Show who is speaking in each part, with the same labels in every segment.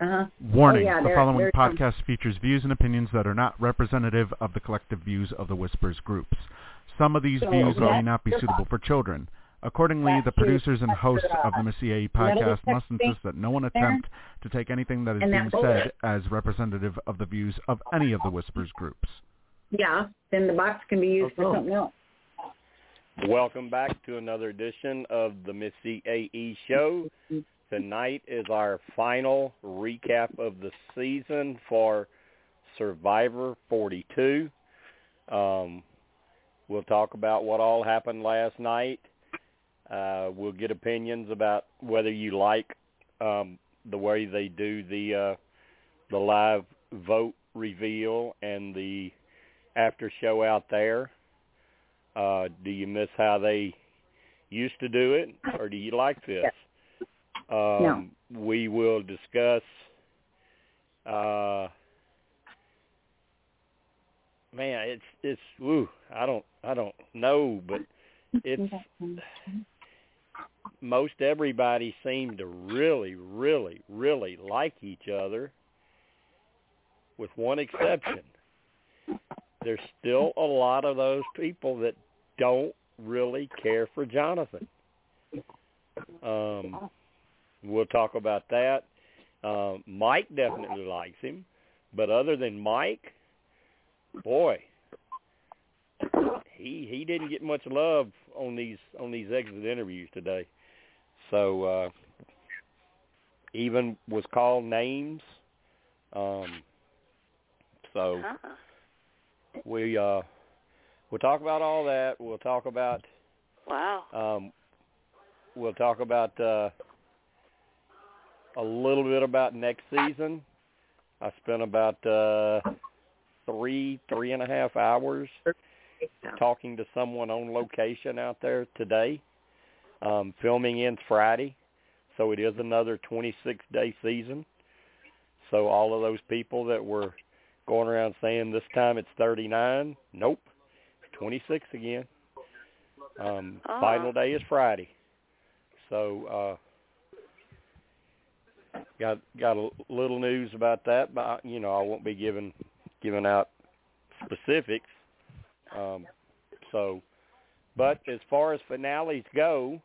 Speaker 1: Uh-huh.
Speaker 2: Warning,
Speaker 1: Oh, yeah,
Speaker 2: the
Speaker 1: there-
Speaker 2: following
Speaker 1: there's some-
Speaker 2: podcast features views and opinions that are not representative of the collective views of the Whispers groups. Some of these
Speaker 1: So,
Speaker 2: views may
Speaker 1: that's
Speaker 2: not be
Speaker 1: your-
Speaker 2: suitable for children. Accordingly,
Speaker 1: That's
Speaker 2: the
Speaker 1: true.
Speaker 2: producers and
Speaker 1: That's
Speaker 2: hosts
Speaker 1: your,
Speaker 2: of the
Speaker 1: uh,
Speaker 2: Miss EAE
Speaker 1: little
Speaker 2: podcast must
Speaker 1: texting
Speaker 2: insist that no one
Speaker 1: there.
Speaker 2: attempt to take anything that is
Speaker 1: And
Speaker 2: being
Speaker 1: that folder.
Speaker 2: said as representative of the views of any of the Whispers groups.
Speaker 1: Yeah, then the box can be
Speaker 3: Oh,
Speaker 1: used for
Speaker 4: Okay.
Speaker 1: something else.
Speaker 4: Welcome back to another edition of the Miss CAE show. Tonight is our final recap of the season for Survivor 42. Um, we'll talk about what all happened last night. Uh, we'll get opinions about whether you like um, the way they do the uh, the live vote reveal and the after show out there. Uh, do you miss how they used to do it, or do you like this? Um, We will discuss. Uh, man, it's it's. Woo, I don't I don't know, but it's most everybody seemed to really, really, really like each other, with one exception. There's still a lot of those people that don't really care for Jonathan. Um, we'll talk about that. Um, Mike definitely likes him, but other than Mike, boy, he he didn't get much love on these on these exit interviews today. So uh, even was called names. Um, so we uh, we'll talk about all that. We'll talk about
Speaker 5: Wow.
Speaker 4: um, we'll talk about uh, a little bit about next season. I spent about uh, three three and a half hours talking to someone on location out there today. Um, filming ends Friday, so it is another 26-day season. So all of those people that were going around saying this time it's 39, nope, 26 again. Um,
Speaker 5: Ah.
Speaker 4: Final day is Friday, so uh, got got a little news about that, but I- you know I won't be giving giving out specifics. Um, so, but as far as finales go,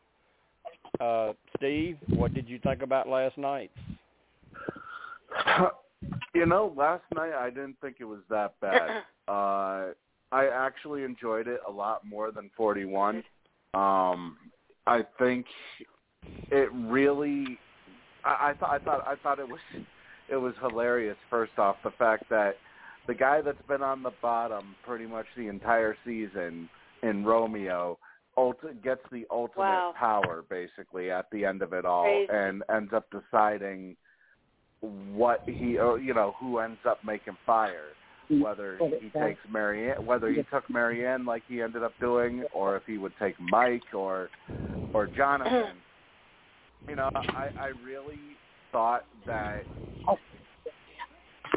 Speaker 4: uh, Steve, what did you think about last night?
Speaker 6: you know, last night I didn't think it was that bad. uh, I actually enjoyed it a lot more than 41. Um, I think it really. I, I thought. I thought. I thought it was. It was hilarious. First off, the fact that the guy that's been on the bottom pretty much the entire season in Romeo ulti- gets the ultimate
Speaker 5: Wow.
Speaker 6: power basically at the end of it all,
Speaker 5: Crazy.
Speaker 6: and ends up deciding what he or you know who ends up making fire whether
Speaker 1: Well,
Speaker 6: he
Speaker 1: it's, uh,
Speaker 6: takes Marianne, whether he took Marianne like he ended up doing, or if he would take Mike or or Jonathan. You know, I, I really thought that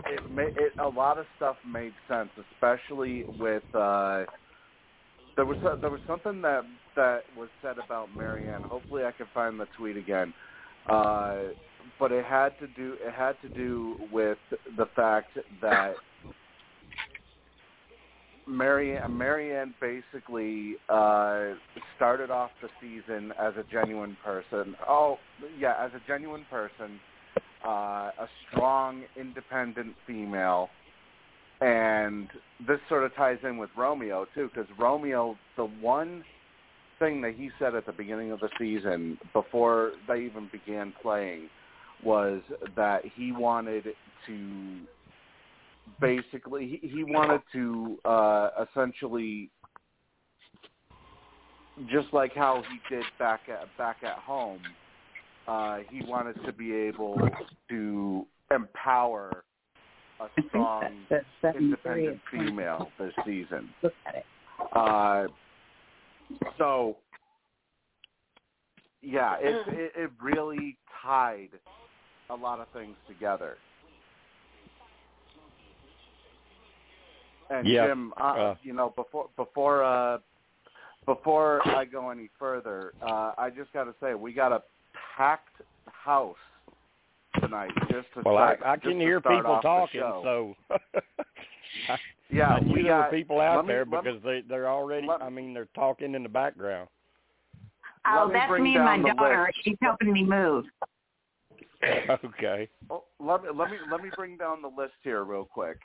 Speaker 6: it, ma- it a lot of stuff made sense, especially with uh, there was a, there was something that that was said about Marianne. Hopefully, I can find the tweet again. Uh, but it had to do it had to do with the fact that Marianne, Marianne basically uh, started off the season as a genuine person. Oh, yeah, as a genuine person, uh, a strong, independent female. And this sort of ties in with Romeo, too, because Romeo, the one thing that he said at the beginning of the season, before they even began playing, was that he wanted to basically he, he wanted to uh essentially just like how he did back at back at home uh he wanted to be able to empower a strong
Speaker 1: That's seven three.
Speaker 6: independent female this season
Speaker 1: Look at it.
Speaker 6: uh, so yeah, it,
Speaker 1: Mm.
Speaker 6: it it really tied a lot of things together. And
Speaker 4: Yeah,
Speaker 6: Jim, uh,
Speaker 4: uh,
Speaker 6: you know, before before uh, before I go any further, uh, I just got to say we got a packed house
Speaker 3: tonight. Just to
Speaker 4: Well,
Speaker 3: start,
Speaker 4: I, I can
Speaker 3: just to
Speaker 4: hear
Speaker 3: start
Speaker 4: people
Speaker 3: off the
Speaker 4: talking,
Speaker 3: show.
Speaker 4: so I,
Speaker 3: yeah,
Speaker 4: I knew
Speaker 3: we
Speaker 4: there
Speaker 3: got,
Speaker 4: were people out
Speaker 3: let me-
Speaker 4: there
Speaker 3: let me-
Speaker 4: because they they're already.
Speaker 3: let-
Speaker 4: I mean, they're talking in the background.
Speaker 3: Let
Speaker 7: Oh,
Speaker 3: me
Speaker 7: that's
Speaker 3: bring
Speaker 7: me and my
Speaker 3: down the
Speaker 7: daughter.
Speaker 3: list.
Speaker 7: She's helping me move.
Speaker 4: okay.
Speaker 3: Oh, let me let me let me bring down the list here real quick.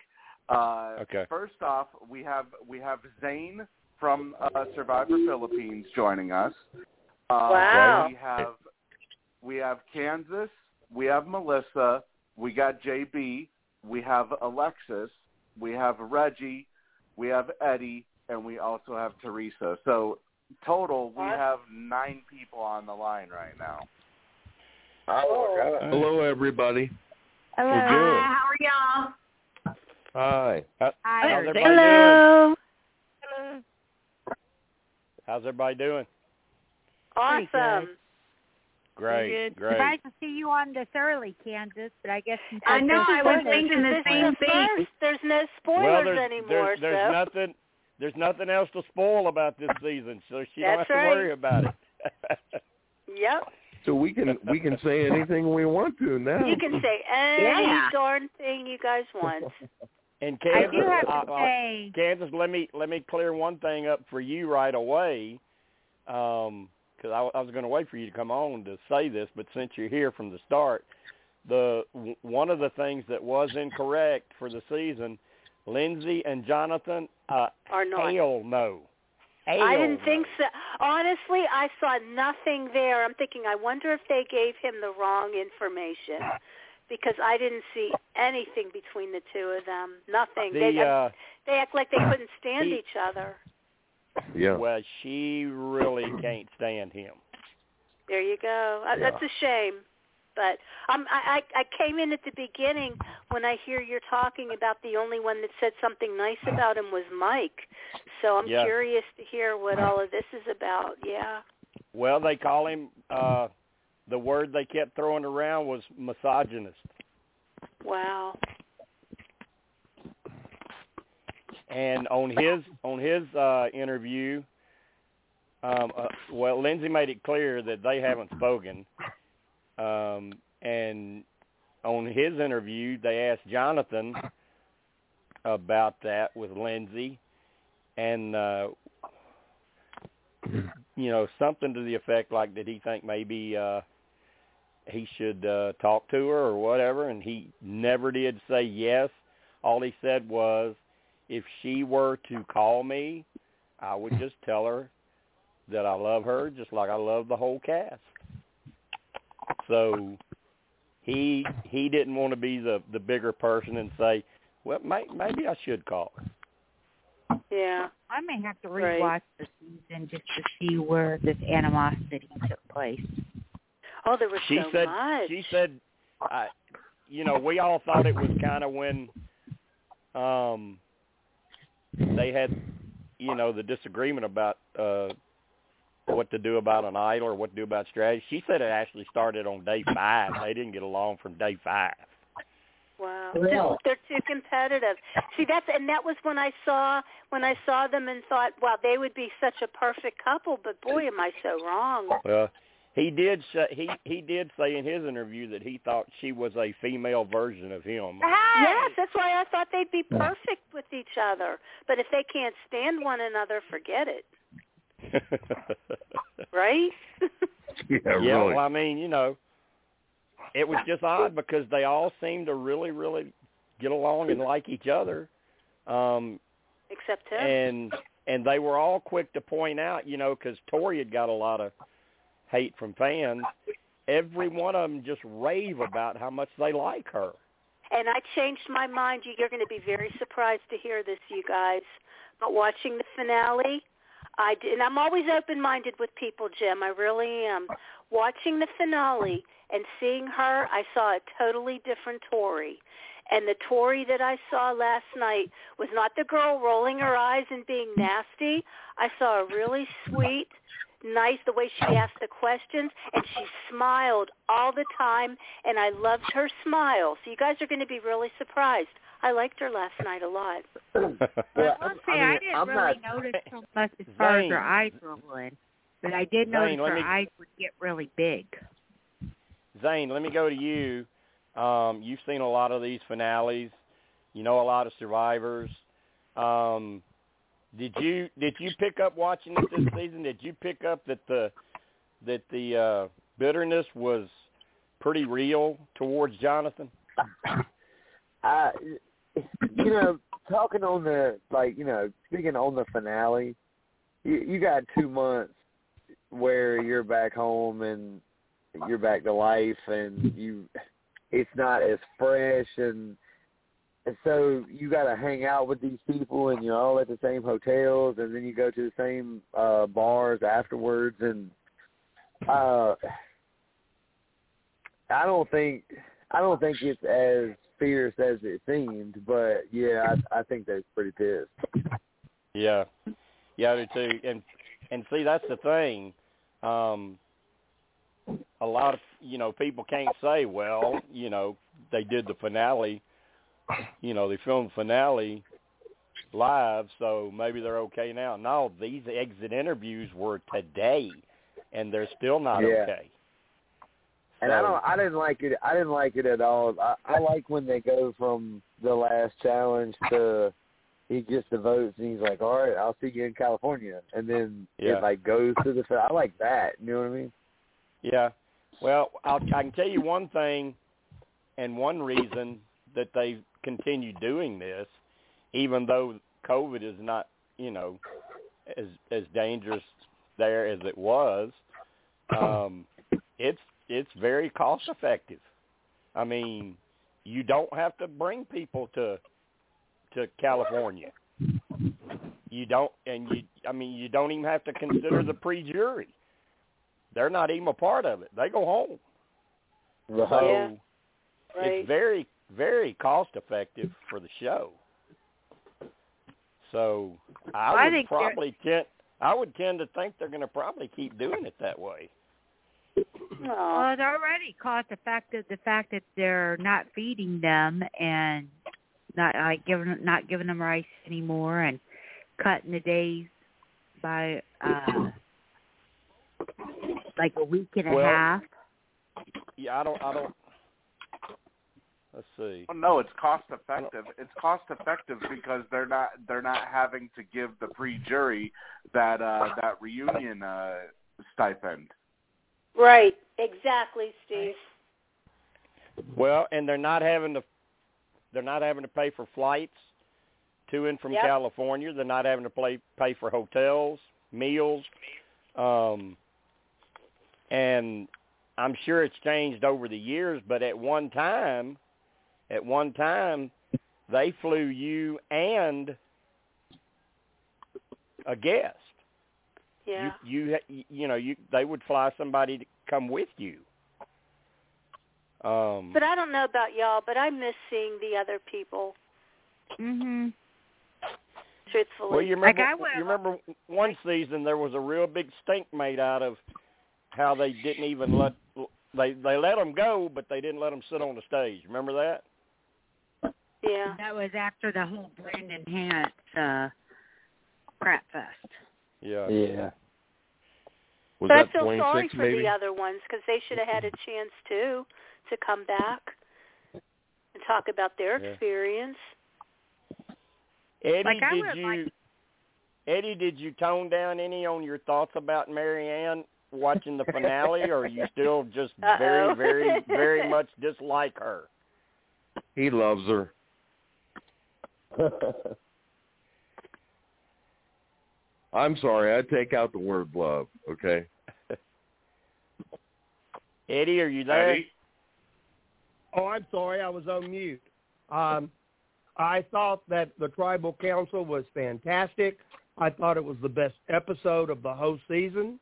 Speaker 3: Uh,
Speaker 4: Okay.
Speaker 3: First off, we have we have Zane from uh, Survivor Philippines joining us. Uh,
Speaker 8: Wow.
Speaker 3: We have we have Kansas. We have Melissa. We got JB. We have Alexis. We have Reggie. We have Eddie, and we also have Teresa. So total, we
Speaker 8: Awesome.
Speaker 3: have nine people on the line right now.
Speaker 8: Oh,
Speaker 5: Hello, everybody.
Speaker 7: Hi,
Speaker 5: Hello.
Speaker 7: how are y'all?
Speaker 5: Hi.
Speaker 7: Hi.
Speaker 4: How's everybody doing?
Speaker 8: Hello.
Speaker 4: How's everybody doing?
Speaker 8: Awesome.
Speaker 4: Great,
Speaker 1: Good.
Speaker 4: great.
Speaker 1: Surprised to see you on this early, Kansas, but I guess since
Speaker 7: I
Speaker 1: I've
Speaker 7: know,
Speaker 1: been
Speaker 7: I was
Speaker 1: spoiled-
Speaker 7: thinking the
Speaker 8: This
Speaker 7: same
Speaker 8: is the
Speaker 7: thing.
Speaker 8: first. There's no
Speaker 4: well,
Speaker 8: spoilers
Speaker 4: there's,
Speaker 8: anymore,
Speaker 4: there's, there's
Speaker 8: so
Speaker 4: nothing. There's nothing else to spoil about this season, so she don't have
Speaker 8: That's
Speaker 4: to
Speaker 8: right.
Speaker 4: worry about it.
Speaker 8: yep.
Speaker 5: So we can we can say anything we want to now.
Speaker 8: You
Speaker 2: Oh.
Speaker 8: can say any
Speaker 7: Yeah.
Speaker 8: darn thing you guys want.
Speaker 4: and
Speaker 1: I
Speaker 4: Kansas,
Speaker 1: do have to
Speaker 4: I- I-
Speaker 1: say,
Speaker 4: Kansas, let me let me clear one thing up for you right away, because I, I was going to wait for you to come on to say this, but since you're here from the start, the w- one of the things that was incorrect for the season, Lindsay and Jonathan, uh,
Speaker 8: Or not.
Speaker 4: hell no.
Speaker 8: I
Speaker 4: Hell
Speaker 8: didn't think
Speaker 4: no.
Speaker 8: so. Honestly, I saw nothing there. I'm thinking, I wonder if they gave him the wrong information because I didn't see anything between the two of them. Nothing. they,
Speaker 4: The uh,
Speaker 8: they act like they couldn't stand
Speaker 4: he-
Speaker 8: each other.
Speaker 5: yeah.
Speaker 4: well, she really can't stand him.
Speaker 8: There you go. Uh, That's a shame. But um, I, I I came in at the beginning when I hear you're talking about the only one that said something nice about him was Mike. So I'm
Speaker 4: Yeah.
Speaker 8: curious to hear what all of this is about. Yeah.
Speaker 4: Well, they call him. Uh, the word they kept throwing around was misogynist.
Speaker 8: Wow.
Speaker 4: and on his on his uh, interview, um, uh, well, Lindsay made it clear that they haven't spoken. Um, and on his interview, they asked Jonathan about that with Lindsay, and uh, you know something to the effect like, did he think maybe uh, he should uh, talk to her or whatever? And he never did say yes. All he said was, if she were to call me, I would just tell her that I love her just like I love the whole cast. So he he didn't want to be the the bigger person and say, well, may, maybe I should call her.
Speaker 8: Yeah.
Speaker 1: I may have to
Speaker 8: Right.
Speaker 1: rewatch the season just to see where this animosity took place.
Speaker 8: Oh, there was
Speaker 4: She
Speaker 8: so
Speaker 4: said
Speaker 8: much.
Speaker 4: she said, I, you know, we all thought it was kind of when um they had you know the disagreement about uh what to do about an idol or what to do about strategy. She said it actually started on day five. They didn't get along from day five.
Speaker 8: Wow.
Speaker 7: Really?
Speaker 8: They're too competitive. See, that's and that was when I saw when I saw them and thought, wow, they would be such a perfect couple. But boy, am I so wrong.
Speaker 4: Well, he did say, he he did say in his interview that he thought she was a female version of him.
Speaker 8: Yes, that's why I thought they'd be perfect with each other. But if they can't stand one another, forget it, right?
Speaker 5: Yeah,
Speaker 4: yeah,
Speaker 5: really.
Speaker 4: well, I mean, you know, it was just odd because they all seemed to really, really get along and like each other. Um,
Speaker 8: Except him.
Speaker 4: and and they were all quick to point out, you know, because Tori had got a lot of hate from fans. Every one of them just rave about how much they like her.
Speaker 8: And I changed my mind. You- You're going to be very surprised to hear this, you guys. But watching the finale, I did, and I'm always open-minded with people, Jim. I really am. Watching the finale and seeing her, I saw a totally different Tori. And the Tori that I saw last night was not the girl rolling her eyes and being nasty. I saw a really sweet, nice, the way she asked the questions, and she smiled all the time and I loved her smile. So you guys are going to be really surprised. I liked her last night a lot.
Speaker 1: Well, I will say I, didn't
Speaker 5: I'm
Speaker 1: really notice so much as far as
Speaker 4: Zane.
Speaker 1: her eyes rolling, but I did
Speaker 4: Zane,
Speaker 1: notice
Speaker 4: let
Speaker 1: her
Speaker 4: me-
Speaker 1: eyes would get really big.
Speaker 4: Zane, let me go to you. Um, you've seen a lot of these finales. You know a lot of survivors. Um, did you did you pick up watching it this season? Did you pick up that the that the uh, bitterness was pretty real towards Jonathan?
Speaker 9: uh, you know, talking on the like, you know, speaking on the finale, you, you got two months where you're back home and you're back to life, and you, it's not as fresh, and, and so you got to hang out with these people, and you're all at the same hotels, and then you go to the same uh, bars afterwards, and uh, I don't think I don't think it's as fierce as it seemed, but yeah, I, I think that's pretty pissed.
Speaker 4: Yeah, yeah, I do too. And and see, that's the thing. Um, a lot of you know people can't say, well, you know, they did the finale. You know, they filmed the finale live, so maybe they're okay now. No, these exit interviews were today, and they're still not
Speaker 9: Yeah.
Speaker 4: okay.
Speaker 9: And I
Speaker 4: So-
Speaker 9: don't, I didn't like it. I didn't like it at all. I, I like when they go from the last challenge to he gets the votes and he's like, all right, I'll see you in California, and then
Speaker 4: Yeah.
Speaker 9: it like goes to the. I like that. You know what I mean?
Speaker 4: Yeah. Well, I'll, I can tell you one thing, and one reason that they continue doing this, even though COVID is not, you know, as as dangerous there as it was, um, it's it's very cost effective. I mean, you don't have to bring people to to California. You don't, and you, I mean, you don't even have to consider the pre-jury they're not even a part of it. They go home. So
Speaker 8: Yeah,
Speaker 4: it's very, very cost effective for the show. So I
Speaker 10: Well,
Speaker 4: would
Speaker 10: I think they're-
Speaker 4: probably tend I would tend to think they're gonna probably keep doing it that way.
Speaker 8: Aw.
Speaker 10: Well, it's already cost effective. The fact that they're not feeding them and not like giving not giving them rice anymore and cutting the days by uh like a week and a
Speaker 4: Well-
Speaker 10: half.
Speaker 4: Yeah, I don't I don't let's see.
Speaker 3: Well, no, it's cost effective. It's cost effective because they're not they're not having to give the pre jury that uh, that reunion uh, stipend.
Speaker 8: right, exactly, Steve.
Speaker 4: Well, and they're not having to they're not having to pay for flights to and from
Speaker 8: Yep.
Speaker 4: California. They're not having to play, pay for hotels, meals, um, and I'm sure it's changed over the years. But at one time, at one time, they flew you and a guest.
Speaker 8: Yeah.
Speaker 4: You, you ha- you know you they would fly somebody to come with you. Um,
Speaker 8: But I don't know about y'all, but I miss seeing the other people.
Speaker 10: Mhm.
Speaker 8: Truthfully,
Speaker 4: Well, you
Speaker 10: Like,
Speaker 4: remember,
Speaker 10: I will-
Speaker 4: you remember one season there was a real big stink made out of how they didn't even let they they let them go, but they didn't let them sit on the stage. Remember that?
Speaker 8: yeah,
Speaker 10: That was after the whole Brandon Hance uh crap fest.
Speaker 4: Yeah.
Speaker 9: Yeah.
Speaker 5: Was
Speaker 8: but I
Speaker 5: that
Speaker 8: feel
Speaker 5: Dwayne
Speaker 8: sorry
Speaker 5: Six
Speaker 8: for
Speaker 5: maybe?
Speaker 8: the other ones because they should have had a chance too to come back and talk about their
Speaker 4: Yeah.
Speaker 8: experience.
Speaker 4: Eddie,
Speaker 10: Like, I
Speaker 4: did
Speaker 10: would
Speaker 4: you
Speaker 10: like-
Speaker 4: Eddie, did you tone down any on your thoughts about Marianne watching the finale, or you still just
Speaker 8: Uh-oh.
Speaker 4: very, very, very much dislike her?
Speaker 5: He loves her. I'm sorry. I take out the word love. Okay.
Speaker 4: Eddie, are you there?
Speaker 3: Eddie?
Speaker 11: Oh, I'm sorry, I was on mute. Um, I thought that the tribal council was fantastic. I thought it was the best episode of the whole season.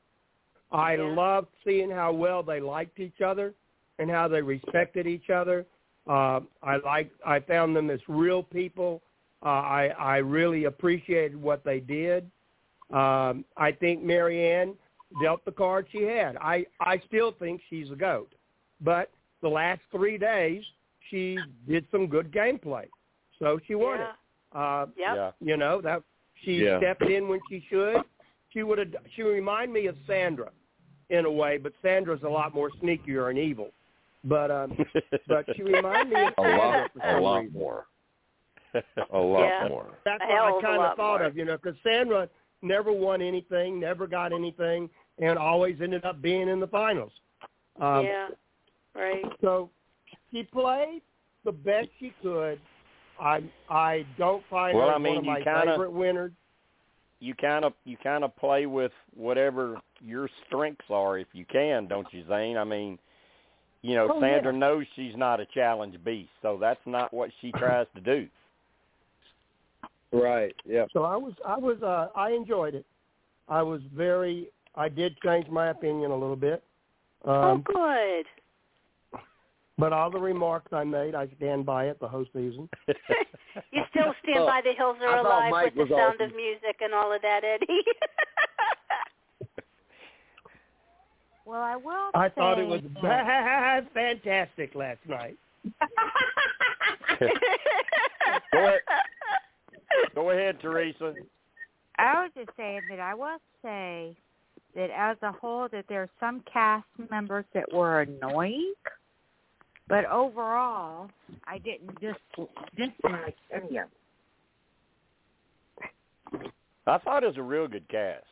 Speaker 11: I
Speaker 8: Yeah.
Speaker 11: loved seeing how well they liked each other and how they respected each other. Uh, I like. I found them as real people. Uh, I I really appreciated what they did. Um, I think Marianne dealt the card she had. I I still think she's a goat, but the last three days she did some good gameplay, so she won
Speaker 8: yeah.
Speaker 11: it. Uh,
Speaker 8: Yep.
Speaker 4: Yeah.
Speaker 11: you know that she
Speaker 5: Yeah.
Speaker 11: stepped in when she should. She would have. She would remind me of Sandra, in a way, but Sandra's a lot more sneakier and evil. But um, but she reminded me of
Speaker 5: A lot,
Speaker 11: Sandra for
Speaker 5: a
Speaker 11: some
Speaker 5: lot
Speaker 11: reason.
Speaker 5: more, a
Speaker 4: Oh,
Speaker 5: lot
Speaker 11: Yeah.
Speaker 5: more.
Speaker 11: That's
Speaker 8: A
Speaker 11: what
Speaker 8: hell
Speaker 11: I
Speaker 8: of a
Speaker 11: kind
Speaker 8: lot
Speaker 11: of thought
Speaker 8: more.
Speaker 11: of, you know, because Sandra never won anything, never got anything, and always ended up being in the finals. Um,
Speaker 8: yeah. Right.
Speaker 11: So she played the best she could. I I don't find
Speaker 4: Well,
Speaker 11: her
Speaker 4: I
Speaker 11: one
Speaker 4: mean,
Speaker 11: of
Speaker 4: you
Speaker 11: my
Speaker 4: kinda-
Speaker 11: favorite winners.
Speaker 4: You kind of you kind of play with whatever your strengths are if you can, don't you, Zane? I mean, you know,
Speaker 11: Oh,
Speaker 4: Sandra
Speaker 11: yeah.
Speaker 4: knows she's not a challenge beast, so that's not what she tries to do.
Speaker 9: Right. Yeah.
Speaker 11: So I was I was uh, I enjoyed it. I was very I did change my opinion a little bit. Um,
Speaker 8: oh,
Speaker 11: But all the remarks I made, I stand by it the whole season.
Speaker 8: good. You still stand
Speaker 9: Well,
Speaker 8: by the hills
Speaker 9: I
Speaker 8: are
Speaker 9: thought
Speaker 8: alive
Speaker 9: Mike
Speaker 8: with the
Speaker 9: was
Speaker 8: sound
Speaker 9: awesome.
Speaker 8: of music and all of that, Eddie.
Speaker 1: Well, I will
Speaker 11: I
Speaker 1: say
Speaker 11: thought it was
Speaker 1: that-
Speaker 11: fantastic last night.
Speaker 4: Go ahead. Go ahead, Teresa.
Speaker 1: I was just saying that I will say that as a whole, that there are some cast members that were annoying, but overall, I didn't dis- dislike any of them.
Speaker 4: I thought it was a real good cast.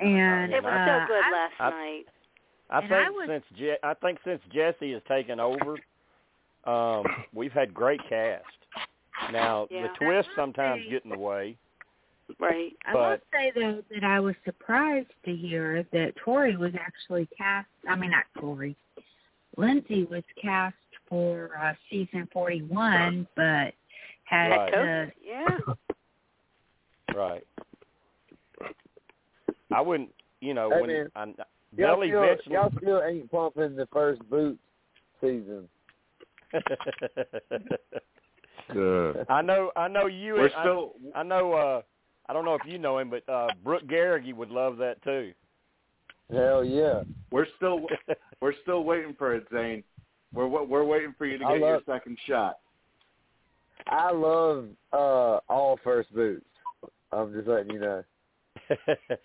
Speaker 10: And
Speaker 4: Oh It
Speaker 8: It was
Speaker 10: uh,
Speaker 8: so good
Speaker 10: I-
Speaker 8: last
Speaker 4: I-
Speaker 8: night.
Speaker 4: I
Speaker 10: And
Speaker 4: think
Speaker 10: I was-
Speaker 4: since Je- I think since Jesse has taken over, um, we've had great cast. Now
Speaker 8: Yeah.
Speaker 4: the twists sometimes
Speaker 10: Hey.
Speaker 4: get in the way.
Speaker 8: Right.
Speaker 10: I will
Speaker 4: but-
Speaker 10: say though that I was surprised to hear that Tori was actually cast. I mean, not Tori. Lindsay was cast for uh, season forty-one, but had
Speaker 4: Right.
Speaker 10: to,
Speaker 8: Yeah.
Speaker 4: Right. I wouldn't, you know,
Speaker 9: Hey,
Speaker 4: when
Speaker 9: man.
Speaker 4: I,
Speaker 9: Y'all
Speaker 4: Billy
Speaker 9: still,
Speaker 4: Mitchell.
Speaker 9: y'all still ain't pumping the first boot season.
Speaker 5: Good.
Speaker 4: I know, I know you.
Speaker 5: We're
Speaker 4: I,
Speaker 5: still.
Speaker 4: I know. uh I don't know if you know him, but uh Brooke Garrigy would love that too.
Speaker 9: Hell Oh, yeah.
Speaker 3: We're still we're still waiting for it, Zane. We're wa- we're waiting for you to
Speaker 9: I
Speaker 3: get your
Speaker 9: love-
Speaker 3: second shot.
Speaker 9: I love uh all first boots. I'm just letting you know.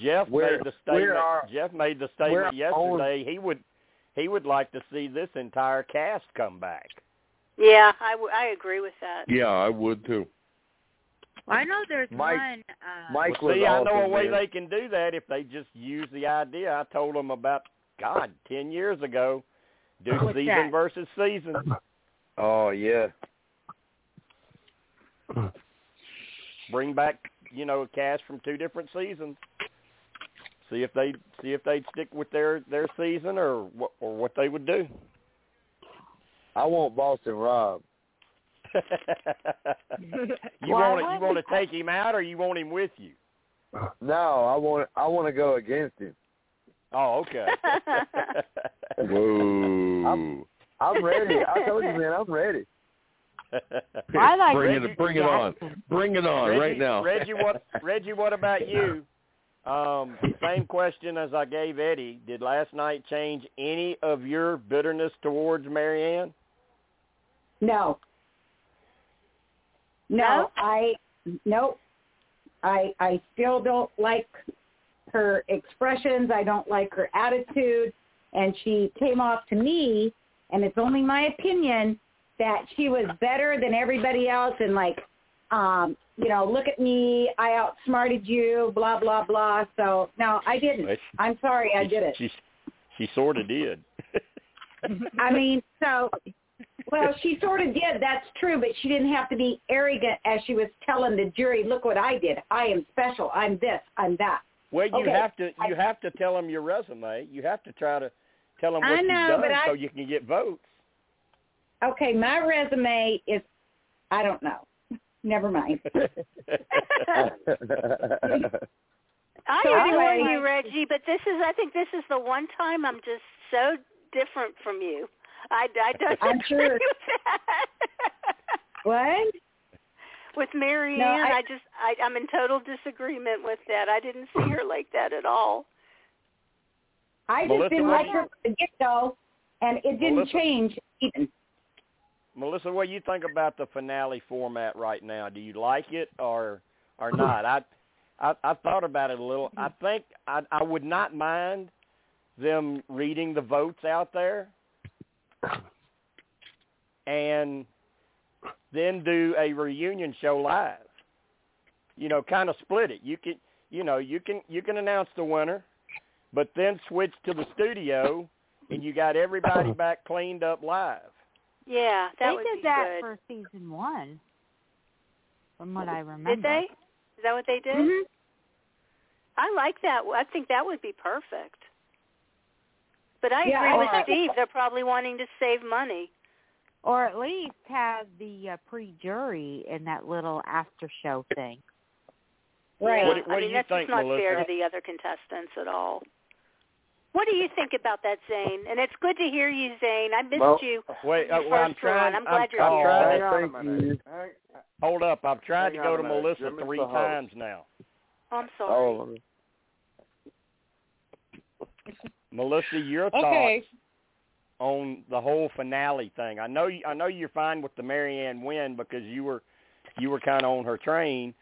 Speaker 4: Jeff
Speaker 9: We're-
Speaker 4: made the
Speaker 9: we're
Speaker 4: statement.
Speaker 9: our-
Speaker 4: Jeff made the statement
Speaker 9: we're our own-
Speaker 4: yesterday. He would he would like to see this entire cast come back.
Speaker 8: Yeah, I, w- I agree with that.
Speaker 5: Yeah, I would too.
Speaker 10: well, I know there's
Speaker 9: Mike-
Speaker 10: one. Uh,
Speaker 9: Mike
Speaker 4: well,
Speaker 9: was
Speaker 4: see,
Speaker 9: awesome.
Speaker 4: I know a way
Speaker 9: man.
Speaker 4: they can do that if they just use the idea I told them about. God, ten years ago, do
Speaker 10: What's
Speaker 4: season
Speaker 10: that?
Speaker 4: versus season.
Speaker 9: Oh yeah.
Speaker 4: Bring back you know a cast from two different seasons. See if they see if they'd stick with their their season or what or what they would do.
Speaker 9: I want Boston Rob.
Speaker 4: you
Speaker 1: Why
Speaker 4: want to you want to
Speaker 1: wouldn't-
Speaker 4: take him out or you want him with you?
Speaker 9: No, I want I want to go against him.
Speaker 4: Oh, okay.
Speaker 5: Whoa.
Speaker 9: I'm ready. I told you, man. I'm ready.
Speaker 1: I like
Speaker 5: bring
Speaker 1: Richard
Speaker 5: it, bring it on,
Speaker 1: Jackson.
Speaker 5: bring it on
Speaker 4: Reggie,
Speaker 5: right now.
Speaker 4: Reggie, what Reggie, what about you? Um, same question as I gave Eddie. Did last night change any of your bitterness towards Marianne?
Speaker 7: No.
Speaker 8: No?
Speaker 7: No, I nope. I I still don't like her expressions. I don't like her attitude, and she came off to me, and it's only my opinion that she was better than everybody else, and like, um, you know, look at me, I outsmarted you, blah blah blah. So no, I didn't. I'm sorry, I did it.
Speaker 4: She she sort of did.
Speaker 7: I mean, so well, she sort of did. That's true, but she didn't have to be arrogant as she was telling the jury, "Look what I did. I am special. I'm this. I'm that."
Speaker 4: Well, you
Speaker 7: Okay.
Speaker 4: have to you
Speaker 7: I-
Speaker 4: have to tell them your resume. You have to try to tell them what
Speaker 7: I know,
Speaker 4: you've
Speaker 7: but
Speaker 4: done
Speaker 7: I-
Speaker 4: so you can get votes.
Speaker 7: Okay, my resume is I don't know. Never mind.
Speaker 8: I
Speaker 7: So
Speaker 8: adore
Speaker 7: anyway-
Speaker 8: you, Reggie, but this is I think this is the one time I'm just so different from you. I, I don't
Speaker 7: I'm
Speaker 8: agree
Speaker 7: sure.
Speaker 8: with that.
Speaker 7: What?
Speaker 8: With Marianne,
Speaker 7: No,
Speaker 8: I,
Speaker 7: I-
Speaker 8: just I, I'm in total disagreement with that. I didn't see her like that at all.
Speaker 7: I just
Speaker 4: Melissa,
Speaker 7: didn't
Speaker 4: what
Speaker 7: like
Speaker 4: do
Speaker 7: her from the get go, and it didn't
Speaker 4: Melissa-
Speaker 7: change even.
Speaker 4: Melissa, what do you think about the finale format right now? Do you like it or or not? I I, I thought about it a little. I think I I would not mind them reading the votes out there. and then do a reunion show live. You know, kind of split it. You can, you know, you can you can announce the winner, but then switch to the studio, and you got everybody back cleaned up live.
Speaker 8: Yeah, that
Speaker 1: they
Speaker 8: would
Speaker 1: did
Speaker 8: be
Speaker 1: that
Speaker 8: good.
Speaker 1: for season one, from what I remember.
Speaker 8: Did they? Is that what they did?
Speaker 12: Mm-hmm.
Speaker 1: Mhm.
Speaker 8: I like that. I think that would be perfect. But I
Speaker 1: Yeah,
Speaker 8: agree
Speaker 1: I
Speaker 8: with
Speaker 1: like-
Speaker 8: Steve. They're probably wanting to save money.
Speaker 1: Or at least have the uh, pre-jury in that little after-show thing.
Speaker 8: Yeah.
Speaker 4: What, do- what
Speaker 8: I
Speaker 4: do
Speaker 8: mean,
Speaker 4: you
Speaker 8: that's
Speaker 4: think,
Speaker 8: just not
Speaker 4: Melissa?
Speaker 8: fair to the other contestants at all. What do you think about that, Zane? And it's good to hear you, Zane. I missed
Speaker 4: Well,
Speaker 8: you.
Speaker 4: Wait,
Speaker 8: your
Speaker 4: uh, well, I'm
Speaker 8: first run.
Speaker 4: trying.
Speaker 8: I'm glad you're
Speaker 4: I'm
Speaker 8: here.
Speaker 4: trying
Speaker 3: Hang on
Speaker 4: to-
Speaker 3: a minute. Hang,
Speaker 4: Hold up, I've
Speaker 3: Hang
Speaker 4: tried to
Speaker 3: on
Speaker 4: go
Speaker 3: a
Speaker 4: to
Speaker 3: minute.
Speaker 4: Melissa
Speaker 3: Jim is
Speaker 4: three
Speaker 3: the host.
Speaker 4: times now.
Speaker 8: Oh, I'm sorry.
Speaker 9: All of them.
Speaker 4: Melissa, your
Speaker 12: Okay.
Speaker 4: thoughts on the whole finale thing? I know you, I know you're fine with the Marianne win because you were you were kind of on her train,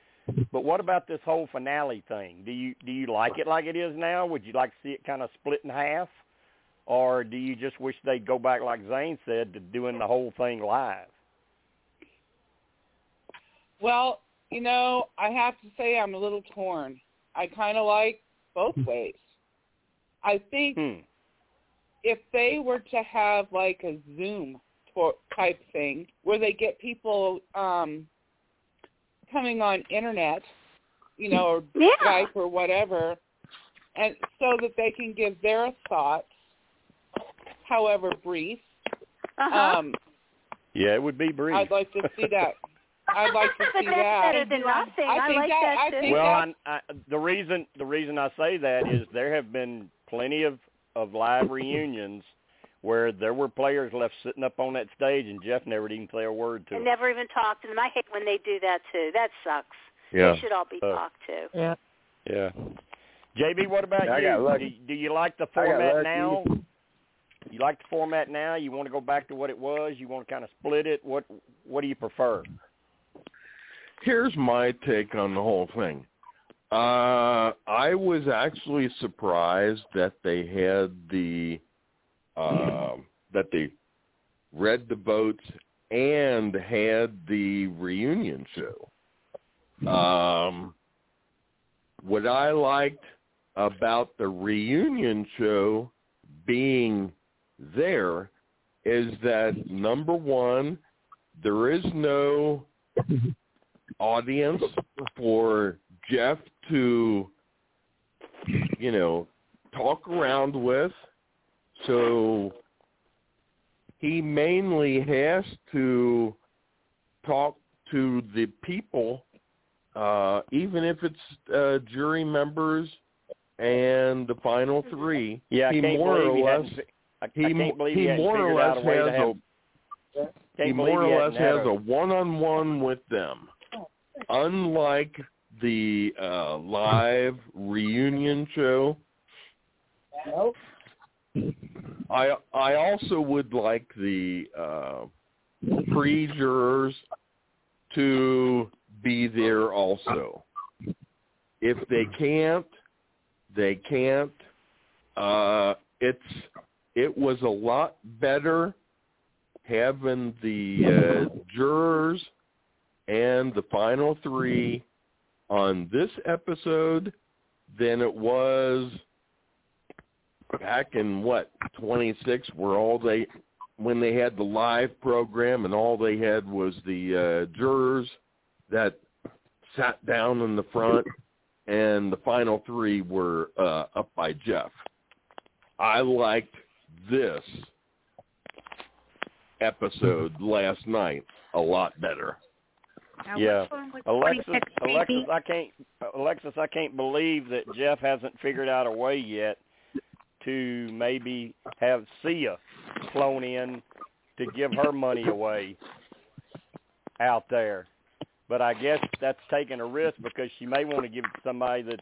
Speaker 4: but what about this whole finale thing? Do you do you like it like it is now? Would you like to see it kind of split in half, or do you just wish they'd go back like Zane said to doing the whole thing live?
Speaker 12: Well, you know, I have to say I'm a little torn. I kind of like both ways. I think
Speaker 4: Hmm.
Speaker 12: if they were to have like a Zoom to- type thing where they get people um coming on internet, you know, or
Speaker 8: Yeah.
Speaker 12: Skype or whatever, and so that they can give their thoughts, however brief.
Speaker 8: Uh-huh.
Speaker 12: Um,
Speaker 4: Yeah, it would be brief.
Speaker 12: I'd like to see that. I'd like to
Speaker 8: but
Speaker 12: see
Speaker 8: that's
Speaker 12: that.
Speaker 8: better than nothing.
Speaker 12: I think
Speaker 8: like
Speaker 5: Oh,
Speaker 12: that- I
Speaker 8: too.
Speaker 12: think
Speaker 4: Well,
Speaker 12: that-
Speaker 4: I, I, the reason the reason I say that is there have been plenty of of live reunions where there were players left sitting up on that stage, and Jeff never even say a word to
Speaker 8: and
Speaker 4: them.
Speaker 8: never even talk to them. I hate when they do that too. That sucks.
Speaker 4: Yeah.
Speaker 8: They should all be
Speaker 4: Uh,
Speaker 8: talked to.
Speaker 11: Yeah.
Speaker 4: Yeah. JB, what about
Speaker 9: I got
Speaker 4: you? Do,
Speaker 9: lucky.
Speaker 4: do you like the
Speaker 9: I got
Speaker 4: format
Speaker 9: lucky.
Speaker 4: now? You like the format now? You want to go back to what it was? You want to kind of split it? What What do you prefer?
Speaker 5: Here's my take on the whole thing. Uh, I was actually surprised that they had the uh, that they read the votes and had the reunion show. Um, what I liked about the reunion show being there is that number one, there is no audience for Jeff to, you know, talk around with. So he mainly has to talk to the people, uh, even if it's uh, jury members and the final three.
Speaker 4: Yeah, I
Speaker 5: he
Speaker 4: can't
Speaker 5: more
Speaker 4: believe he
Speaker 5: or less
Speaker 4: hadn't fi- I,
Speaker 5: he,
Speaker 4: I can't believe
Speaker 5: he
Speaker 4: he, hadn't
Speaker 5: more or
Speaker 4: figured
Speaker 5: less
Speaker 4: out a way to
Speaker 5: has
Speaker 4: have.
Speaker 5: a
Speaker 4: can't
Speaker 5: he
Speaker 4: believe
Speaker 5: more
Speaker 4: he
Speaker 5: or
Speaker 4: hadn't
Speaker 5: less
Speaker 4: had
Speaker 5: has a one-on-one with them, unlike the uh, live reunion show.
Speaker 7: Nope.
Speaker 5: I I also would like the uh, pre-jurors to be there also. If they can't, they can't. Uh, it's it was a lot better having the uh, jurors and the final three on this episode than it was back in what 26 where all they when they had the live program and all they had was the uh, jurors that sat down in the front and the final three were uh, up by Jeff. I liked this episode last night a lot better.
Speaker 10: Now,
Speaker 4: Yeah.
Speaker 10: which one was
Speaker 4: Alexis,
Speaker 10: 26
Speaker 4: Alexis,
Speaker 10: creepy?
Speaker 4: I can't, Alexis, I can't believe that Jeff hasn't figured out a way yet to maybe have Sia flown in to give her money away out there. But I guess that's taking a risk because she may want to give it to somebody that's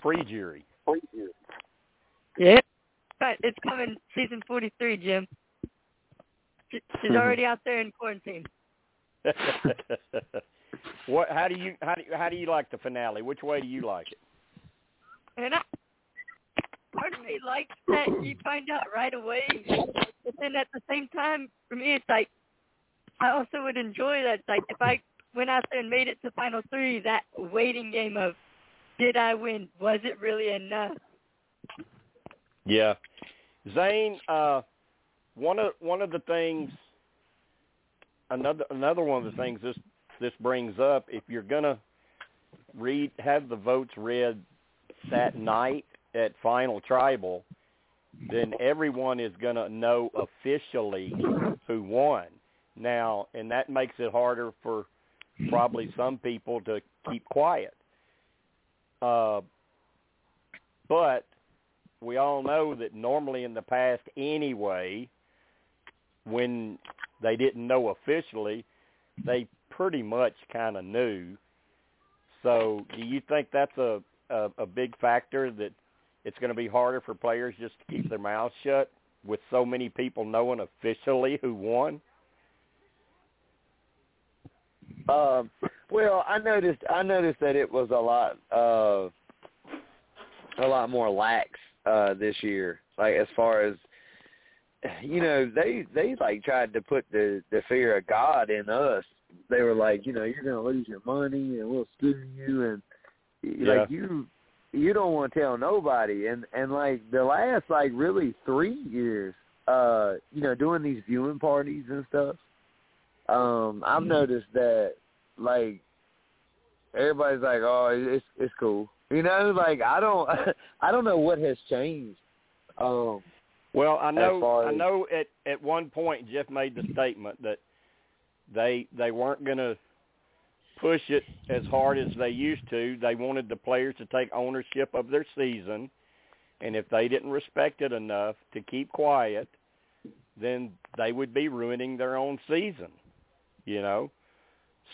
Speaker 4: pre-jury.
Speaker 13: Yeah. But it's coming season 43, Jim. She-
Speaker 9: Mm-hmm.
Speaker 13: She's already out there in quarantine.
Speaker 4: what? How do you how do you, how do you like the finale? Which way do you like it?
Speaker 13: And I, part of me likes that you find out right away then at the same time, for me, it's like I also would enjoy that. Like if I went out there and made it to final three, that waiting game of did I win? Was it really enough?
Speaker 4: Yeah. Zane, uh, one of one of the things, another another one of the things this this brings up, if you're gonna read have the votes read that night at final tribal, then everyone is gonna know officially who won. Now, and that makes it harder for probably some people to keep quiet. Uh, but we all know that normally in the past anyway, when they didn't know officially, they pretty much kind of knew. So do you think that's a, a, a big factor that it's going to be harder for players just to keep their mouths shut with so many people knowing officially who won?
Speaker 9: Um, well, I noticed I noticed that it was a lot of a lot more lax uh, this year. Like as far as you know, they they like tried to put the the fear of God in us. They were like, you know, you're going to lose your money and we'll sue you and
Speaker 4: Yeah.
Speaker 9: like you you don't want to tell nobody and and like the last like really 3 years uh you know doing these viewing parties and stuff um I've noticed that like everybody's like oh it's it's cool you know like I don't I don't know what has changed um
Speaker 4: Well, I
Speaker 9: as
Speaker 4: know
Speaker 9: far
Speaker 4: I
Speaker 9: as-
Speaker 4: know at at one point Jeff made the statement that they they weren't going to push it as hard as they used to. They wanted the players to take ownership of their season, and if they didn't respect it enough to keep quiet, then they would be ruining their own season, you know.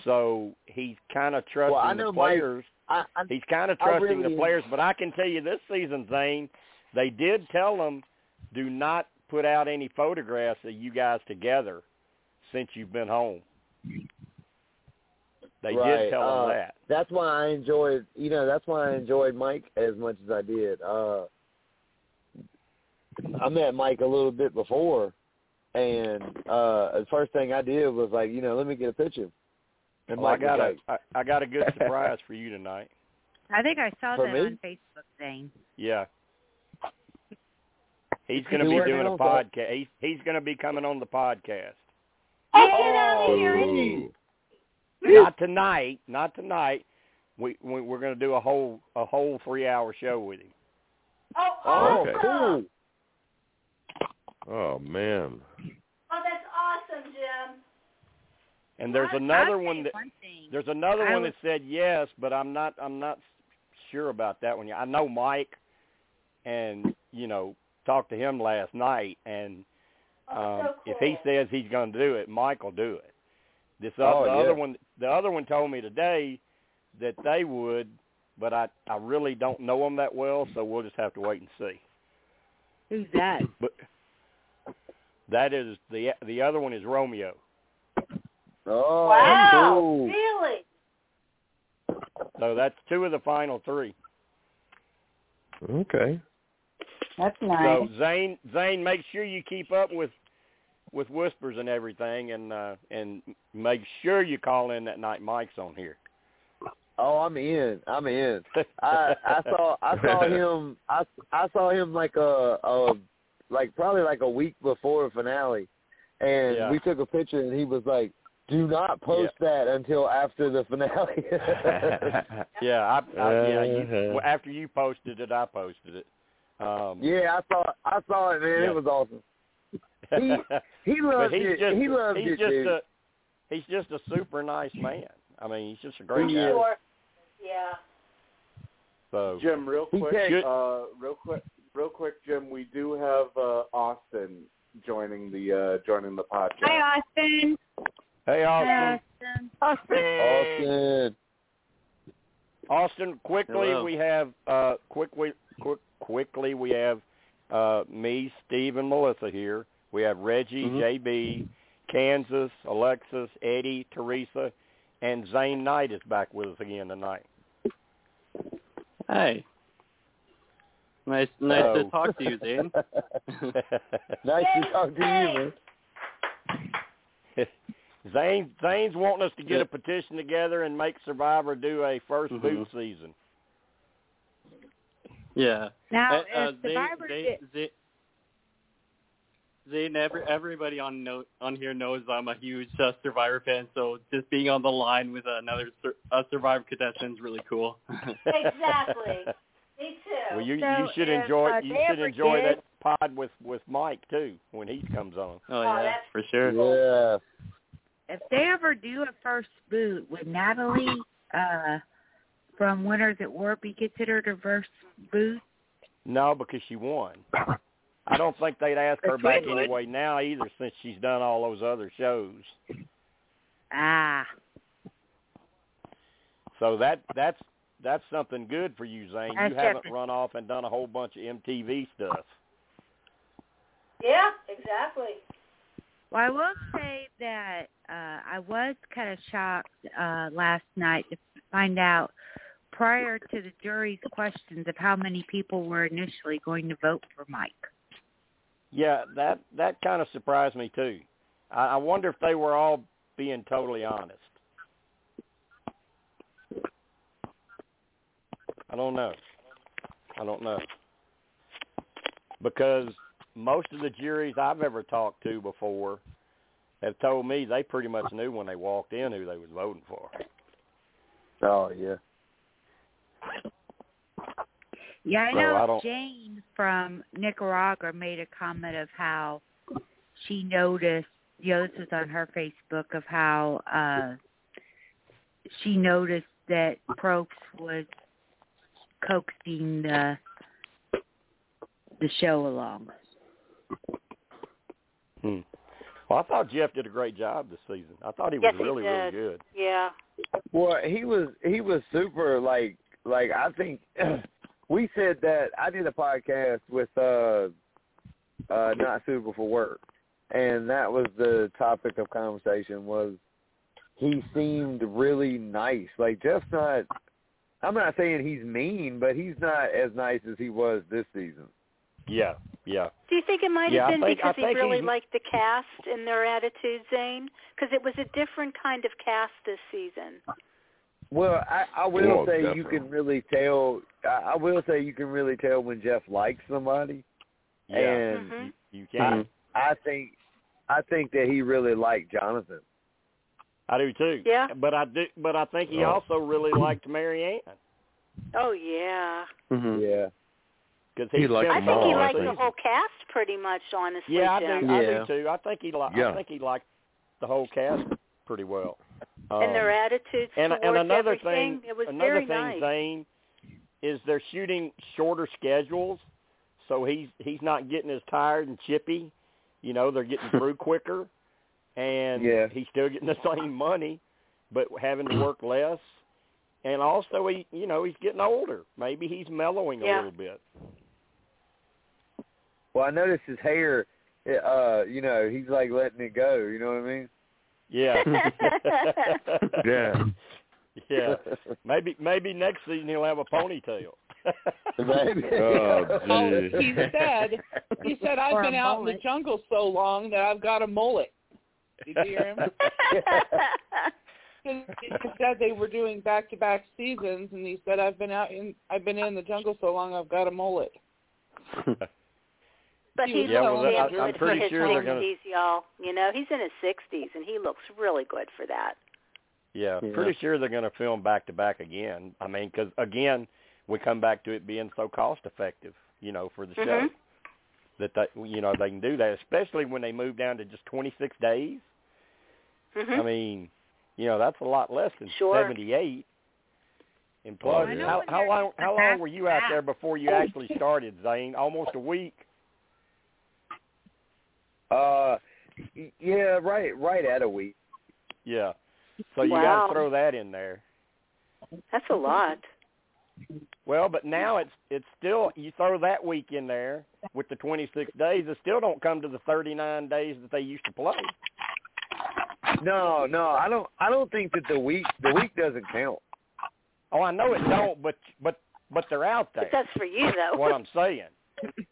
Speaker 4: So he's kind of trusting
Speaker 9: well I
Speaker 4: the
Speaker 9: know Mike
Speaker 4: players
Speaker 9: I, I
Speaker 4: he's kind of
Speaker 9: I
Speaker 4: trusting
Speaker 9: really-
Speaker 4: the players. But I can tell you this season, Zane, they did tell them, do not put out any photographs of you guys together since you've been home. They
Speaker 9: Right,
Speaker 4: did tell
Speaker 9: uh,
Speaker 4: them that.
Speaker 9: That's why I enjoyed, you know, that's why I enjoyed Mike as much as I did. Uh I met Mike a little bit before, and uh the first thing I did was like, you know, let me get a picture. And
Speaker 4: Well, I
Speaker 9: Mike was
Speaker 4: got a
Speaker 9: like,
Speaker 4: I, I got a good surprise for you tonight.
Speaker 10: I think I saw
Speaker 9: For
Speaker 10: that
Speaker 9: me?
Speaker 10: on Facebook thing.
Speaker 4: Yeah. He's going to
Speaker 9: He
Speaker 4: be
Speaker 9: wasn't
Speaker 4: doing a
Speaker 9: on that.
Speaker 4: podcast. He's, he's going to be coming on the podcast.
Speaker 9: oh,
Speaker 4: not tonight. Not tonight. We, we we're going to do a whole a whole three hour show with him.
Speaker 9: oh,
Speaker 5: Okay.
Speaker 9: cool.
Speaker 5: Oh man.
Speaker 8: Oh, that's awesome, Jim.
Speaker 4: And there's
Speaker 10: I'll-
Speaker 4: another
Speaker 10: I'll
Speaker 4: one
Speaker 10: say
Speaker 4: that
Speaker 10: one thing.
Speaker 4: There's another
Speaker 10: I
Speaker 4: one
Speaker 10: was-
Speaker 4: that said yes, but I'm not I'm not sure about that one. yet. I know Mike, and you know talked to him last night, and um,
Speaker 8: Oh, so cool.
Speaker 4: if he says he's going to do it, Mike will do it. This oth-
Speaker 9: Oh,
Speaker 4: the
Speaker 9: yeah.
Speaker 4: other one the other one told me today that they would, but I I really don't know him that well, so we'll just have to wait and see.
Speaker 10: Who's that?
Speaker 4: But that is the the other one is Romeo.
Speaker 9: Oh,
Speaker 8: wow,
Speaker 9: cool.
Speaker 8: really?
Speaker 4: So that's two of the final three.
Speaker 5: Okay.
Speaker 7: That's nice.
Speaker 4: So Zane, Zane, make sure you keep up with with whispers and everything, and uh, and make sure you call in that night. Mike's on here.
Speaker 9: Oh, I'm in. I'm in. I I saw I saw him I I saw him like a, a like probably like a week before finale, and
Speaker 4: Yeah.
Speaker 9: we took a picture and he was like, "Do not post that until after the finale."
Speaker 4: yeah, I, I yeah. You,
Speaker 5: Uh-huh.
Speaker 4: well, after you posted it, I posted it. Um,
Speaker 9: yeah, I saw I saw it, man.
Speaker 4: Yeah.
Speaker 9: It was awesome. he- He
Speaker 4: but
Speaker 9: loved
Speaker 4: he's
Speaker 9: it.
Speaker 4: just
Speaker 9: he loved
Speaker 4: he's
Speaker 9: it,
Speaker 4: just
Speaker 9: dude.
Speaker 4: a he's just a super nice man. I mean, he's just a great
Speaker 3: Yeah.
Speaker 4: guy.
Speaker 8: Sure. Yeah.
Speaker 4: So
Speaker 3: Jim, real
Speaker 9: He
Speaker 3: quick,
Speaker 4: takes-
Speaker 3: uh, real quick, real quick, Jim. We do have uh, Austin joining the uh, joining the podcast.
Speaker 7: Hi, Austin.
Speaker 4: hey, Austin.
Speaker 13: Austin.
Speaker 9: Austin.
Speaker 4: Austin, quickly
Speaker 5: Hello.
Speaker 4: we have uh, quickly quick, quickly we have uh, me, Steve, and Melissa here. We have Reggie,
Speaker 14: Mm-hmm.
Speaker 5: Mhm.
Speaker 4: JB, Kansas, Alexis, Eddie, Teresa, and Zane Knight is back with us again tonight.
Speaker 14: Hey. Nice, nice
Speaker 9: Oh.
Speaker 14: to talk to you, Zane.
Speaker 9: nice to talk to you, man.
Speaker 4: Zane Zane's wanting us to get
Speaker 14: Yeah.
Speaker 4: a petition together and make Survivor do a 1st boot
Speaker 14: Mm-hmm.
Speaker 4: season.
Speaker 14: Yeah. Uh,
Speaker 1: Now,
Speaker 14: uh,
Speaker 1: if Survivor
Speaker 14: they,
Speaker 1: did-
Speaker 14: they, they, Zane, every, everybody on know, on here knows I'm a huge uh, Survivor fan, so just being on the line with another sur- a Survivor contestant is really cool.
Speaker 8: Exactly. Me too.
Speaker 4: Well, you
Speaker 8: So
Speaker 4: you should
Speaker 8: if,
Speaker 4: enjoy
Speaker 8: uh,
Speaker 4: you
Speaker 8: they
Speaker 4: should
Speaker 8: ever
Speaker 4: enjoy
Speaker 8: did-
Speaker 4: that pod with with Mike too when he comes on.
Speaker 14: Oh
Speaker 8: yeah, that's-
Speaker 14: for sure.
Speaker 9: Yeah.
Speaker 1: if they ever do a first boot, would Natalie uh from Winners at War be considered a first boot?
Speaker 4: No, because she won. I don't think they'd ask her
Speaker 1: But
Speaker 4: back
Speaker 1: they would.
Speaker 4: anyway now either since she's done all those other shows.
Speaker 1: Ah.
Speaker 4: So that that's that's something good for you, Zane.
Speaker 1: That's
Speaker 4: you haven't
Speaker 1: different.
Speaker 4: run off and done a whole bunch of MTV stuff.
Speaker 8: Yeah, exactly.
Speaker 1: Well, I will say that uh, I was kind of shocked uh, last night to find out prior to the jury's questions of how many people were initially going to vote for Mike.
Speaker 4: Yeah, that that kind of surprised me too. I, I wonder if they were all being totally honest. I don't know. I don't know because most of the juries I've ever talked to before have told me they pretty much knew when they walked in who they was voting for.
Speaker 9: Oh yeah.
Speaker 1: Yeah, I
Speaker 4: So
Speaker 1: know
Speaker 4: I don't-
Speaker 1: Jane from Nicaragua made a comment of how she noticed, you know, this was on her Facebook, of how uh, she noticed that Probst was coaxing the, the show along.
Speaker 4: Hmm. Well, I thought Jeff did a great job this season. I thought he was
Speaker 8: Yes, he
Speaker 4: really, really
Speaker 8: did.
Speaker 4: good.
Speaker 8: Yeah.
Speaker 9: Well, he was he was super like like I think we said that I did a podcast with uh uh not suitable for work and that was the topic of conversation was he seemed really nice. Like Jeff's not I'm not saying he's mean, but he's not as nice as he was this season.
Speaker 4: Yeah, yeah.
Speaker 8: Do you think it might
Speaker 4: Yeah, I
Speaker 8: have been
Speaker 4: think- I
Speaker 8: because he
Speaker 4: think
Speaker 8: really
Speaker 4: he's-
Speaker 8: liked the cast and their attitude, Zane? Because it was a different kind of cast this season.
Speaker 9: Well, I, I will
Speaker 5: Well,
Speaker 9: say you
Speaker 5: definitely.
Speaker 9: can really tell. I, I will say you can really tell when Jeff likes somebody,
Speaker 4: Yeah.
Speaker 9: and
Speaker 4: Mm-hmm.
Speaker 8: Mhm.
Speaker 4: You can.
Speaker 9: I think I think that he really liked Jonathan.
Speaker 4: I do too.
Speaker 8: Yeah.
Speaker 4: But I do. But I think he
Speaker 5: Oh.
Speaker 4: also really liked Marianne
Speaker 8: Oh yeah.
Speaker 9: Yeah.
Speaker 4: because
Speaker 5: Mm-hmm. He liked
Speaker 8: I
Speaker 5: Come
Speaker 8: think
Speaker 5: them on,
Speaker 8: he
Speaker 5: all,
Speaker 8: liked
Speaker 5: think.
Speaker 8: the whole cast pretty much, honestly,
Speaker 4: Yeah, I
Speaker 8: Jim.
Speaker 4: do.
Speaker 14: Yeah.
Speaker 4: I do too. I think he liked.
Speaker 5: Yeah.
Speaker 4: I think he liked the whole cast pretty well. Um,
Speaker 8: And their attitudes
Speaker 4: and,
Speaker 8: towards
Speaker 4: and another
Speaker 8: everything.
Speaker 4: thing,
Speaker 8: it was
Speaker 4: another
Speaker 8: very
Speaker 4: thing,
Speaker 8: nice.
Speaker 4: Zane, is they're shooting shorter schedules, so he's he's not getting as tired and chippy. You know, they're getting through quicker, and
Speaker 9: Yeah.
Speaker 4: he's still getting the same money, but having to work less. And also, he you know he's getting older. Maybe he's mellowing a
Speaker 8: Yeah.
Speaker 4: little bit.
Speaker 9: Well, I noticed his hair. Uh, you know, he's like letting it go. You know what I mean?
Speaker 4: Yeah.
Speaker 5: Yeah.
Speaker 4: Yeah. Maybe maybe next season he'll have a ponytail.
Speaker 5: Oh,
Speaker 12: Oh,
Speaker 5: gee.
Speaker 12: he said, he said,
Speaker 1: Or
Speaker 12: I've been
Speaker 1: a
Speaker 12: out in the
Speaker 1: mullet.
Speaker 12: jungle so long that I've got a mullet. Did you hear him? He said they were doing back-to-back seasons, and he said, I've been out in, I've been in the jungle so long I've got a mullet.
Speaker 8: but he
Speaker 4: Yeah, well,
Speaker 8: looks
Speaker 4: I-
Speaker 8: damn
Speaker 4: I'm
Speaker 8: good for
Speaker 4: pretty
Speaker 8: his
Speaker 4: sure they're
Speaker 8: 60s,
Speaker 4: gonna-
Speaker 8: y'all. You know, he's in his 60s, and he looks really good for that.
Speaker 4: Yeah,
Speaker 14: Yeah.
Speaker 4: pretty sure they're going to film back to back again. I mean, because again, we come back to it being so cost effective, you know, for the show
Speaker 8: Mhm.
Speaker 4: that they, you know they can do that, especially when they move down to just 26 days.
Speaker 8: Mm-hmm.
Speaker 4: I mean, you know, that's a lot less than
Speaker 8: Sure.
Speaker 4: 78. And
Speaker 5: Well,
Speaker 4: plus,
Speaker 5: I know
Speaker 4: how,
Speaker 1: when
Speaker 4: how
Speaker 1: they're
Speaker 4: long
Speaker 1: just
Speaker 4: how long
Speaker 1: back
Speaker 4: were
Speaker 1: to
Speaker 4: you out
Speaker 1: back.
Speaker 4: there before
Speaker 8: Oh,
Speaker 4: you actually started, Zane? Almost a week.
Speaker 9: uh, y- yeah, right, right at a week.
Speaker 4: Yeah. So you got
Speaker 8: Wow.
Speaker 4: to throw that in there.
Speaker 8: That's a lot.
Speaker 4: Well, but now it's it's still you throw that week in there with the 26 days, it still don't come to the 39 days that they used to play.
Speaker 9: No, no, I don't. I don't think that the week the week doesn't count.
Speaker 4: Oh, I know it don't, but but but they're out there.
Speaker 8: But that's for you, though.
Speaker 4: What I'm saying,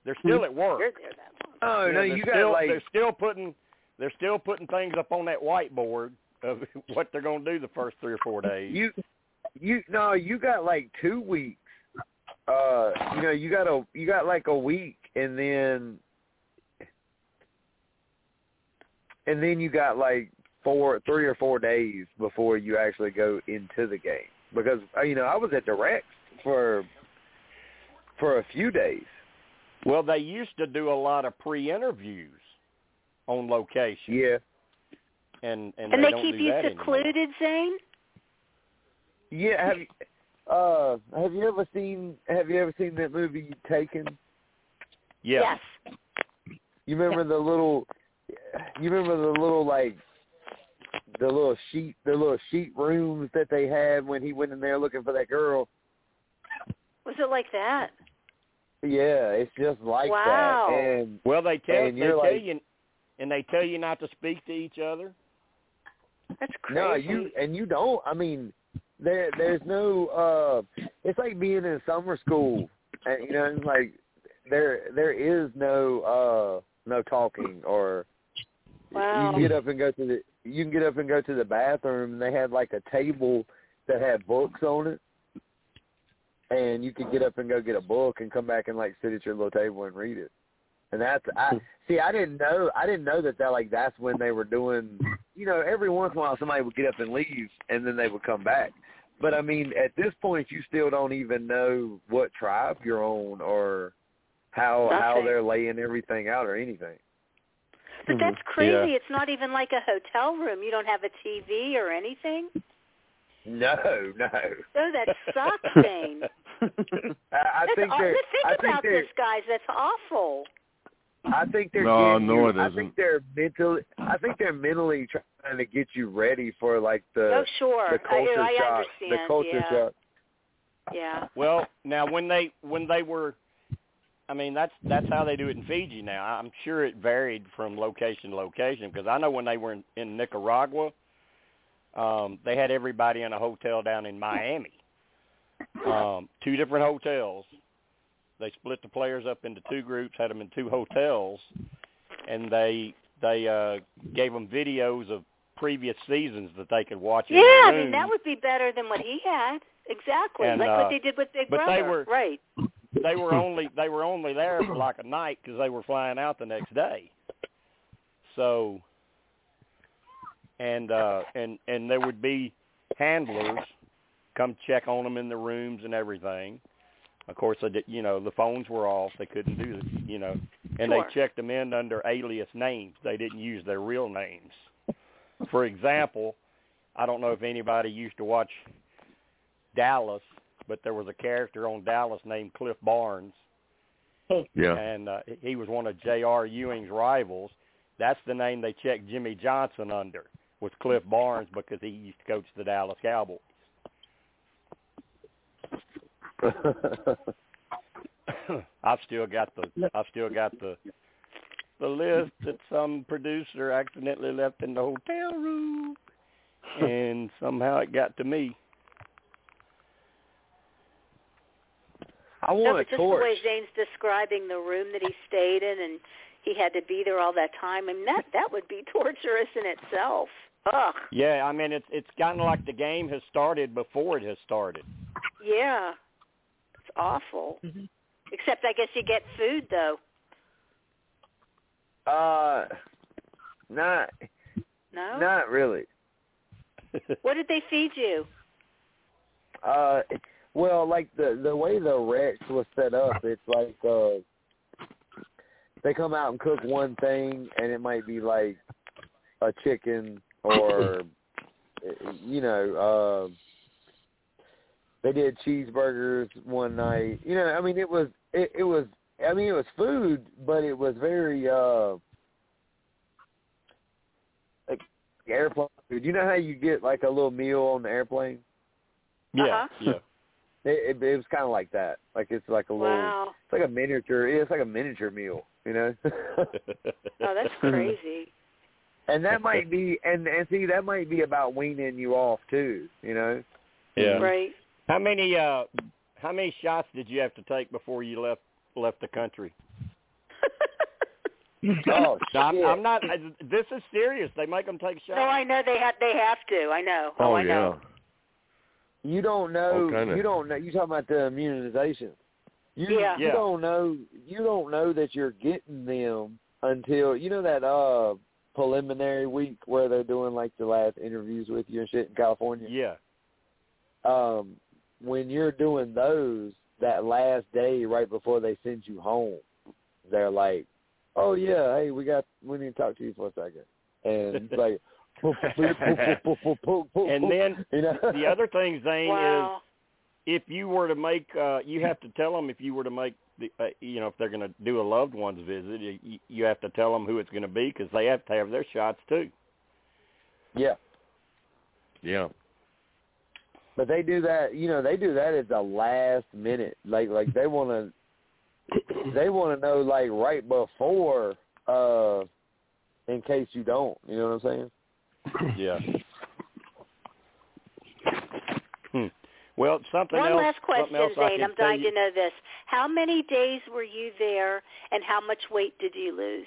Speaker 4: they're still at work.
Speaker 8: You're there that long.
Speaker 9: Oh,
Speaker 4: You know,
Speaker 9: no,
Speaker 4: they're
Speaker 9: you got,
Speaker 4: still,
Speaker 9: like-
Speaker 4: they're still putting they're still putting things up on that whiteboard of what they're going to do the first three or four days.
Speaker 9: You, you no, you got like two weeks. Uh, you know, you got a you got like a week, and then and then you got like four, three or four days before you actually go into the game. Because uh, you know, I was at the Rex for for a few days.
Speaker 4: Well, they used to do a lot of pre-interviews on location.
Speaker 9: Yeah.
Speaker 4: And and,
Speaker 8: And
Speaker 4: they,
Speaker 8: they
Speaker 4: don't
Speaker 8: keep
Speaker 4: do
Speaker 8: you
Speaker 4: that anymore.
Speaker 8: secluded, Zane?
Speaker 9: Yeah. Have you, uh, have you ever seen Have you ever seen that movie Taken?
Speaker 4: Yeah.
Speaker 8: Yes.
Speaker 9: You remember the little, you remember the little like, the little sheet, the little sheet rooms that they had when he went in there looking for that girl.
Speaker 8: Was it like that?
Speaker 9: Yeah, it's just like
Speaker 8: Wow.
Speaker 9: that. And
Speaker 4: well, they tell
Speaker 9: and
Speaker 4: they
Speaker 9: you're
Speaker 4: tell
Speaker 9: like,
Speaker 4: you and they tell you not to speak to each other.
Speaker 8: That's
Speaker 9: no,
Speaker 8: crazy.
Speaker 9: you and you don't. I mean, there there's no. uh It's like being in summer school, and you know, it's like there there is no uh no talking or
Speaker 8: Wow.
Speaker 9: you can get up and go to the you can get up and go to the bathroom and they had like a table that had books on it and you could get up and go get a book and come back and like sit at your little table and read it and that's
Speaker 8: Hmm.
Speaker 9: i see i didn't know i didn't know that that like that's when they were doing you know every once in a while somebody would get up and leave and then they would come back but i mean at this point you still don't even know what tribe you're on or how how
Speaker 8: Nothing.
Speaker 9: they're laying everything out or anything
Speaker 8: But that's
Speaker 9: Mhm.
Speaker 8: crazy.
Speaker 9: Yeah.
Speaker 8: It's not even like a hotel room. You don't have a TV or anything.
Speaker 9: no no
Speaker 8: Oh, that sucks, Zane.
Speaker 9: I, I
Speaker 8: That's
Speaker 9: think
Speaker 8: aw-
Speaker 9: they're.
Speaker 8: but think
Speaker 9: I
Speaker 8: about
Speaker 9: think they're.
Speaker 8: this, guys. That's awful.
Speaker 9: I think they're.
Speaker 5: No,
Speaker 9: getting
Speaker 5: no,
Speaker 9: you,
Speaker 5: it
Speaker 9: I think
Speaker 5: isn't.
Speaker 9: they're mentally. I think they're mentally trying to get you ready for like the.
Speaker 8: oh, sure.
Speaker 9: The culture
Speaker 8: I, I
Speaker 9: shock.
Speaker 8: understand.
Speaker 9: The culture
Speaker 8: yeah.
Speaker 9: shock.
Speaker 8: Yeah.
Speaker 4: Well, now when they when they were, I mean that's that's how they do it in Fiji now. I'm sure it varied from location to location because I know when they were in, in Nicaragua, um, they had everybody in a hotel down in Miami, um, two different hotels. They split the players up into two groups, had them in two hotels, and they they uh, gave them videos of previous seasons that they could watch. in
Speaker 8: Yeah,
Speaker 4: their
Speaker 8: I mean
Speaker 4: room.
Speaker 8: that would be better than what he had. Exactly,
Speaker 4: And,
Speaker 8: like
Speaker 4: uh,
Speaker 8: what they did with Big
Speaker 4: but
Speaker 8: Brother.
Speaker 4: they were-
Speaker 8: right.
Speaker 4: they were only they were only there for like a night because they were flying out the next day. So and uh and and there would be handlers come check on them in the rooms and everything. Of course, they did, you know the phones were off; they couldn't do this, you know. And
Speaker 8: Sure.
Speaker 4: they checked them in under alias names; they didn't use their real names. For example, I don't know if anybody used to watch Dallas, but there was a character on Dallas named Cliff Barnes,
Speaker 5: Yeah.
Speaker 4: and uh, he was one of J.R. Ewing's rivals. That's the name they checked Jimmy Johnson under was Cliff Barnes because he used to coach the Dallas Cowboys. I've still got the I've still got the the list that some producer accidentally left in the hotel room, and somehow it got to me.
Speaker 9: I
Speaker 8: No,
Speaker 9: want
Speaker 8: but
Speaker 9: a
Speaker 8: just
Speaker 9: torch.
Speaker 8: the way Zane's describing the room that he stayed in, and he had to be there all that time. I mean, that that would be torturous in itself. Ugh.
Speaker 4: Yeah, I mean it's it's kind of like the game has started before it has started.
Speaker 8: Yeah. It's awful. Except I guess you get food though.
Speaker 9: Uh, not
Speaker 8: No.
Speaker 9: not really.
Speaker 8: What did they feed you?
Speaker 9: Uh, well, like the the way the Rex was set up, it's like uh, they come out and cook one thing, and it might be like a chicken or you know, uh, they did cheeseburgers one night. You know, I mean, it was it, it was I mean it was food, but it was very uh, like airplane food. You know how you get like a little meal on the airplane.
Speaker 4: Yeah,
Speaker 8: Uh-huh.
Speaker 4: yeah.
Speaker 9: It, it, it was kind of like that. Like it's like a little,
Speaker 8: Wow.
Speaker 9: it's like a miniature. It's like a miniature meal, you know.
Speaker 8: Oh, that's crazy.
Speaker 9: and that might be, and and see, that might be about weaning you off too, you know.
Speaker 4: yeah.
Speaker 8: Right.
Speaker 4: How many uh How many shots did you have to take before you left left the country?
Speaker 9: oh,
Speaker 4: No, I'm, I'm not. I, this is serious. They make them take shots.
Speaker 8: No, Oh, I know they have. They have to. I know.
Speaker 9: Oh,
Speaker 8: I know.
Speaker 9: You don't know.
Speaker 5: All kinda.
Speaker 9: You don't know. You talking about the immunization? You,
Speaker 8: Yeah.
Speaker 9: you
Speaker 8: Yeah.
Speaker 9: don't know. You don't know that you're getting them until you know that uh preliminary week where they're doing like the last interviews with you and shit in California.
Speaker 4: Yeah.
Speaker 9: Um, when you're doing those, that last day right before they send you home, they're like, "Oh yeah, hey, we got we need to talk to you for a second. and it's like.
Speaker 4: and then
Speaker 9: you know?
Speaker 4: the other thing, Zane,
Speaker 9: Wow.
Speaker 4: is if you were to make, uh, you have to tell them if you were to make, the, uh, you know, if they're going to do a loved one's visit, you, you have to tell them who it's going to be because they have to have their shots too.
Speaker 9: Yeah.
Speaker 5: Yeah.
Speaker 9: But they do that, you know, they do that at the last minute. Like like they want to they want to know like right before uh in case you don't, you know what I'm saying?
Speaker 4: Yeah. Hmm. Well, something
Speaker 8: One
Speaker 4: else.
Speaker 8: last question,
Speaker 4: something else I
Speaker 8: Zane.
Speaker 4: can
Speaker 8: I'm dying
Speaker 4: tell you-
Speaker 8: to know this. How many days were you there, and how much weight did you lose?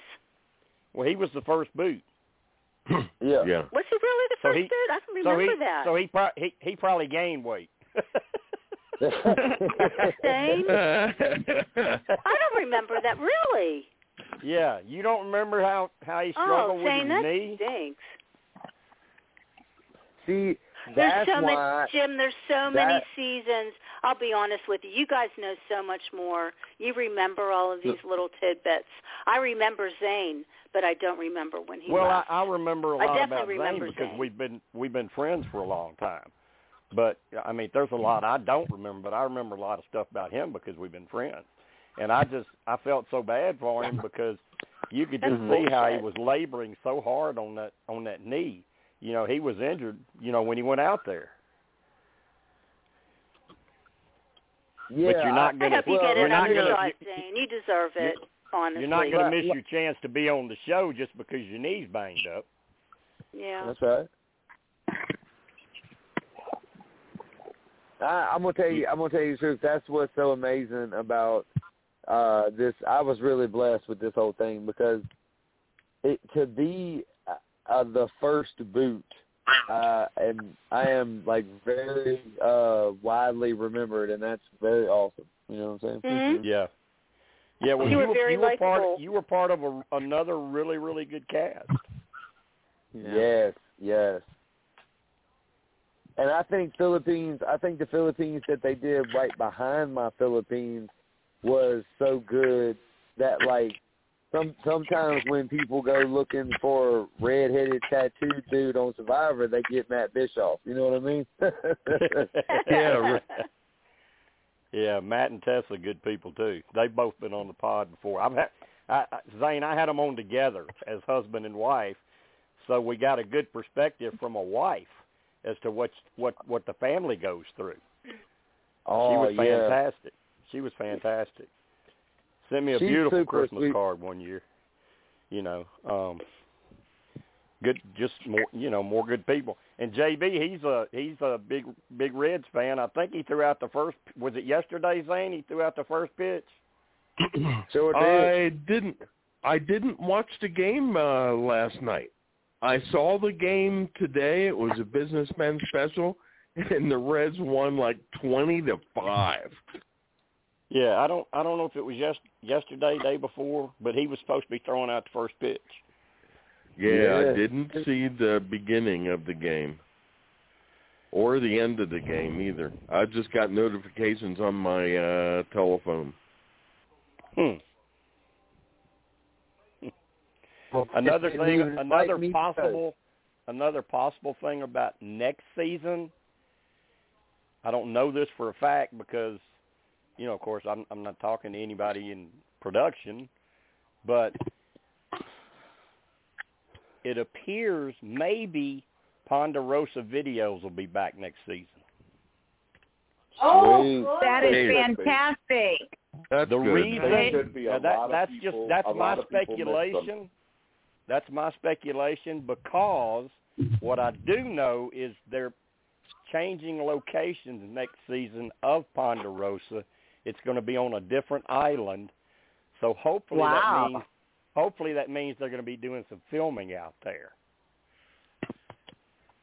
Speaker 4: Well, he was the first boot.
Speaker 9: yeah.
Speaker 5: Yeah.
Speaker 8: Was he really the
Speaker 4: So
Speaker 8: first
Speaker 4: he-
Speaker 8: dude? I don't
Speaker 4: So
Speaker 8: remember
Speaker 4: he,
Speaker 8: that.
Speaker 4: so he, pro- he, he probably gained weight.
Speaker 8: Zane? I don't remember that really.
Speaker 4: yeah, you don't remember how how he struggled
Speaker 8: oh,
Speaker 4: with
Speaker 8: Zane,
Speaker 4: his
Speaker 8: that
Speaker 4: knee?
Speaker 8: stinks.
Speaker 9: See,
Speaker 8: There's
Speaker 9: that's
Speaker 8: so
Speaker 9: why-
Speaker 8: many, Jim. There's so many
Speaker 9: that-
Speaker 8: seasons. I'll be honest with you. You guys know so much more. You remember all of these little tidbits. I remember Zane, but I don't remember when he
Speaker 4: well, I,
Speaker 8: left.
Speaker 4: I remember a
Speaker 8: I
Speaker 4: lot
Speaker 8: definitely
Speaker 4: about Zane
Speaker 8: remember
Speaker 4: because
Speaker 8: Zane.
Speaker 4: we've been we've been friends for a long time. But I mean, there's a lot I don't remember, but I remember a lot of stuff about him because we've been friends. And I just I felt so bad for him because you could just see
Speaker 5: That's
Speaker 4: how he
Speaker 5: bullshit.
Speaker 4: was laboring so hard on that on that knee. You know, he was injured. You know, when he went out there.
Speaker 9: Yeah.
Speaker 4: but you're not
Speaker 8: I
Speaker 4: going to.
Speaker 8: hope you get
Speaker 4: you're not
Speaker 8: another
Speaker 4: gonna,
Speaker 8: shot, Zane. You deserve it. honestly,
Speaker 4: You're not going to miss your chance to be on the show just because your knee's banged up.
Speaker 8: Yeah.
Speaker 9: That's right. I, I'm gonna tell you. I'm gonna tell you the truth. That's what's so amazing about uh this. I was really blessed with this whole thing because it to be uh, the first boot, uh, and I am like very uh widely remembered, and that's very awesome. You know what I'm saying?
Speaker 8: Mhm.
Speaker 4: Yeah. Yeah, well,
Speaker 9: Mm-hmm. You
Speaker 4: you
Speaker 9: were very
Speaker 4: you were part
Speaker 9: likable.
Speaker 4: you were part of a, another really really good cast.
Speaker 9: Yes, yes. And I think Philippines, I think the Philippines that they did right behind my Philippines was so good that like some sometimes when people go looking for a red-headed tattooed dude on Survivor, they get Matt Bischoff. You know what I mean?
Speaker 4: yeah. Yeah, Matt and Tessa are good people too. They've both been on the pod before. I've had I, I, Zane, I had them on together as husband and wife, so we got a good perspective from a wife as to what's what what the family goes through. she
Speaker 9: Oh
Speaker 4: was
Speaker 9: yeah.
Speaker 4: fantastic. She was fantastic. Sent me a
Speaker 9: She's
Speaker 4: beautiful
Speaker 9: super
Speaker 4: Christmas
Speaker 9: sweet.
Speaker 4: card one year. You know, um, good, just more, you know, more good people. And JB, he's a he's a big big Reds fan. I think he threw out the first. Was it yesterday, Zane? He threw out the first pitch.
Speaker 9: Sure
Speaker 5: I didn't. I didn't watch the game uh, last night. I saw the game today. It was a businessman special, and the Reds won like twenty to five.
Speaker 4: Yeah, I don't I don't know if it was yes, yesterday, day before, but he was supposed to be throwing out the first pitch.
Speaker 5: Yeah,
Speaker 4: Yeah.
Speaker 5: I didn't see the beginning of the game or the end of the game either. I just got notifications on my uh telephone.
Speaker 4: Hmm. Another thing, another possible, another possible thing about next season. I don't know this for a fact because, you know, of course, I'm I'm not talking to anybody in production, but it appears maybe Ponderosa videos will be back next season.
Speaker 7: Oh,
Speaker 4: Sweet.
Speaker 7: that is
Speaker 4: Sweet.
Speaker 7: fantastic.
Speaker 5: That's
Speaker 4: the
Speaker 5: good.
Speaker 4: reason
Speaker 5: There should be a
Speaker 4: now that,
Speaker 5: lot of
Speaker 4: that's
Speaker 5: people-
Speaker 4: just that's
Speaker 5: a
Speaker 4: my
Speaker 5: lot of people uh, miss them.
Speaker 4: speculation. That's my speculation because what I do know is they're changing locations next season of Ponderosa. It's going to be on a different island. So hopefully
Speaker 6: Wow.
Speaker 4: that means hopefully that means they're going to be doing some filming out there.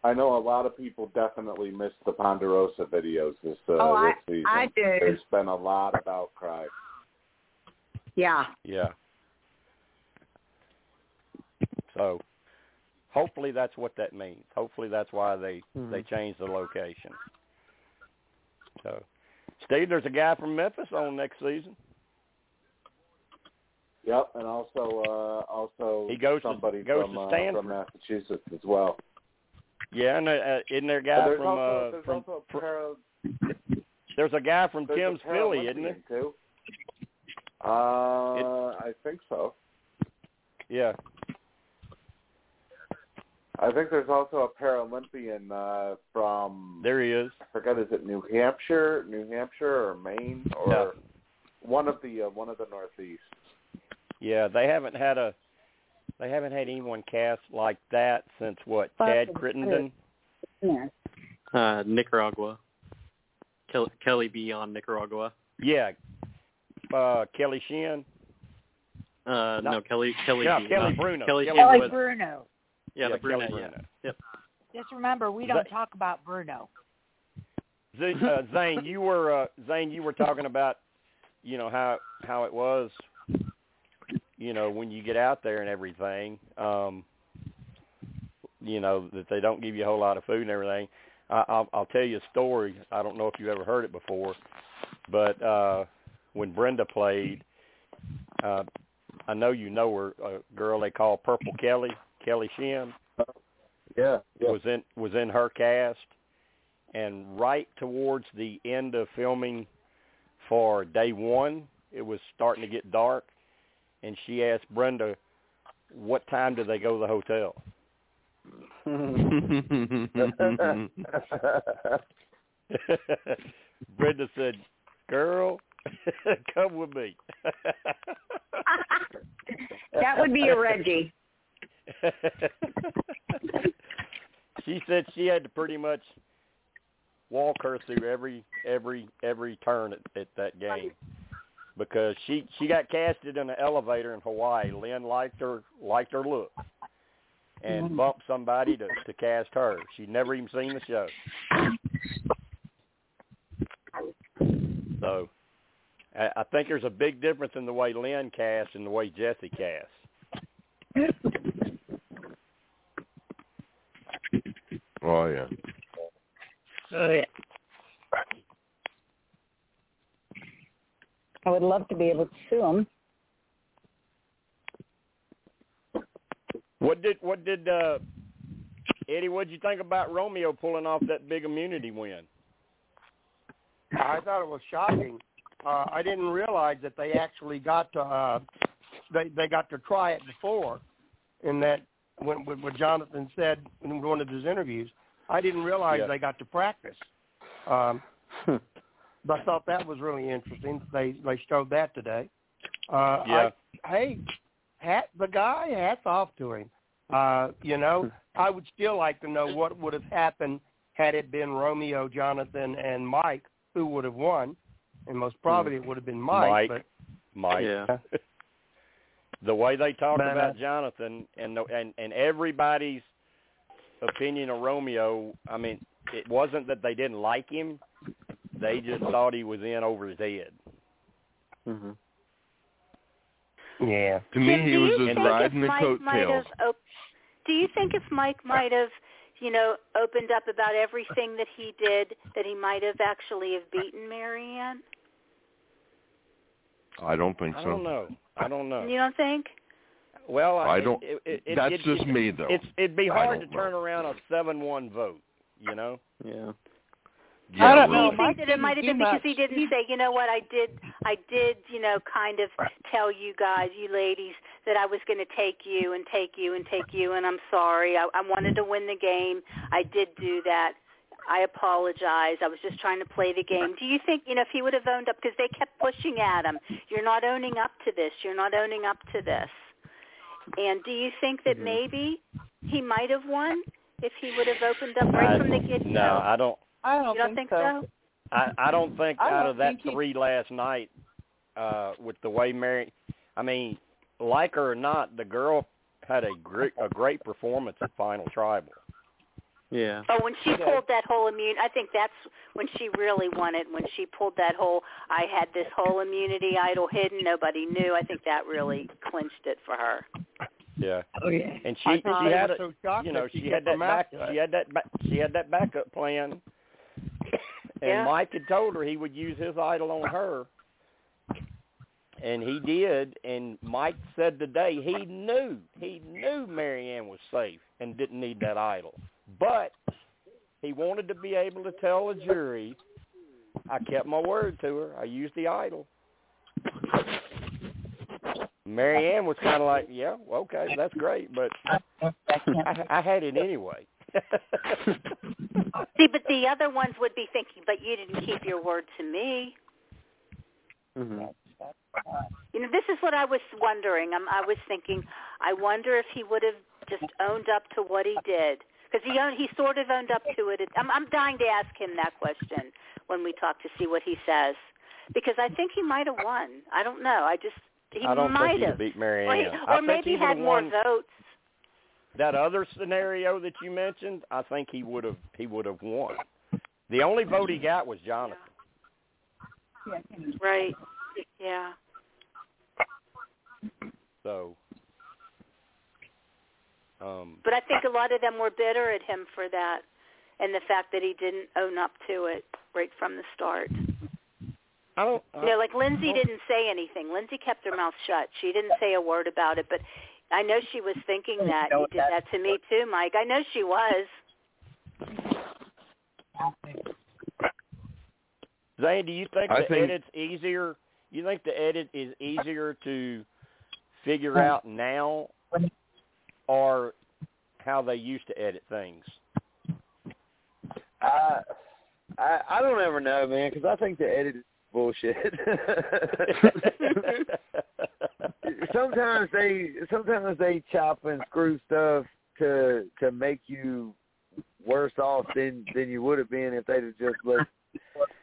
Speaker 3: I know a lot of people definitely missed the Ponderosa videos this uh,
Speaker 7: Oh, I-
Speaker 3: this season.
Speaker 7: I did.
Speaker 3: There's been a lot of outcry.
Speaker 7: Yeah.
Speaker 4: Yeah. So hopefully that's what that means. Hopefully that's why they they changed the location. So Steve, there's a guy from Memphis on next season.
Speaker 3: Yep, and also uh, also
Speaker 4: He goes to-
Speaker 3: somebody
Speaker 4: goes
Speaker 3: from
Speaker 4: to
Speaker 3: uh,
Speaker 4: Stanford.
Speaker 3: from Massachusetts as well.
Speaker 4: Yeah, and uh, uh, isn't there a guy
Speaker 3: And there's
Speaker 4: from
Speaker 3: also,
Speaker 4: uh,
Speaker 3: there's
Speaker 4: from
Speaker 3: also a para,
Speaker 4: there's a guy from
Speaker 3: there's
Speaker 4: Tim's
Speaker 3: a
Speaker 4: Philly, isn't there?
Speaker 3: Paralympian, Too. Uh, I think so.
Speaker 4: Yeah.
Speaker 3: I think there's also a Paralympian uh, from
Speaker 4: there he is.
Speaker 3: I forget is it New Hampshire, New Hampshire or Maine or
Speaker 4: No.
Speaker 3: one of the uh, one of the Northeast.
Speaker 4: Yeah, they haven't had a they haven't had anyone cast like that since what? Tad Crittenden.
Speaker 14: Uh, Nicaragua. Kel- Kelly B on Nicaragua.
Speaker 4: Yeah. Uh, Kelly Sheehan.
Speaker 14: Uh, no, Kelly Kelly.
Speaker 4: Yeah,
Speaker 14: B,
Speaker 4: Kelly
Speaker 14: not-
Speaker 4: Bruno.
Speaker 14: Kelly,
Speaker 4: Kelly
Speaker 14: B
Speaker 1: Kelly
Speaker 14: was-
Speaker 1: Bruno.
Speaker 14: Yeah,
Speaker 4: Yeah,
Speaker 14: the Bruno.
Speaker 4: Kelly
Speaker 14: yeah.
Speaker 4: Bruno.
Speaker 14: Yep.
Speaker 1: Just remember, we don't talk about Bruno.
Speaker 4: Z- uh, Zane, you were uh, Zane, you were talking about you know how how it was, you know when you get out there and everything, um, you know that they don't give you a whole lot of food and everything. I, I'll, I'll tell you a story. I don't know if you ever heard it before, but uh, when Brenda played, uh, I know you know her, a girl they call Purple Kelly, Kelly Shim
Speaker 3: Yeah.
Speaker 4: was in was in her cast and right towards the end of filming for day one it was starting to get dark and she asked brenda what time do they go to the hotel Mm-hmm. brenda said girl come with me
Speaker 7: That would be a Reggie.
Speaker 4: she said she had to pretty much walk her through every every every turn at, at that game because she she got casted in an elevator in Hawaii. Lynn liked her liked her look and bumped somebody to to cast her. She'd never even seen the show. So I, I think there's a big difference in the way Lynn casts and the way Jesse casts.
Speaker 5: oh yeah.
Speaker 13: Oh yeah.
Speaker 7: I would love to be able to sue him.
Speaker 4: What did what did uh, Eddie? What did you think about Romeo pulling off that big immunity win?
Speaker 11: I thought it was shocking. Uh, I didn't realize that they actually got to uh, they they got to try it before, and that when when when Jonathan said in one of his interviews, I didn't realize
Speaker 4: Yeah. Hmm.
Speaker 11: they got to practice. Um, but I thought that was really interesting. that They they showed that today. Uh,
Speaker 4: Yeah.
Speaker 11: I, hey, hat the guy. Hats off to him. Uh, you
Speaker 4: Hmm.
Speaker 11: know, I would still like to know what would have happened had it been Romeo, Jonathan, and Mike who would have won, and most probably it would have been Mike.
Speaker 4: Mike.
Speaker 11: but
Speaker 4: Mike. the way they talked
Speaker 11: But, uh,
Speaker 4: about Jonathan and the, and and everybody's opinion of Romeo. I mean, it wasn't that they didn't like him; they just thought he was in over his head.
Speaker 5: Mm-hmm.
Speaker 11: Yeah.
Speaker 5: To me,
Speaker 8: Jim,
Speaker 5: he
Speaker 8: do
Speaker 5: was
Speaker 8: you
Speaker 5: just
Speaker 8: think
Speaker 5: riding
Speaker 8: if
Speaker 5: the
Speaker 8: Mike might
Speaker 5: coattails.
Speaker 8: have op- do you think if Mike might have, you know, opened up about everything that he did, that he might have actually have beaten Marianne?
Speaker 5: I don't think
Speaker 4: I
Speaker 5: so.
Speaker 4: don't know. I don't know.
Speaker 8: You don't think?
Speaker 4: Well,
Speaker 5: I
Speaker 4: it-
Speaker 5: don't-
Speaker 4: It, it, it,
Speaker 5: That's
Speaker 4: it-
Speaker 5: just
Speaker 4: it-
Speaker 5: me, though.
Speaker 4: It's it'd be
Speaker 5: I
Speaker 4: hard to
Speaker 5: don't know.
Speaker 4: turn around a seven-one vote. You know.
Speaker 14: Yeah.
Speaker 5: Yeah,
Speaker 8: I don't
Speaker 5: really.
Speaker 8: know. Do you think that it might have been
Speaker 12: do
Speaker 8: because
Speaker 12: much.
Speaker 8: he didn't say, you know what, I did, I did, you know, kind of tell you guys, you ladies, that I was going to take you and take you and take you, and I'm sorry. I, I wanted to win the game. I did do that. I apologize. I was just trying to play the game. Do you think, you know, if he would have owned up, because they kept pushing at him, you're not owning up to this. You're not owning up to this. And do you think
Speaker 4: Mm-hmm.
Speaker 8: that maybe he might have won if he would have opened up right
Speaker 4: I-
Speaker 8: from the get-go?
Speaker 4: No, I don't.
Speaker 12: I don't,
Speaker 8: you don't think, so.
Speaker 4: I, I don't think
Speaker 8: I don't
Speaker 4: out of that
Speaker 8: think he-
Speaker 4: three last night, uh, with the way Mary, I mean, like her or not, the girl had a great a great performance at Final Tribal.
Speaker 6: Yeah.
Speaker 8: Oh, when she pulled that whole immune, I think that's when she really won it. When she pulled that whole, I had this whole immunity idol hidden, nobody knew. I think that really clinched it for her.
Speaker 4: Yeah.
Speaker 8: Oh, yeah.
Speaker 4: And she
Speaker 8: I thought
Speaker 4: she
Speaker 8: I
Speaker 4: had
Speaker 8: was
Speaker 4: a,
Speaker 8: so shocked
Speaker 4: you know
Speaker 8: that she
Speaker 4: she
Speaker 8: kept
Speaker 4: had
Speaker 8: her
Speaker 4: that
Speaker 8: mouth
Speaker 4: back she had that back, she had that backup plan. And
Speaker 8: Yeah.
Speaker 4: Mike had told her he would use his idol on her. And he did, and Mike said today he knew he knew Marianne was safe and didn't need that idol, but he wanted to be able to tell the jury, I kept my word to her. I used the idol. Marianne was kind of like, yeah, well, okay, that's great, but I, I had it anyway.
Speaker 8: See, but the other ones would be thinking, but you didn't keep your word to me.
Speaker 5: Mm-hmm.
Speaker 8: You know, this is what I was wondering. I'm, I was thinking, I wonder if he would have just owned up to what he did. Because he owned, he sort of owned up to it. I'm, I'm dying to ask him that question when we talk to see what he says. Because I think he might have won. I don't know. I just he
Speaker 4: I don't
Speaker 8: might
Speaker 4: think he'd
Speaker 8: have.
Speaker 4: beat
Speaker 8: or he,
Speaker 4: Marianne. I
Speaker 8: or
Speaker 4: think he
Speaker 8: maybe he had
Speaker 4: would've
Speaker 8: more
Speaker 4: won
Speaker 8: votes.
Speaker 4: that other scenario that you mentioned. I think he would have he would have won. The only vote he got was Jonathan.
Speaker 8: Right. Yeah.
Speaker 4: So, um,
Speaker 8: But I think a lot of them were bitter at him for that and the fact that he didn't own up to it right from the start.
Speaker 4: I don't.
Speaker 8: You know, like Lindsay didn't say anything. Lindsay kept her mouth shut. She didn't say a word about it, but I know she was thinking that. You did that to me too, Mike. I know she was.
Speaker 4: Zane, do you think
Speaker 5: I
Speaker 4: the
Speaker 5: think-
Speaker 4: edit's easier? You think the edit is easier to figure out now, or how they used to edit things?
Speaker 9: I I, I don't ever know, man, because I think the edit is bullshit. sometimes they sometimes they chop and screw stuff to to make you worse off than than you would have been if they'd have just let.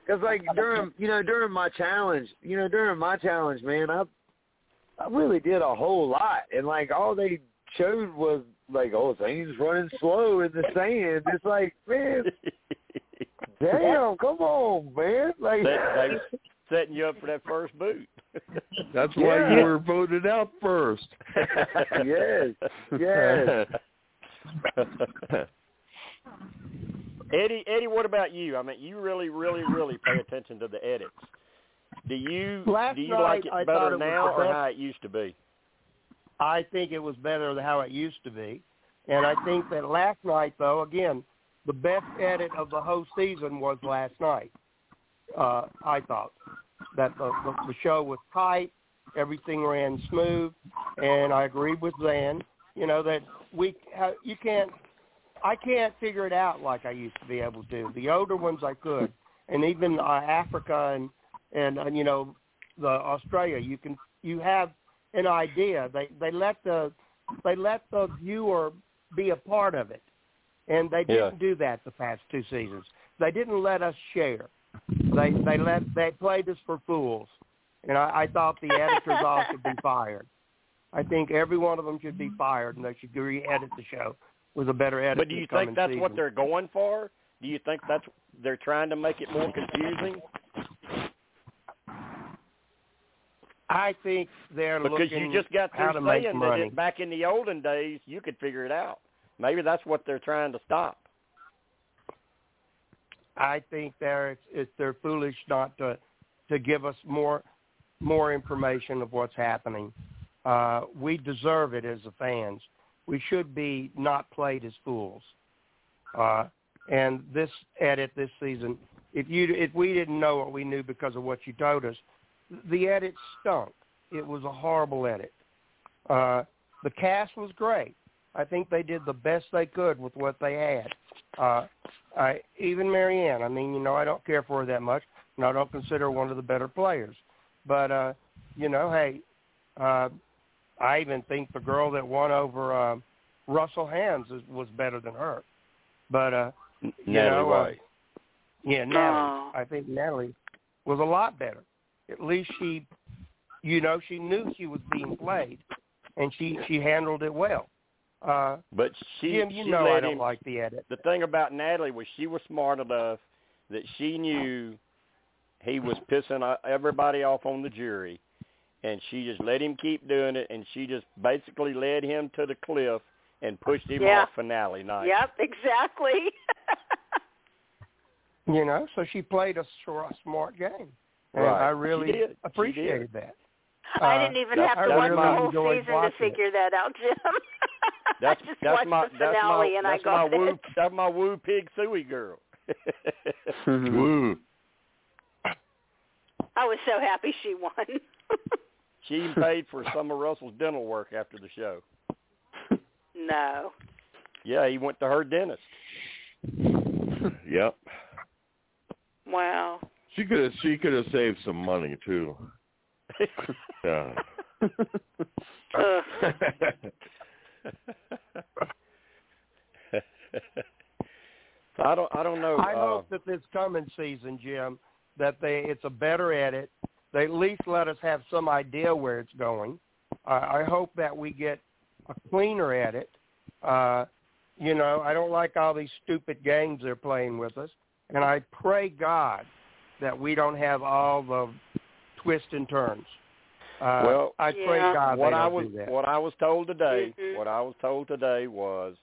Speaker 9: Because like during you know during my challenge, you know during my challenge, man, I I really did a whole lot, and like all they showed was like, oh, Zane's running slow in the sand. It's like, man, damn, come on, man, like.
Speaker 4: They, they setting you up for that first boot.
Speaker 5: That's why you
Speaker 9: Yeah.
Speaker 5: were voted out first.
Speaker 9: yes. Yes.
Speaker 4: Eddie, Eddie, what about you? I mean, you really, really, really pay attention to the edits. Do you
Speaker 11: Last
Speaker 4: do you
Speaker 11: night,
Speaker 4: like it
Speaker 11: I thought
Speaker 4: better
Speaker 11: it was
Speaker 4: now
Speaker 11: the
Speaker 4: or
Speaker 11: best.
Speaker 4: how it used to be?
Speaker 11: I think it was better than how it used to be. And I think that last night, though, again, the best edit of the whole season was last night. Uh, I thought that the, the, the show was tight, everything ran smooth, and I agreed with Zan. You know that we how, you can't, I can't figure it out like I used to be able to. The older ones I could, and even uh, Africa and, and and you know the Australia, you can you have an idea. They they let the they let the viewer be a part of it, and they
Speaker 4: Yeah.
Speaker 11: didn't do that the past two seasons. They didn't let us share. They they let they played us for fools, and I, I thought the editors all should be fired. I think every one of them should be fired, and they should re-edit the show with a better edit.
Speaker 4: But do you
Speaker 11: this
Speaker 4: think
Speaker 11: coming
Speaker 4: that's what
Speaker 11: season.
Speaker 4: they're going for? Do you think that's they're trying to make it more confusing?
Speaker 11: I think they're
Speaker 4: Because
Speaker 11: looking
Speaker 4: you just got
Speaker 11: how to
Speaker 4: through
Speaker 11: make
Speaker 4: saying that
Speaker 11: money.
Speaker 4: it, back in the olden days you could figure it out. Maybe that's what they're trying to stop.
Speaker 11: I think they're it's, it's they're foolish not to to give us more more information of what's happening. Uh, we deserve it as the fans. We should be not played as fools. Uh, and this edit this season, if you if we didn't know what we knew because of what you told us, the edit stunk. It was a horrible edit. Uh, the cast was great. I think they did the best they could with what they had. Uh, I even Marianne. I mean, you know, I don't care for her that much, and I don't consider her one of the better players. But uh, you know, hey, uh, I even think the girl that won over uh, Russell Hands is, was better than her. But uh, you
Speaker 4: Natalie
Speaker 11: know, uh,
Speaker 4: White.
Speaker 11: Yeah, Natalie. I think Natalie was a lot better. At least she, you know, she knew she was being played, and she she handled it well. Uh,
Speaker 4: But she,
Speaker 11: Jim, you
Speaker 4: she
Speaker 11: know
Speaker 4: let
Speaker 11: I don't
Speaker 4: him-
Speaker 11: like the edit.
Speaker 4: The thing about Natalie was she was smart enough that she knew he was pissing o- everybody off on the jury, and she just let him keep doing it, and she just basically led him to the cliff and pushed him
Speaker 8: Yeah.
Speaker 4: off finale night.
Speaker 8: Yep, exactly.
Speaker 11: You know, so she played a sor- smart game, and I
Speaker 4: Right. She
Speaker 11: really
Speaker 4: did. She
Speaker 11: appreciated
Speaker 4: did.
Speaker 11: that.
Speaker 8: I
Speaker 11: Uh,
Speaker 8: didn't even
Speaker 4: that-
Speaker 8: have to
Speaker 4: that's
Speaker 8: watch
Speaker 4: my-
Speaker 8: the whole
Speaker 11: enjoyed
Speaker 8: season to
Speaker 11: watching it.
Speaker 8: figure that out, Jim.
Speaker 4: That's
Speaker 8: I just
Speaker 4: that's
Speaker 8: watched
Speaker 4: my
Speaker 8: the
Speaker 4: that's
Speaker 8: finale
Speaker 4: my
Speaker 8: and I
Speaker 4: that's my
Speaker 8: got
Speaker 4: woo
Speaker 8: it.
Speaker 4: that's my woo pig suey girl.
Speaker 5: Woo.
Speaker 8: I was so happy she won.
Speaker 4: She even paid for Summer Russell's dental work after the show.
Speaker 8: no.
Speaker 4: Yeah, he went to her dentist.
Speaker 5: Yep.
Speaker 8: Wow.
Speaker 5: She could have she could have saved some money too. Yeah.
Speaker 4: So I don't I don't know.
Speaker 11: I
Speaker 4: uh,
Speaker 11: hope that this coming season, Jim, that they it's a better edit. They at least let us have some idea where it's going. I I hope that we get a cleaner edit. Uh, you know, I don't like all these stupid games they're playing with us, and I pray God that we don't have all the twists and turns. Uh,
Speaker 4: Well,
Speaker 11: I pray God
Speaker 4: what
Speaker 11: they don't
Speaker 4: I was
Speaker 11: do that.
Speaker 4: what I was told today.
Speaker 8: Mm-hmm.
Speaker 11: Mhm.
Speaker 4: What I was told today was,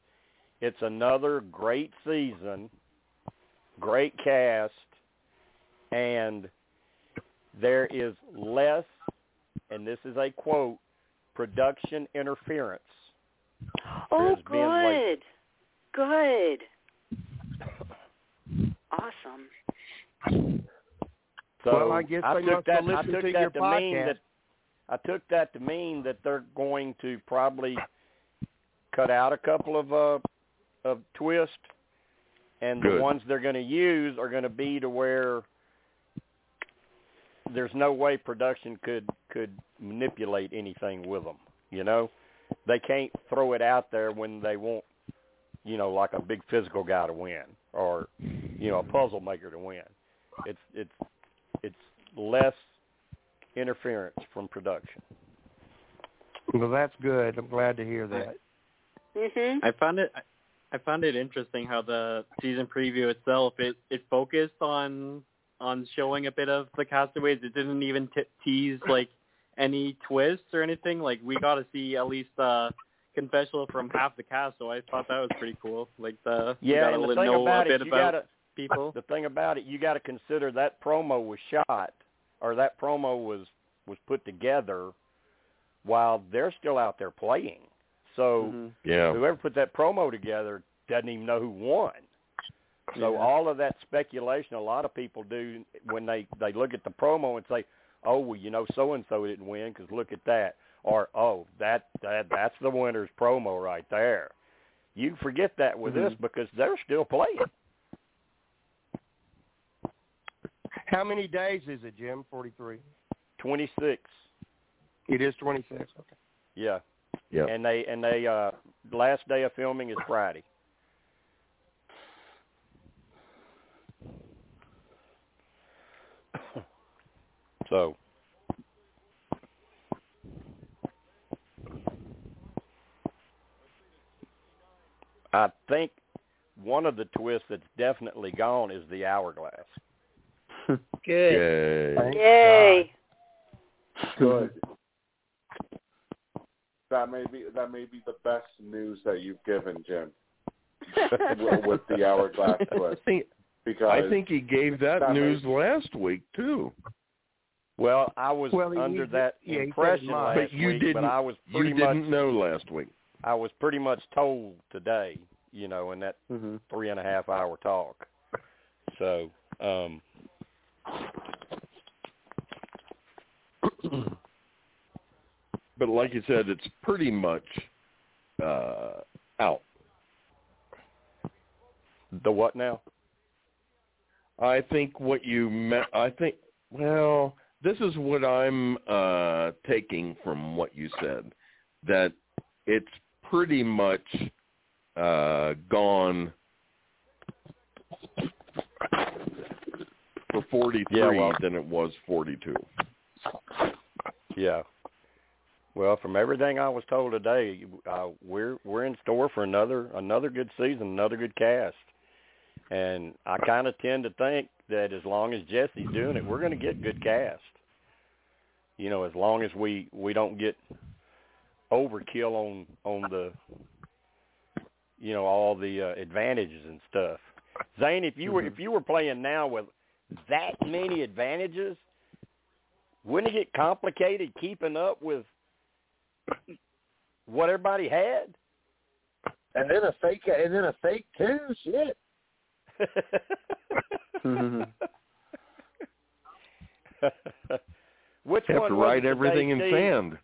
Speaker 4: it's another great season, great cast, and there is less, and this is a quote, production interference.
Speaker 8: Oh,
Speaker 4: There's been, like-
Speaker 8: good. Good. Awesome.
Speaker 4: So
Speaker 11: Well, I guess they must
Speaker 4: took that.
Speaker 11: have
Speaker 4: I
Speaker 11: listened
Speaker 4: took
Speaker 11: to
Speaker 4: that
Speaker 11: your
Speaker 4: to mean
Speaker 11: podcast.
Speaker 4: that. I took that to mean that they're going to probably cut out a couple of uh, of twists, and the
Speaker 5: Good.
Speaker 4: ones they're going to use are going to be to where there's no way production could could manipulate anything with them. You know, they can't throw it out there when they want, you know, like a big physical guy to win or you know a puzzle maker to win. It's it's it's less interference from production.
Speaker 11: Well, that's good. I'm glad to hear that.
Speaker 4: Mm-hmm.
Speaker 8: Mhm.
Speaker 14: I found it. I found it interesting how the season preview itself it it focused on on showing a bit of the castaways. It didn't even t- tease like any twists or anything. Like we got to see at least uh confessional from half the cast. So I thought that was pretty cool. Like the we
Speaker 4: Yeah,
Speaker 14: gotta
Speaker 4: and the
Speaker 14: li-
Speaker 4: thing
Speaker 14: know
Speaker 4: about
Speaker 14: a bit
Speaker 4: it, you
Speaker 14: about
Speaker 4: gotta,
Speaker 14: people.
Speaker 4: The thing about it, you got to consider that promo was shot, or that promo was was put together while they're still out there playing. So
Speaker 14: Mm-hmm.
Speaker 5: Yeah.
Speaker 4: whoever put that promo together doesn't even know who won. So
Speaker 14: Yeah.
Speaker 4: all of that speculation, a lot of people do when they they look at the promo and say, "Oh, well, you know, so and so didn't win because look at that," or "Oh, that that that's the winner's promo right there." You forget that with this because they're still playing.
Speaker 11: How many days is it, Jim? Forty-three.
Speaker 4: Twenty six.
Speaker 11: It is twenty-six. Okay.
Speaker 4: Yeah.
Speaker 5: Yeah.
Speaker 4: And they and they uh last day of filming is Friday. So I think one of the twists that's definitely gone is the hourglass.
Speaker 12: Good.
Speaker 5: Yay.
Speaker 8: Yay.
Speaker 3: Good. That may be that may be the best news that you've given, Jim, with, with the hourglass twist. Because
Speaker 5: I think he gave that
Speaker 3: That
Speaker 5: news last week too.
Speaker 4: Well, I was
Speaker 11: Well, he-
Speaker 4: under
Speaker 11: he-
Speaker 4: that
Speaker 11: yeah, he said
Speaker 4: impression
Speaker 11: mine.
Speaker 4: last
Speaker 5: But you
Speaker 4: week,
Speaker 5: didn't-
Speaker 4: but I was
Speaker 5: You
Speaker 4: pretty much
Speaker 5: didn't know last week.
Speaker 4: I was pretty much told today, you know, in that
Speaker 14: Mm-hmm.
Speaker 4: three and a half hour talk. So, um,
Speaker 5: But like you said, it's pretty much uh out.
Speaker 4: the what now?
Speaker 5: I think what you meant. I think. Well, this is what I'm uh, taking from what you said that it's pretty much uh, gone for 43
Speaker 4: Yeah, well-
Speaker 5: than it was 42.
Speaker 4: Yeah. Well, from everything I was told today, uh, we're we're in store for another another good season, another good cast, and I kind of tend to think that as long as Jesse's doing it, we're going to get good cast. You know, as long as we we don't get overkill on on the you know all the uh, advantages and stuff. Zane, if you were if you were playing now with that many advantages, wouldn't it get complicated keeping up with what everybody had?
Speaker 9: And then a fake, and then a fake too. Shit.
Speaker 5: Mm-hmm.
Speaker 4: Which
Speaker 5: Have
Speaker 4: one
Speaker 5: to
Speaker 4: was
Speaker 5: write
Speaker 4: it
Speaker 5: everything in
Speaker 4: today,
Speaker 5: sand.
Speaker 4: Steve?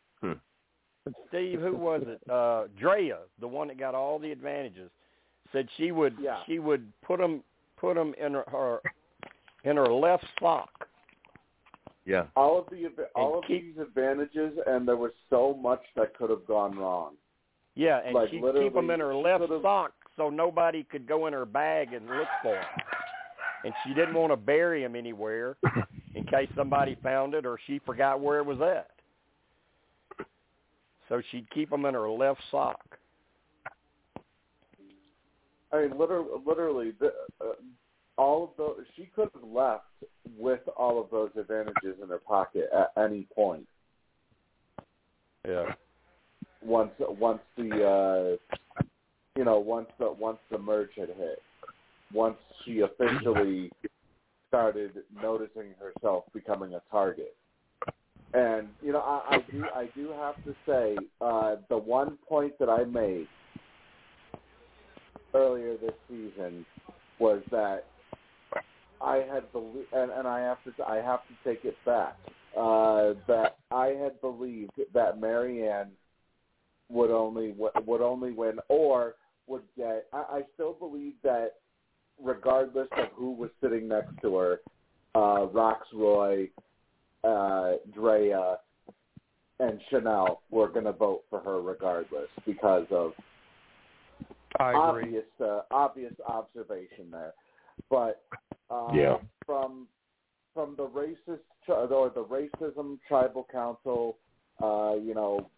Speaker 4: Steve, who was it? Uh, Drea, the one that got all the advantages, said she would
Speaker 6: Yeah.
Speaker 4: she would put them put 'em in her, her in her left sock.
Speaker 5: Yeah.
Speaker 6: All of the adva- all
Speaker 4: And
Speaker 6: of
Speaker 4: keep-
Speaker 6: these advantages, and there was so much that could have gone wrong.
Speaker 4: Yeah, and
Speaker 6: Like,
Speaker 4: she
Speaker 6: literally,
Speaker 4: keep them in her
Speaker 6: she
Speaker 4: left
Speaker 6: could've-
Speaker 4: sock so nobody could go in her bag and look for them. And she didn't want to bury them anywhere in case somebody found it or she forgot where it was at. So she'd keep them in her left sock.
Speaker 6: I mean, literally, literally the, uh, all of those. She could have left with all of those advantages in her pocket at any point.
Speaker 4: Yeah.
Speaker 6: Once, once the, uh, you know, once the once the merge had hit, once she officially started noticing herself becoming a target. And you know, I, I do I do have to say uh, the one point that I made earlier this season was that I had believed, and, and I have to I have to take it back uh, that I had believed that Marianne would only w- would only win or would get. I, I still believe that regardless of who was sitting next to her, uh, Roxroy, uh, Drea, and Chanel were going to vote for her regardless because of
Speaker 14: I agree.
Speaker 6: obvious uh, obvious observation there. But uh,
Speaker 14: Yeah.
Speaker 6: from from the racist tri- or the racism tribal council, uh, you know,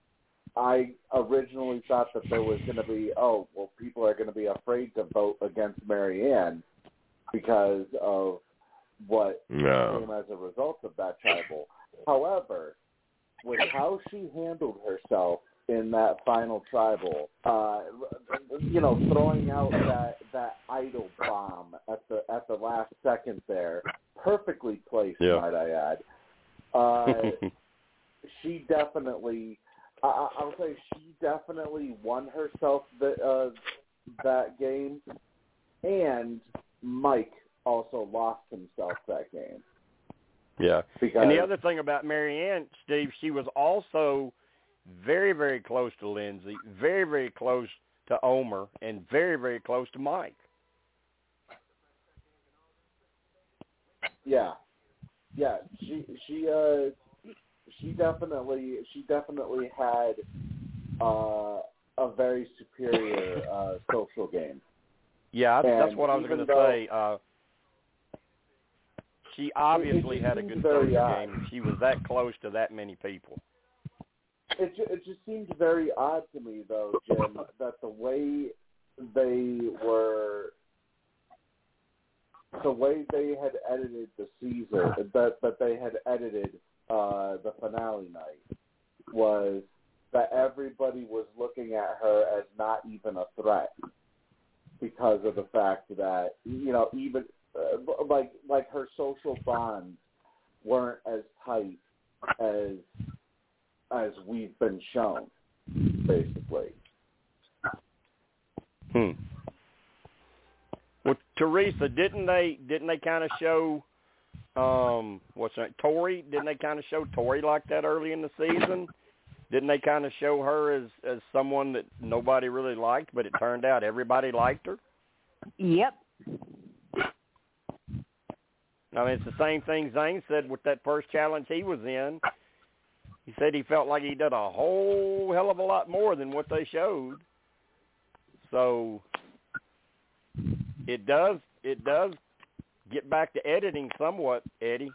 Speaker 6: I originally thought that there was going to be oh well, people are going to be afraid to vote against Marianne because of what
Speaker 5: No.
Speaker 6: came as a result of that tribal. However, with how she handled herself in that final tribal, uh, you know, throwing out that that idol bomb at the at the last second there, perfectly placed,
Speaker 4: Yeah.
Speaker 6: might I add. Uh, she definitely, I, I- I'll say, she definitely won herself the, uh, that game, and Mike also lost himself that game
Speaker 4: yeah.
Speaker 6: because
Speaker 4: And the other thing about Marianne, Steve, she was also very, very close to Lindsay, very, very close to Omer, and very, very close to Mike.
Speaker 6: yeah, yeah, she she uh she definitely she definitely had uh a very superior uh social game.
Speaker 4: Yeah, I, that's
Speaker 6: And
Speaker 4: what I was
Speaker 6: even
Speaker 4: going to
Speaker 6: though-
Speaker 4: say. Uh, she obviously had a
Speaker 6: seems
Speaker 4: good social
Speaker 6: very odd.
Speaker 4: game. if She was that close to that many people.
Speaker 6: It ju- it just seemed very odd to me though, Jim, that the way they were the way they had edited the Caesar that that they had edited uh the finale night was that everybody was looking at her as not even a threat because of the fact that you know even uh, b- like like her social bonds weren't as tight as as we've been shown basically
Speaker 4: Hmm. Well, Teresa, didn't they? Didn't they kind of show? Um, what's that? Tori? Didn't they kind of show Tori like that early in the season? Didn't they kind of show her as as someone that nobody really liked, but it turned out everybody liked her?
Speaker 8: Yep.
Speaker 4: I mean, it's the same thing Zane said with that first challenge he was in. He said he felt like he did a whole hell of a lot more than what they showed. So it does it does get back to editing somewhat, Eddie.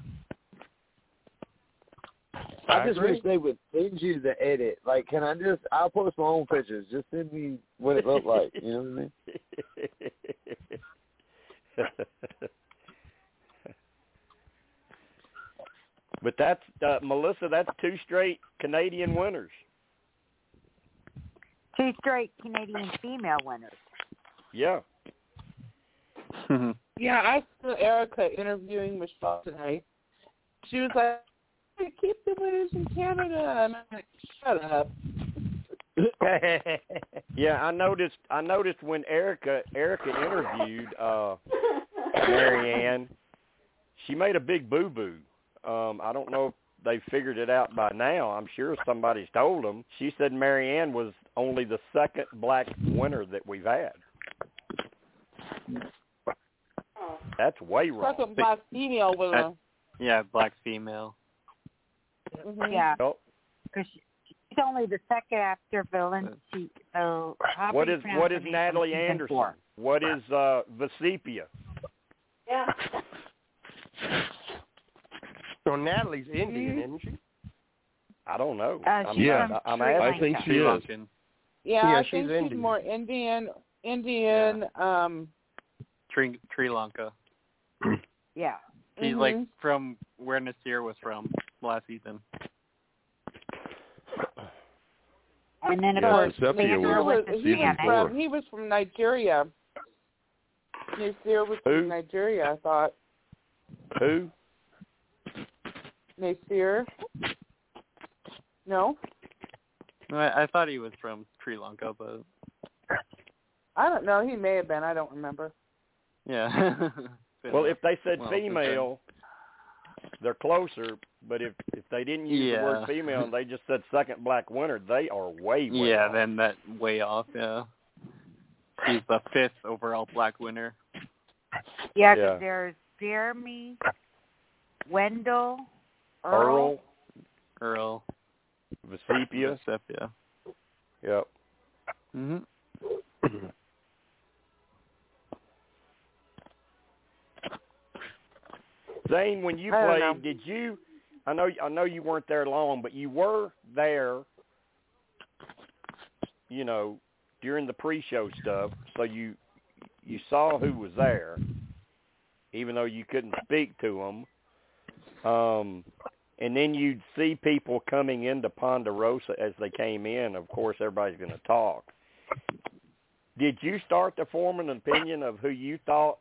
Speaker 9: I just wish they would send you the edit. Like, can I just? I'll post my own pictures. Just send me what it looked like. You know what I mean?
Speaker 4: but that's uh, Melissa. That's two straight Canadian winners.
Speaker 1: Two straight Canadian female winners.
Speaker 4: Yeah.
Speaker 12: Yeah, I saw Erica interviewing Michelle tonight. She was like, "Hey, "Keep the winners in Canada," and I'm like, "Shut up."
Speaker 4: yeah, I noticed. I noticed when Erica Erica interviewed uh, Marianne, she made a big boo boo. Um, I don't know if they figured it out by now. I'm sure somebody's told them. She said Marianne was only the second black winner that we've had. That's way wrong.
Speaker 12: Second black female winner.
Speaker 14: Yeah, black female.
Speaker 8: Mm-hmm.
Speaker 1: Yeah,
Speaker 4: Nope.
Speaker 1: because she's only the second after Villain Cheek. So how do
Speaker 4: What
Speaker 1: you
Speaker 4: is
Speaker 1: pronounce
Speaker 4: what
Speaker 1: her
Speaker 4: is
Speaker 1: name from
Speaker 4: Natalie
Speaker 1: season
Speaker 4: Anderson?
Speaker 1: four?
Speaker 4: What is uh Vesepia?
Speaker 8: Yeah.
Speaker 11: So Natalie's Indian, isn't she?
Speaker 4: I don't know.
Speaker 11: Uh,
Speaker 4: I'm
Speaker 11: she's
Speaker 4: not,
Speaker 11: from
Speaker 4: I'm
Speaker 11: Sri
Speaker 4: asking.
Speaker 11: I think she
Speaker 5: is.
Speaker 12: Yeah,
Speaker 11: Yeah,
Speaker 12: I
Speaker 11: she's
Speaker 12: think she's
Speaker 11: Indian.
Speaker 12: more Indian. Indian. Um.
Speaker 14: Sri, Sri Lanka.
Speaker 1: Yeah.
Speaker 14: She's like
Speaker 4: Mm-hmm.
Speaker 12: Mhm.
Speaker 14: from where Nasir was from last season.
Speaker 1: And then of
Speaker 14: Yeah,
Speaker 1: course,
Speaker 14: Giuseppe
Speaker 1: Leandro
Speaker 14: was
Speaker 1: was
Speaker 12: he was
Speaker 1: Hispanic.
Speaker 12: from he was from Nigeria. Nasir was from Nigeria, I thought.
Speaker 4: Who?
Speaker 12: Nasir. No,
Speaker 14: No, I, I thought he was from Sri Lanka, but
Speaker 12: I don't know. He may have been. I don't remember.
Speaker 14: yeah. Been
Speaker 4: Well,
Speaker 14: a-
Speaker 4: if they said
Speaker 14: well, since then.
Speaker 4: female, they're closer. But if if they didn't use the
Speaker 14: Yeah.
Speaker 4: word female and they just said second black winner, they are way way
Speaker 14: yeah,
Speaker 4: off.
Speaker 14: then that way off. Yeah, she's the fifth overall black winner.
Speaker 1: Yeah, 'cause
Speaker 14: Yeah.
Speaker 1: there's Jeremy, Wendell, Earl.
Speaker 4: Earl,
Speaker 14: Earl,
Speaker 4: Vesepia.
Speaker 14: Vesepia.
Speaker 4: Yep.
Speaker 14: Mhm.
Speaker 4: Zane, when you
Speaker 12: I don't
Speaker 4: played,
Speaker 12: know.
Speaker 4: did you? I know I know you weren't there long, but you were there. You know, during the pre-show stuff, so you you saw who was there, even though you couldn't speak to them. Um, and then you'd see people coming into Ponderosa as they came in. Of course, everybody's going to talk. Did you start to form an opinion of who you thought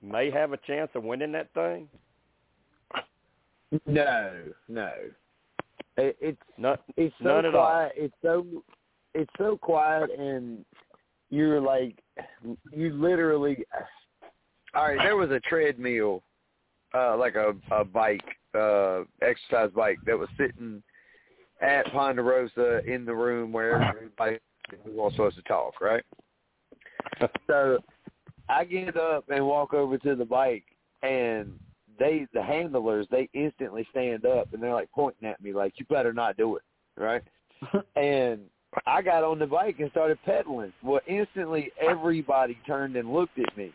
Speaker 4: may have a chance of winning that thing?
Speaker 9: No, no. It, it's
Speaker 4: None,
Speaker 9: it's so
Speaker 4: none at all.
Speaker 9: quiet. It's so it's so quiet, and you're like you literally. All right, there was a treadmill, uh, like a a bike, uh, exercise bike that was sitting at Ponderosa in the room where everybody was all supposed to talk, right? so I get up and walk over to the bike, and they the handlers they instantly stand up and they're like pointing at me like you better not do it right and i got on the bike and started pedaling well instantly everybody turned and looked at me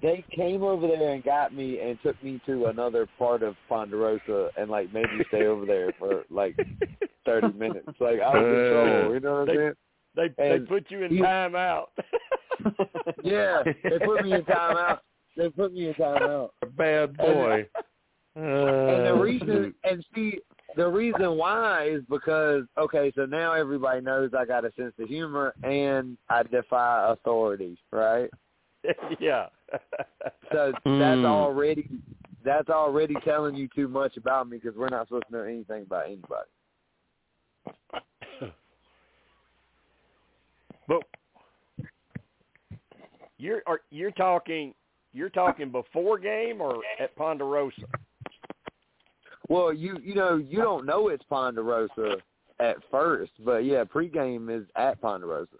Speaker 9: they came over there and got me and took me to another part of ponderosa and like made me stay over there for like thirty minutes like i was
Speaker 5: Uh,
Speaker 9: in trouble you know what i'm
Speaker 4: They-
Speaker 9: saying
Speaker 4: They they
Speaker 9: And
Speaker 4: put you in
Speaker 9: you-
Speaker 4: time out.
Speaker 9: yeah they put me in timeout they put me in timeout
Speaker 5: Bad boy.
Speaker 4: Uh.
Speaker 5: Uh.
Speaker 9: and the reason and see the reason why is because okay so now everybody knows i got a sense of humor and i defy authority right
Speaker 4: yeah.
Speaker 9: so that's
Speaker 5: Mm.
Speaker 9: already that's already telling you too much about me because we're not supposed to know anything about anybody
Speaker 4: But you're are, you're talking you're talking before game or at Ponderosa?
Speaker 9: well you you know you don't know it's ponderosa at first but yeah pregame is at ponderosa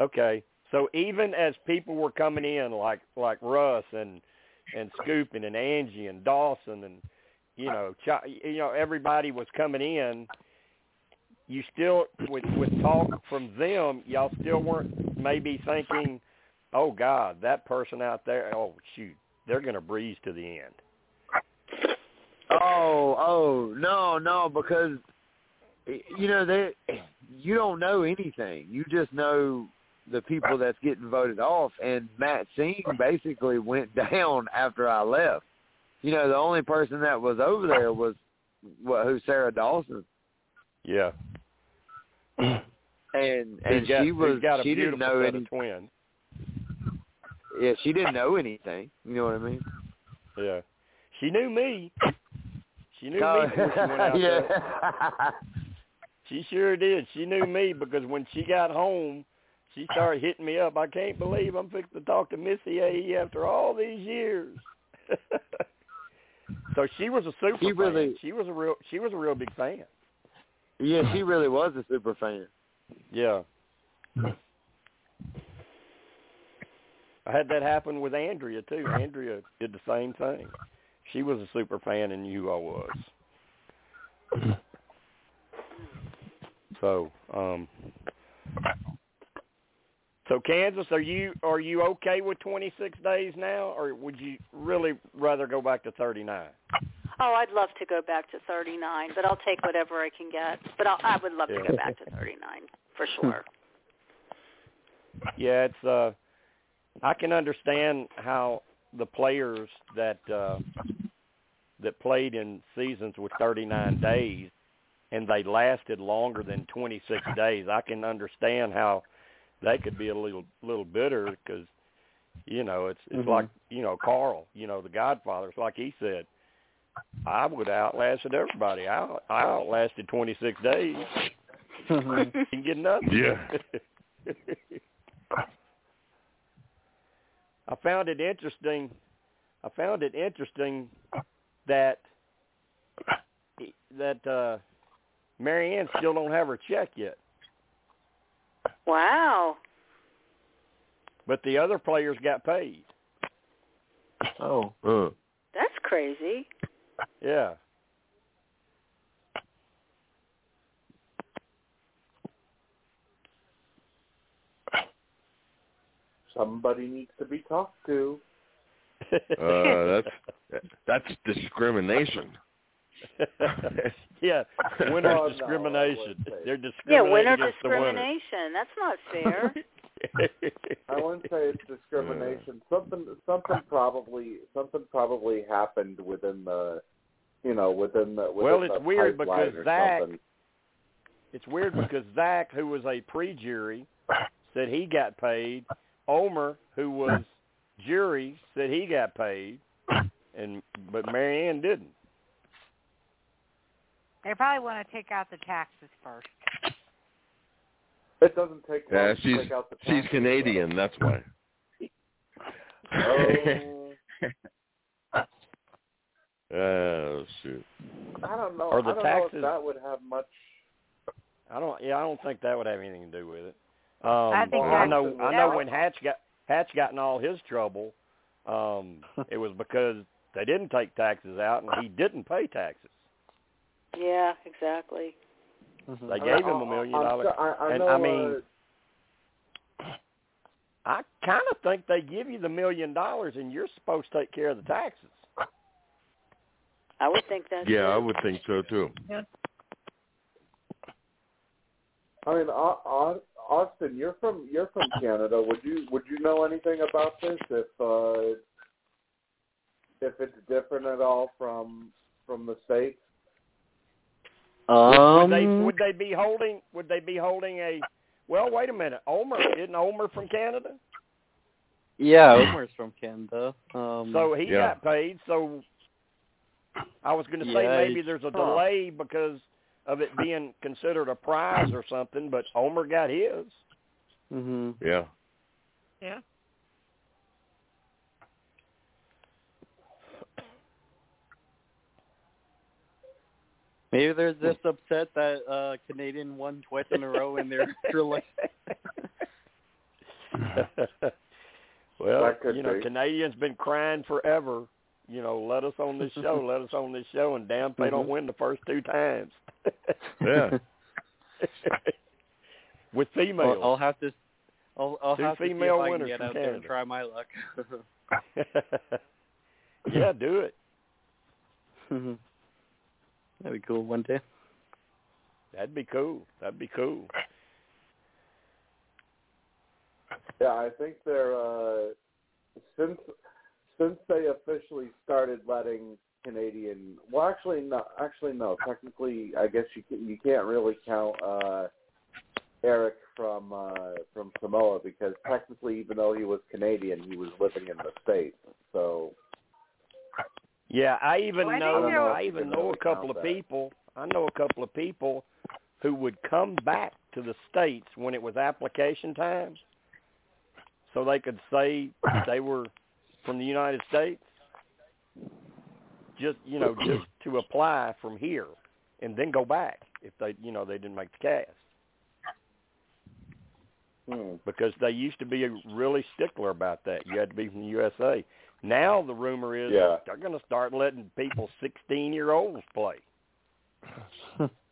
Speaker 4: Okay. So even as people were coming in, like like Russ and and Scooping and Angie and Dawson and you know Ch- you know everybody was coming in, you still with with talk from them, y'all still weren't maybe thinking oh God, that person out there, oh shoot, they're going to breeze to the end.
Speaker 9: Oh, oh, no, no, because eh, you know they you don't know anything. You just know the people that's getting voted off and Matt Singh basically went down after I left. You know, the only person that was over there was what who Sarah Dawson.
Speaker 4: Yeah.
Speaker 9: And
Speaker 4: He's
Speaker 9: and
Speaker 4: got-
Speaker 9: she
Speaker 4: he's
Speaker 9: was
Speaker 4: got a
Speaker 9: she didn't
Speaker 4: beautiful
Speaker 9: know
Speaker 4: set of
Speaker 9: any
Speaker 4: twins.
Speaker 9: Yeah, she didn't know anything. You know what I mean?
Speaker 4: Yeah. She knew me. She knew
Speaker 9: No.
Speaker 4: me before she went out
Speaker 9: Yeah.
Speaker 4: there. She sure did. She knew me because when she got home, she started hitting me up. I can't believe I'm fixing to talk to Missy AE after all these years. so she was a super
Speaker 9: She really-
Speaker 4: fan. She was a real she was a real big fan.
Speaker 9: Yeah, she really was a super fan.
Speaker 4: Yeah. I had that happen with Andrea too. Andrea did the same thing. She was a super fan and knew I was. So, um So Kansas, are you are you okay with 26 days now or would you really rather go back to 39?
Speaker 8: Oh, I'd love to go back to 39, but I'll take whatever I can get. But I'll, I would love to go back to 39 for sure.
Speaker 4: Yeah, it's uh I can understand how the players that uh that played in seasons with 39 days and they lasted longer than 26 days. I can understand how they could be a little little bitter cuz you know, it's it's
Speaker 14: Mm-hmm.
Speaker 5: Mhm.
Speaker 4: like, you know, Carl, you know, the Godfather, it's like he said, I would have outlasted everybody. I out- I outlasted 26 days. and get nothing. Yeah. I found it interesting. I found it interesting that that uh Marianne still don't have her check yet,
Speaker 8: Wow.
Speaker 4: but the other players got paid.
Speaker 5: Oh. Uh.
Speaker 8: That's crazy.
Speaker 4: Yeah.
Speaker 6: Somebody needs to be talked to.
Speaker 5: Uh, that's that's discrimination.
Speaker 4: yeah,
Speaker 5: Oh, no, I
Speaker 4: winner
Speaker 5: wouldn't
Speaker 4: discrimination. They're
Speaker 8: Yeah,
Speaker 4: discriminating
Speaker 8: winner
Speaker 4: against the winner.
Speaker 8: discrimination. That's not fair.
Speaker 6: I wouldn't say it's discrimination.
Speaker 5: Uh.
Speaker 6: Something something probably something probably happened within the you know, within the within
Speaker 4: Well, it's
Speaker 6: the
Speaker 4: weird
Speaker 6: pipeline
Speaker 4: because
Speaker 6: or
Speaker 4: Zach-
Speaker 6: something.
Speaker 4: It's weird because Zach, who was a pre-jury, said he got paid. Omer, who was jury, said he got paid, and but Marianne didn't.
Speaker 1: They probably want to take out the taxes first.
Speaker 6: It doesn't take long
Speaker 5: Yeah,
Speaker 6: to
Speaker 5: she's
Speaker 6: take out the
Speaker 5: she's Canadian. That's why.
Speaker 6: Oh.
Speaker 5: oh shoot.
Speaker 6: I don't know.
Speaker 4: Or the
Speaker 6: I don't know
Speaker 4: taxes-
Speaker 6: if that would have much
Speaker 4: I don't. Yeah, I don't think that would have anything to do with it. Um,
Speaker 6: I think
Speaker 4: I
Speaker 6: that-
Speaker 4: know. I
Speaker 6: that
Speaker 4: know
Speaker 6: was-
Speaker 4: when Hatch got Hatch got in all his trouble, um, it was because they didn't take taxes out and he didn't pay taxes.
Speaker 8: yeah, exactly.
Speaker 4: They gave him a million
Speaker 6: I'm
Speaker 4: dollars.
Speaker 6: sure- I, I
Speaker 4: and
Speaker 6: know,
Speaker 4: I mean,
Speaker 6: uh,
Speaker 4: I kind of think they give you the million dollars and you're supposed to take care of the taxes.
Speaker 8: I would think that's
Speaker 5: Yeah, I would think so too.
Speaker 6: I mean, Au- Au- Austin, you're from you're from Canada. Would you would you know anything about this? If uh, if it's different at all from from the states?
Speaker 4: Would they
Speaker 14: Um,
Speaker 4: would they be holding would they be holding a well wait a minute Omer isn't Omer from Canada
Speaker 14: Yeah, Omar's from Canada. Um,
Speaker 4: so he got paid so I was going to say
Speaker 14: Yeah,
Speaker 4: maybe
Speaker 14: he's-
Speaker 4: there's a
Speaker 14: huh.
Speaker 4: delay because of it being considered a prize or something but Omer got his Mm-hmm.
Speaker 14: Mhm.
Speaker 5: Yeah.
Speaker 14: Yeah. Maybe they're just upset that uh Canadian won twice in a row in their drilling.
Speaker 4: well
Speaker 6: That could
Speaker 4: you know
Speaker 6: be.
Speaker 4: Canadians been crying forever you know let us on this show let us on this show and damn if they
Speaker 6: Mm-hmm.
Speaker 4: don't
Speaker 5: Mhm.
Speaker 4: win the first two times
Speaker 5: Yeah.
Speaker 4: with females
Speaker 14: I'll, I'll have to I'll, I'll
Speaker 4: Two
Speaker 14: have to see
Speaker 4: female
Speaker 14: if I can
Speaker 4: winners
Speaker 14: get
Speaker 4: from
Speaker 14: out there and
Speaker 4: Canada.
Speaker 14: try my luck.
Speaker 4: yeah, do it. Mm-hmm.
Speaker 14: That'd be cool one day.
Speaker 4: That'd be cool. That'd be cool.
Speaker 6: Yeah, I think they're uh, since since they officially started letting Canadian. Well, actually, no. Actually, no. Technically, I guess you can, you can't really count uh, Eric from uh, from Samoa because technically, even though he was Canadian, he was living in the states. So
Speaker 4: Yeah, I even
Speaker 6: Well, I
Speaker 4: know,
Speaker 6: think there was-
Speaker 4: I even know a couple of people. I know a couple of people who would come back to the states when it was application times, so they could say that they were from the United States. Just you know, just to apply from here and then go back if they you know they didn't make the cast.
Speaker 6: Hmm.
Speaker 4: because they used to be a really stickler about that. You had to be from the USA. Now the rumor is
Speaker 6: Yeah.
Speaker 4: they're going to start letting people 16 year olds play.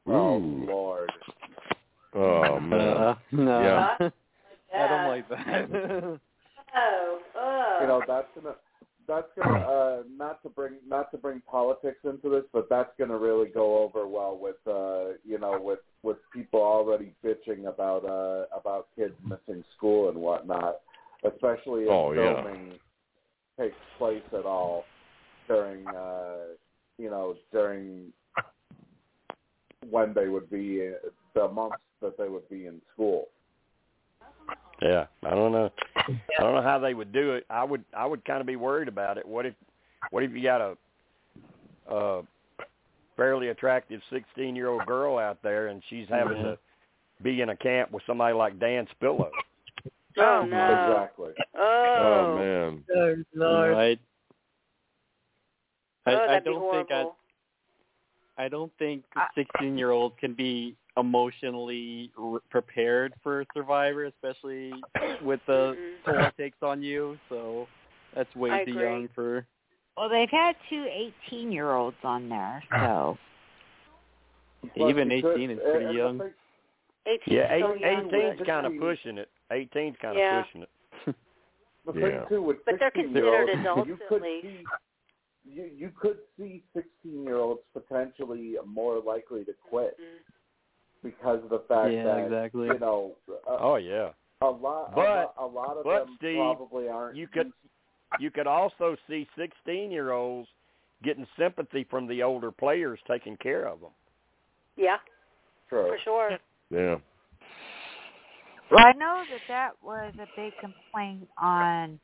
Speaker 6: Oh Lord.
Speaker 5: Oh man.
Speaker 14: Uh, no.
Speaker 5: Yeah.
Speaker 14: I don't like that.
Speaker 8: Oh, oh.
Speaker 6: you know that's gonna that's gonna uh not to bring not to bring politics into this but that's gonna really go over well with uh you know with with people already bitching about uh about kids missing school and whatnot especially if
Speaker 5: Oh, yeah.
Speaker 6: filming takes place at all during uh you know during when they would be the months that they would be in school
Speaker 4: Yeah, I don't know. I don't know how they would do it. I would I would kind of be worried about it. What if what if you got a a fairly attractive 16 year old girl out there and she's
Speaker 6: Mm-hmm.
Speaker 4: having to be in a camp with somebody like Dan Spillo?
Speaker 8: Oh no.
Speaker 6: exactly
Speaker 8: Oh.
Speaker 5: man.
Speaker 8: Oh, Lord.
Speaker 14: Right. I,
Speaker 8: Oh,
Speaker 14: I
Speaker 8: that'd be
Speaker 14: don't think I.
Speaker 8: horrible.
Speaker 14: I don't think
Speaker 1: Uh,
Speaker 14: sixteen-year-olds can be emotionally r- prepared for Survivor, especially with the toll it takes on you. So that's way
Speaker 1: I
Speaker 14: too
Speaker 1: agree.
Speaker 14: young for.
Speaker 1: Well, they've had two 18-year-olds on there, so.
Speaker 6: Well,
Speaker 14: Even
Speaker 6: you could-
Speaker 14: 18 is
Speaker 6: and-
Speaker 14: pretty
Speaker 6: and the
Speaker 14: young.
Speaker 6: thing-
Speaker 4: Yeah, eight,
Speaker 6: so young.
Speaker 4: 18's kind of
Speaker 6: 16.
Speaker 4: pushing it. 18's kind of
Speaker 6: Yeah.
Speaker 4: pushing it.
Speaker 6: The
Speaker 4: Yeah.
Speaker 6: thing too with
Speaker 8: But they're
Speaker 6: 16
Speaker 8: considered
Speaker 6: year olds,
Speaker 8: adults
Speaker 6: you
Speaker 8: at
Speaker 6: could
Speaker 8: least.
Speaker 6: see you you could see 16 year olds potentially more likely to quit
Speaker 8: Mm-hmm.
Speaker 6: because of the fact
Speaker 14: Yeah,
Speaker 6: that
Speaker 14: exactly.
Speaker 6: you know uh, a,
Speaker 4: Oh yeah.
Speaker 6: a lot
Speaker 4: But-
Speaker 6: a, lot, a lot of
Speaker 4: but,
Speaker 6: them
Speaker 4: Steve,
Speaker 6: probably aren't
Speaker 4: You could you could also see 16 year olds getting sympathy from the older players taking care of them.
Speaker 8: Yeah,
Speaker 6: True.
Speaker 8: for sure.
Speaker 5: Yeah.
Speaker 1: Well, I know that that was a big complaint on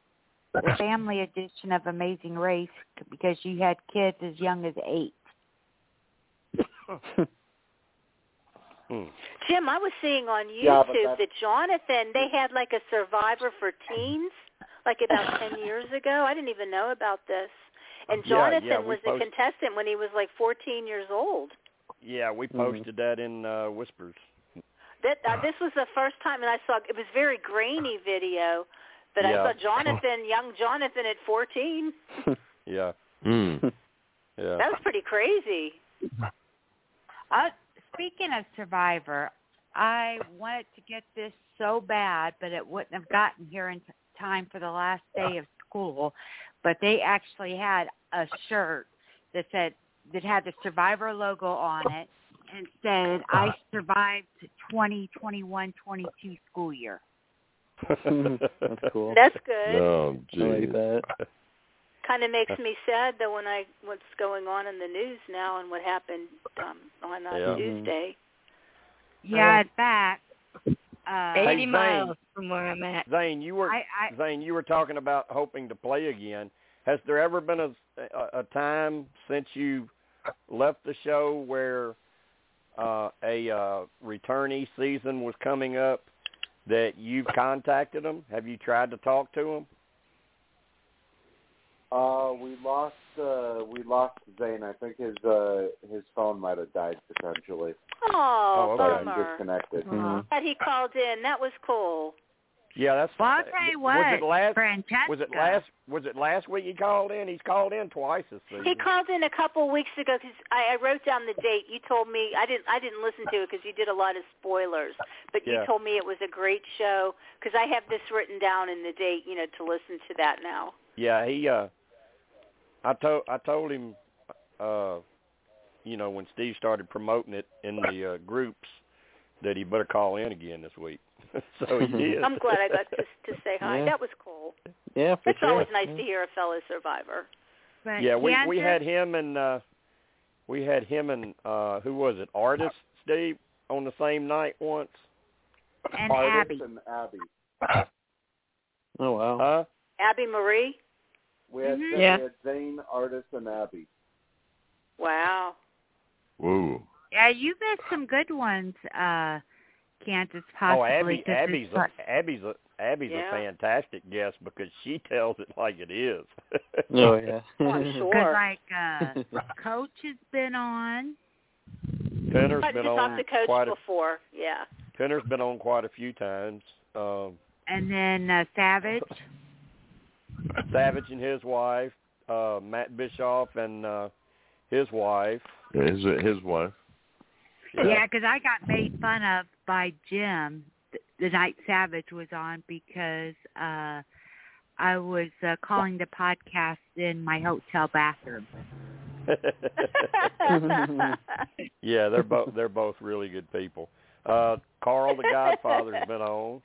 Speaker 1: the family edition of Amazing Race because you had kids as young as eight.
Speaker 8: Jim, I was seeing on YouTube
Speaker 1: Yeah, but that's-
Speaker 8: that Jonathan, they had like a survivor for teens, like about 10 years ago. I didn't even know about this. And
Speaker 4: Yeah, yeah,
Speaker 8: Jonathan
Speaker 4: we
Speaker 8: was
Speaker 4: post-
Speaker 8: a contestant when he was like 14 years old.
Speaker 4: Yeah, we
Speaker 6: Mm-hmm.
Speaker 4: posted that in uh, Whispers.
Speaker 8: That uh,
Speaker 4: Uh-huh.
Speaker 8: this was the first time, and I saw it was very grainy video, but
Speaker 4: Yeah. Oh.
Speaker 8: I saw Jonathan, young Jonathan at 14.
Speaker 4: Yeah. Yeah.
Speaker 8: That was pretty crazy.
Speaker 1: Uh, speaking of Survivor, I wanted to get this so bad, but it wouldn't have gotten here in t- time for the last day of school. But they actually had a shirt that said that had the Survivor logo on it and said, "I survived 2021-22 school year."
Speaker 14: That's cool.
Speaker 8: That's good.
Speaker 5: Oh,
Speaker 14: I like that.
Speaker 8: Kind of makes me sad though when I what's going on in the news now and what happened um, on uh,
Speaker 14: Yeah. Mhm.
Speaker 8: Tuesday.
Speaker 1: Yeah, in fact, uh,
Speaker 4: Hey, 80 Zane. miles
Speaker 13: from where I'm at.
Speaker 4: Zane, you were Zane, you were talking about hoping to play again. Has there ever been a a, a time since you left the show where uh, a uh, returnee season was coming up that you've contacted them? Have you tried to talk to them?
Speaker 6: Uh, we lost uh, we lost Zane. I think his uh, his phone might have died potentially.
Speaker 8: Oh,
Speaker 6: Might have
Speaker 8: bummer. Mm-hmm.
Speaker 6: Disconnected.
Speaker 8: Glad he called in. That was cool.
Speaker 4: Yeah, that's.
Speaker 1: Well, I'll tell you what,
Speaker 4: was it last?
Speaker 1: Francesca.
Speaker 4: Was it last? Was it last week he called in? He's called in twice this season.
Speaker 8: He called in a couple weeks ago because I, I wrote down the date. You told me I didn't. I didn't listen to it because you did a lot of spoilers. But
Speaker 4: Yeah.
Speaker 8: you told me it was a great show because I have this written down in the date. You know to listen to that now.
Speaker 4: Yeah, he. uh I told I told him, uh, you know, when Steve started promoting it in the uh, groups, that he better call in again this week. so he did.
Speaker 8: I'm glad I got to, to say hi.
Speaker 4: Yeah.
Speaker 8: That was cool.
Speaker 4: yeah,
Speaker 8: it's always nice to hear a fellow survivor.
Speaker 1: But
Speaker 4: Yeah, we we
Speaker 8: Deandra-
Speaker 4: had him and uh we had him and uh who was it? Artist Steve on the same night once.
Speaker 1: And
Speaker 6: Artist Abby. and Abby.
Speaker 14: Oh wow.
Speaker 4: Huh?
Speaker 8: Abby Marie.
Speaker 6: We had,
Speaker 8: Mhm.
Speaker 6: Zane-
Speaker 8: Yeah.
Speaker 6: we had Zane, Artist, and Abby.
Speaker 8: Wow.
Speaker 5: Whoa.
Speaker 1: Yeah, you missed some good ones, uh, Kansas. Possibly.
Speaker 4: oh, Abby
Speaker 1: 'cause
Speaker 4: Abby's
Speaker 1: it's
Speaker 4: a,
Speaker 1: like-
Speaker 4: Abby's a Abby's
Speaker 1: Yeah.
Speaker 4: a fantastic guest because she tells it like it is.
Speaker 14: Oh, yeah.
Speaker 8: Oh, I'm
Speaker 1: Because
Speaker 8: sure.
Speaker 1: like uh, Coach has been on.
Speaker 4: Penner's
Speaker 8: I
Speaker 4: been
Speaker 8: just
Speaker 4: on
Speaker 8: talked to Coach
Speaker 4: quite a
Speaker 8: before. Yeah.
Speaker 4: Penner's been on quite a few times. Um
Speaker 1: And then uh, Savage.
Speaker 4: Savage and his wife, uh Matt Bischoff and uh his wife.
Speaker 5: His his wife.
Speaker 1: Yeah, because I got made fun of by Jim th- the night Savage was on because uh I was uh, calling the podcast in my hotel bathroom.
Speaker 4: yeah, they're both they're both really good people. Uh Carl the Godfather's been on.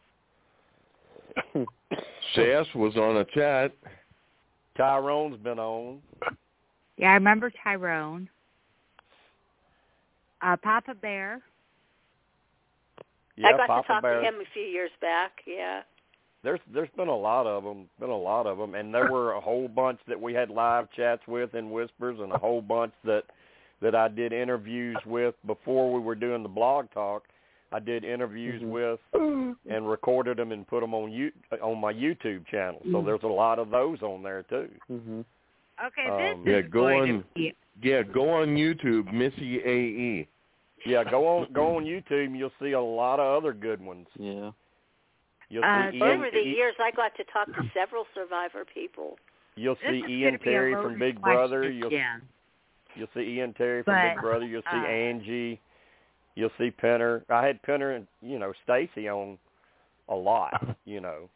Speaker 5: Sass was on a chat.
Speaker 4: Tyrone's been on.
Speaker 1: Yeah, I remember Tyrone. Uh Papa Bear.
Speaker 4: Yeah,
Speaker 8: I got
Speaker 4: Papa
Speaker 8: to talk
Speaker 4: Bear.
Speaker 8: to him a few years back. Yeah.
Speaker 4: There's there's been a lot of them, been a lot of them, and there were a whole bunch that we had live chats with in whispers, and a whole bunch that that I did interviews with before we were doing the blog talk. I did interviews with and recorded them and put them on you on my YouTube channel. So
Speaker 5: Mhm.
Speaker 4: there's a lot of those on there too.
Speaker 14: Mm-hmm.
Speaker 1: Okay,
Speaker 4: Um,
Speaker 5: Yeah, go on.
Speaker 1: Yeah.
Speaker 5: Yeah, go on YouTube, Missy E. AE.
Speaker 4: Yeah, go on go on YouTube and you'll see a lot of other good ones.
Speaker 14: Yeah.
Speaker 4: You'll
Speaker 8: Uh,
Speaker 4: see Ian,
Speaker 8: over the
Speaker 4: E-
Speaker 8: years, I got to talk to several survivor people.
Speaker 4: you'll
Speaker 8: this is
Speaker 4: see
Speaker 8: gonna
Speaker 4: Ian
Speaker 8: be a
Speaker 4: Terry
Speaker 8: loaded
Speaker 4: from Big
Speaker 8: question,
Speaker 4: Brother, you'll
Speaker 1: Jim.
Speaker 4: you'll see Ian Terry from Big
Speaker 1: But,
Speaker 4: Brother, you'll see
Speaker 1: uh,
Speaker 4: Angie, you'll see Penner. I had Penner and, you know, Stacy on a lot, you know.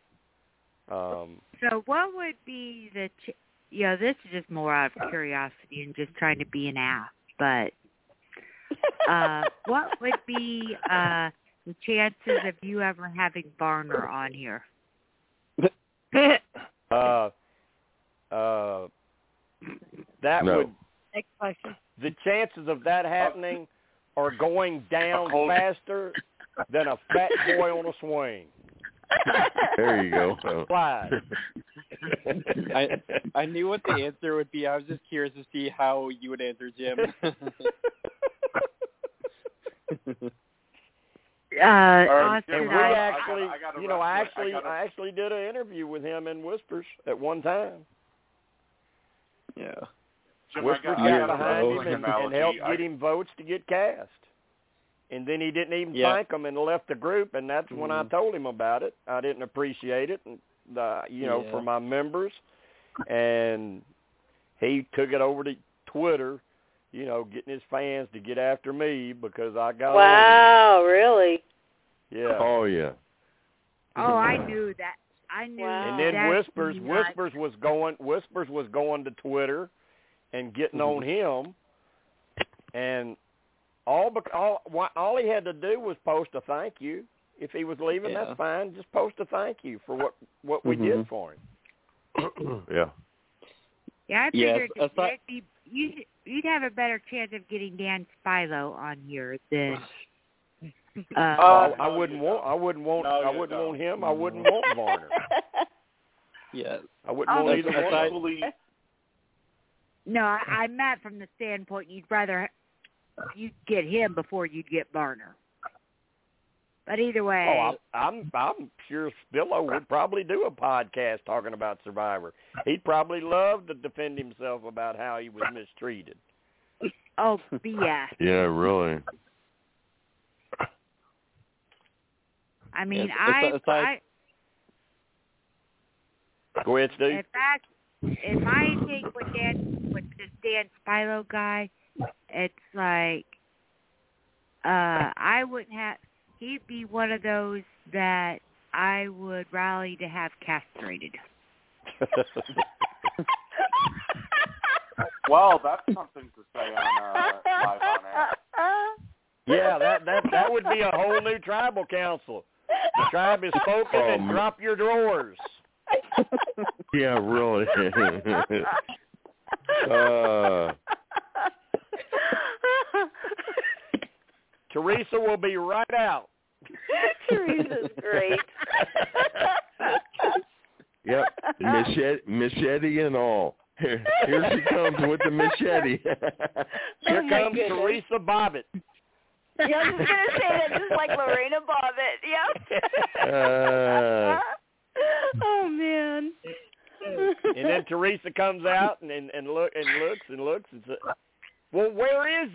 Speaker 4: Um
Speaker 1: So what would be the ch- you know, this is just more out of curiosity and just trying to be an ass, but uh what would be uh the chances of you ever having Barner on here?
Speaker 4: uh uh that
Speaker 5: No.
Speaker 4: would
Speaker 15: Next question.
Speaker 4: the chances of that happening are going down
Speaker 5: Oh.
Speaker 4: faster than a fat boy on a swing.
Speaker 5: There you go.
Speaker 4: Slide.
Speaker 14: I I knew what the answer would be. I was just curious to see how you would answer, Jim.
Speaker 1: Uh
Speaker 4: Um,
Speaker 1: Austin,
Speaker 4: and we
Speaker 1: I-
Speaker 4: actually,
Speaker 6: I gotta- I gotta
Speaker 4: you know, I
Speaker 6: wrap it. I
Speaker 4: actually, I,
Speaker 6: gotta-
Speaker 4: actually did an interview with him in Whispers at one time.
Speaker 14: yeah.
Speaker 6: Jim, I
Speaker 4: Whispers
Speaker 6: got,
Speaker 4: got
Speaker 6: I got a
Speaker 4: behind
Speaker 6: wrestling
Speaker 4: him and, and
Speaker 6: analogy.
Speaker 4: helped
Speaker 6: I-
Speaker 4: get him votes to get cast. And then he didn't even
Speaker 14: Yeah.
Speaker 4: thank him and left the group. And that's when I
Speaker 14: Mhm.
Speaker 4: told him about it. I didn't appreciate it, and uh, you know,
Speaker 14: Yeah.
Speaker 4: for my members. And he took it over to Twitter, you know, getting his fans to get after me because I got on.
Speaker 8: Wow, really?
Speaker 4: Yeah.
Speaker 5: Oh yeah.
Speaker 1: Oh, I knew that. I knew
Speaker 8: Wow.
Speaker 4: And then
Speaker 1: that
Speaker 4: whispers,
Speaker 1: you not-
Speaker 4: whispers was going, whispers was going to Twitter, and getting on
Speaker 6: Mm-hmm.
Speaker 4: him, and all, bec- all, why- all he had to do was post a thank you. If he was leaving,
Speaker 14: Yeah.
Speaker 4: that's fine. Just post a thank you for what what we
Speaker 14: Mhm.
Speaker 6: Mm-hmm.
Speaker 4: did for him.
Speaker 5: yeah.
Speaker 1: Yeah, I
Speaker 14: Yes,
Speaker 1: figured
Speaker 14: I thought-
Speaker 1: that'd be, you'd you'd have a better chance of getting Dan Spilo on here than uh
Speaker 4: I-
Speaker 6: Oh, no,
Speaker 4: I wouldn't
Speaker 6: you
Speaker 4: want, I wouldn't want,
Speaker 6: No,
Speaker 4: I
Speaker 6: you
Speaker 4: wouldn't
Speaker 6: don't.
Speaker 4: want
Speaker 6: Mm-hmm.
Speaker 4: him. I wouldn't want Varner.
Speaker 14: Yeah.
Speaker 4: I wouldn't
Speaker 1: Oh,
Speaker 4: want
Speaker 14: that's-
Speaker 4: either one.
Speaker 14: that's-
Speaker 4: of them.
Speaker 6: Equally,
Speaker 1: No, I, I meant from the standpoint you'd rather you'd get him before you'd get Barner. But either way,
Speaker 4: Oh, I'm, I'm, I'm sure Spillo would probably do a podcast talking about Survivor. He'd probably love to defend himself about how he was mistreated.
Speaker 1: oh BS.
Speaker 5: Yeah, really.
Speaker 1: I mean,
Speaker 14: Yes,
Speaker 1: I,
Speaker 14: aside-
Speaker 1: I
Speaker 4: Go ahead, Steve.
Speaker 1: In fact, in my take with Dan, with this Dan Spilo guy, it's like uh I wouldn't have. He'd be one of those that I would rally to have castrated.
Speaker 6: well, that's something to say on uh, live on air.
Speaker 13: Uh,
Speaker 4: Yeah, that that that would be a whole new tribal council. The tribe is spoken and
Speaker 5: Um,
Speaker 4: drop your drawers.
Speaker 5: Yeah, really. uh,
Speaker 4: Teresa will be right out.
Speaker 8: Teresa's great.
Speaker 5: yep, machete, machete and all. Here, here she comes with the machete.
Speaker 11: Oh,
Speaker 4: Here
Speaker 8: my
Speaker 4: comes
Speaker 8: goodness.
Speaker 4: Teresa Bobbitt.
Speaker 8: Yeah, I was just gonna say that just like Lorena Bobbitt. Yep.
Speaker 5: Uh,
Speaker 8: oh man.
Speaker 4: and then Teresa comes out and and, and look and looks and looks and says, "Well, where is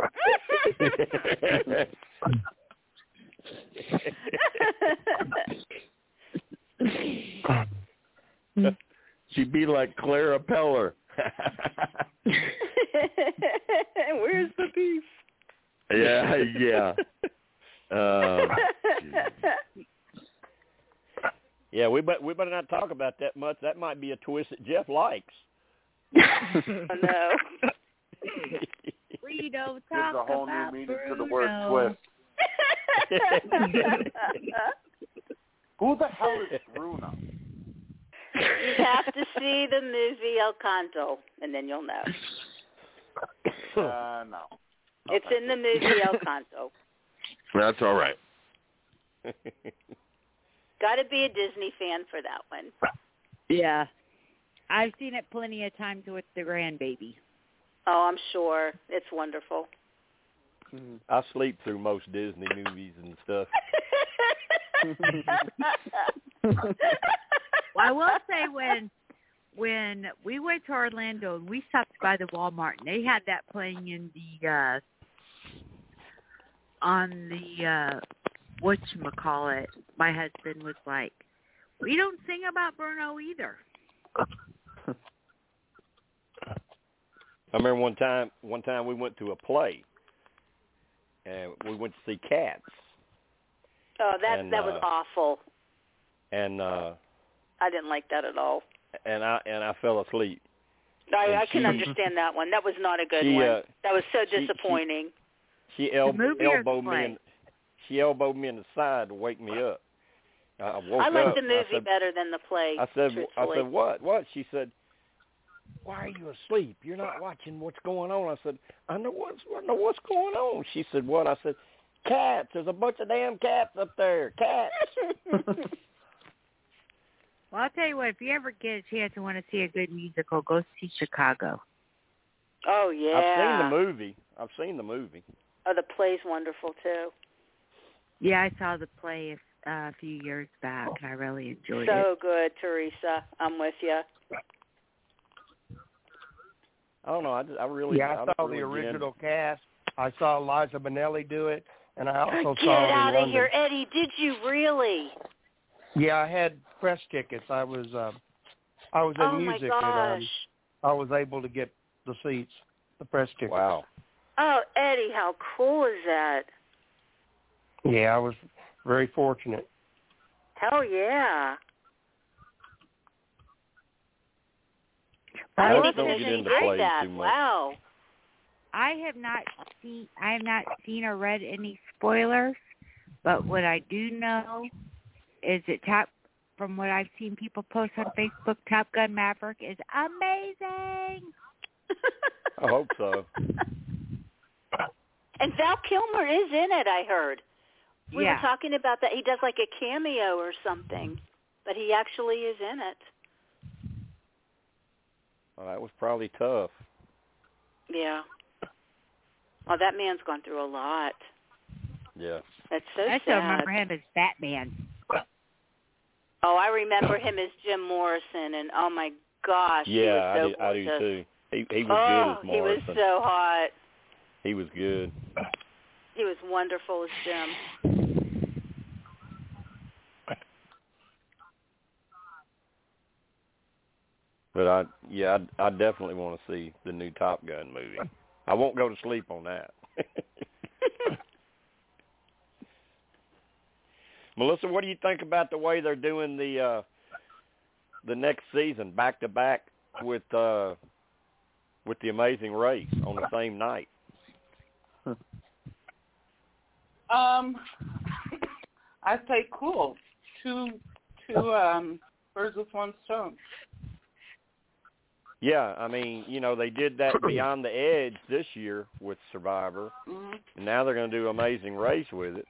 Speaker 4: it?"
Speaker 5: She'd be like Clara Peller.
Speaker 8: Where's the beef?
Speaker 5: yeah, Uh, yeah.
Speaker 8: Uh,
Speaker 4: Oh,
Speaker 5: Um,
Speaker 4: yeah, we but we better not talk about that much. That might be a twist that Jeff likes.
Speaker 8: I know.
Speaker 1: we don't
Speaker 6: Gives a whole new meaning to the word twist. Who the hell is Bruno?
Speaker 8: you have to see the movie El Canto, and then you'll know.
Speaker 6: Uh, no.
Speaker 8: It's in the movie El Canto.
Speaker 5: that's all right.
Speaker 8: Got to be a Disney fan for that one.
Speaker 10: Yeah. I've seen it plenty of times with the grandbaby.
Speaker 8: Oh, I'm sure it's wonderful.
Speaker 4: I sleep through most Disney movies and stuff.
Speaker 8: Oh,
Speaker 10: Well, I will say when when we went to Orlando and we stopped by the Walmart and they had that playing in the uh on the uh whatchamacallit, my husband was like, We don't sing about Bruno either.
Speaker 4: I remember one time one time we went to a play and we went to see Cats
Speaker 8: oh, that
Speaker 4: And,
Speaker 8: that was
Speaker 4: uh,
Speaker 8: awful.
Speaker 4: and uh
Speaker 8: I didn't like that at all.
Speaker 4: and I and I fell asleep.
Speaker 8: I,
Speaker 4: and
Speaker 8: I can
Speaker 4: she-
Speaker 8: understand that one. That was not a good
Speaker 4: She,
Speaker 8: one.
Speaker 4: uh,
Speaker 8: that was so
Speaker 4: she- she-
Speaker 8: disappointing.
Speaker 4: She el-
Speaker 8: movie or the
Speaker 4: elbowed me
Speaker 8: play?
Speaker 4: in she elbowed me in the side to wake me up. I- I woke
Speaker 8: I like
Speaker 4: up.
Speaker 8: the movie
Speaker 4: I said,
Speaker 8: better than the play.
Speaker 4: I said, I
Speaker 8: truthfully.
Speaker 4: said, what, what? She said, why are you asleep? You're not watching what's going on. I said, I know what's, I know what's going on. She said, what? I said, cats. There's a bunch of damn cats up there. Cats.
Speaker 10: Well, I'll tell you what, if you ever get a chance and want to see a good musical, go see Chicago.
Speaker 8: Oh yeah.
Speaker 4: I've seen the movie. I've seen the movie.
Speaker 8: Oh, the play's wonderful too.
Speaker 10: Yeah, I saw the play a, uh, a few years back, and I really enjoyed
Speaker 8: So good, Teresa. I'm with you.
Speaker 4: I don't know. I, just, I really.
Speaker 11: yeah, I
Speaker 4: I'm
Speaker 11: saw
Speaker 4: really
Speaker 11: the
Speaker 4: getting-
Speaker 11: original cast. I saw Liza Minnelli do it, and I also
Speaker 8: Get
Speaker 11: saw it in
Speaker 8: out of
Speaker 11: London.
Speaker 8: here, Eddie. Did you really?
Speaker 11: Yeah, I had press tickets. I was uh, I was in
Speaker 8: Oh, my
Speaker 11: music, and um,
Speaker 8: gosh.
Speaker 11: I was able to get the seats, the press tickets.
Speaker 4: Wow.
Speaker 8: Oh, Eddie, how cool is that?
Speaker 11: Yeah, I was very fortunate.
Speaker 8: Hell yeah.
Speaker 4: I
Speaker 8: didn't
Speaker 4: just don't
Speaker 8: even know
Speaker 4: get
Speaker 8: she
Speaker 4: into
Speaker 8: did
Speaker 4: plays
Speaker 8: that.
Speaker 4: too much.
Speaker 8: Wow.
Speaker 10: I have not seen I have not seen or read any spoilers, but what I do know is that Top from what I've seen people post on Facebook, Top Gun Maverick is amazing.
Speaker 4: I hope so.
Speaker 8: And Val Kilmer is in it, I heard. We
Speaker 10: yeah.
Speaker 8: were talking about that. He does like a cameo or something, but he actually is in it.
Speaker 4: Well, that was probably tough.
Speaker 8: Yeah. Well, that man's gone through a lot.
Speaker 4: Yeah.
Speaker 8: That's so
Speaker 10: I still
Speaker 8: sad.
Speaker 10: remember him as Batman.
Speaker 8: Oh, I remember him as Jim Morrison, and oh my gosh,
Speaker 4: yeah,
Speaker 8: he was so
Speaker 4: I, do, I do
Speaker 8: gorgeous.
Speaker 4: too. He, he
Speaker 8: oh,
Speaker 4: was good as
Speaker 8: he was
Speaker 4: Morrison.
Speaker 8: so hot.
Speaker 4: He was good.
Speaker 8: He was wonderful as Jim.
Speaker 4: But I, yeah, I, I definitely want to see the new Top Gun movie. I won't go to sleep on that. Melissa, what do you think about the way they're doing the uh the next season back to back with uh with the Amazing Race on the same night?
Speaker 12: Um, I say cool. Two two um birds with one stone.
Speaker 4: Yeah, I mean, you know, they did that Beyond the Edge this year with Survivor,
Speaker 12: Mhm.
Speaker 4: and now they're going to do Amazing Race with it.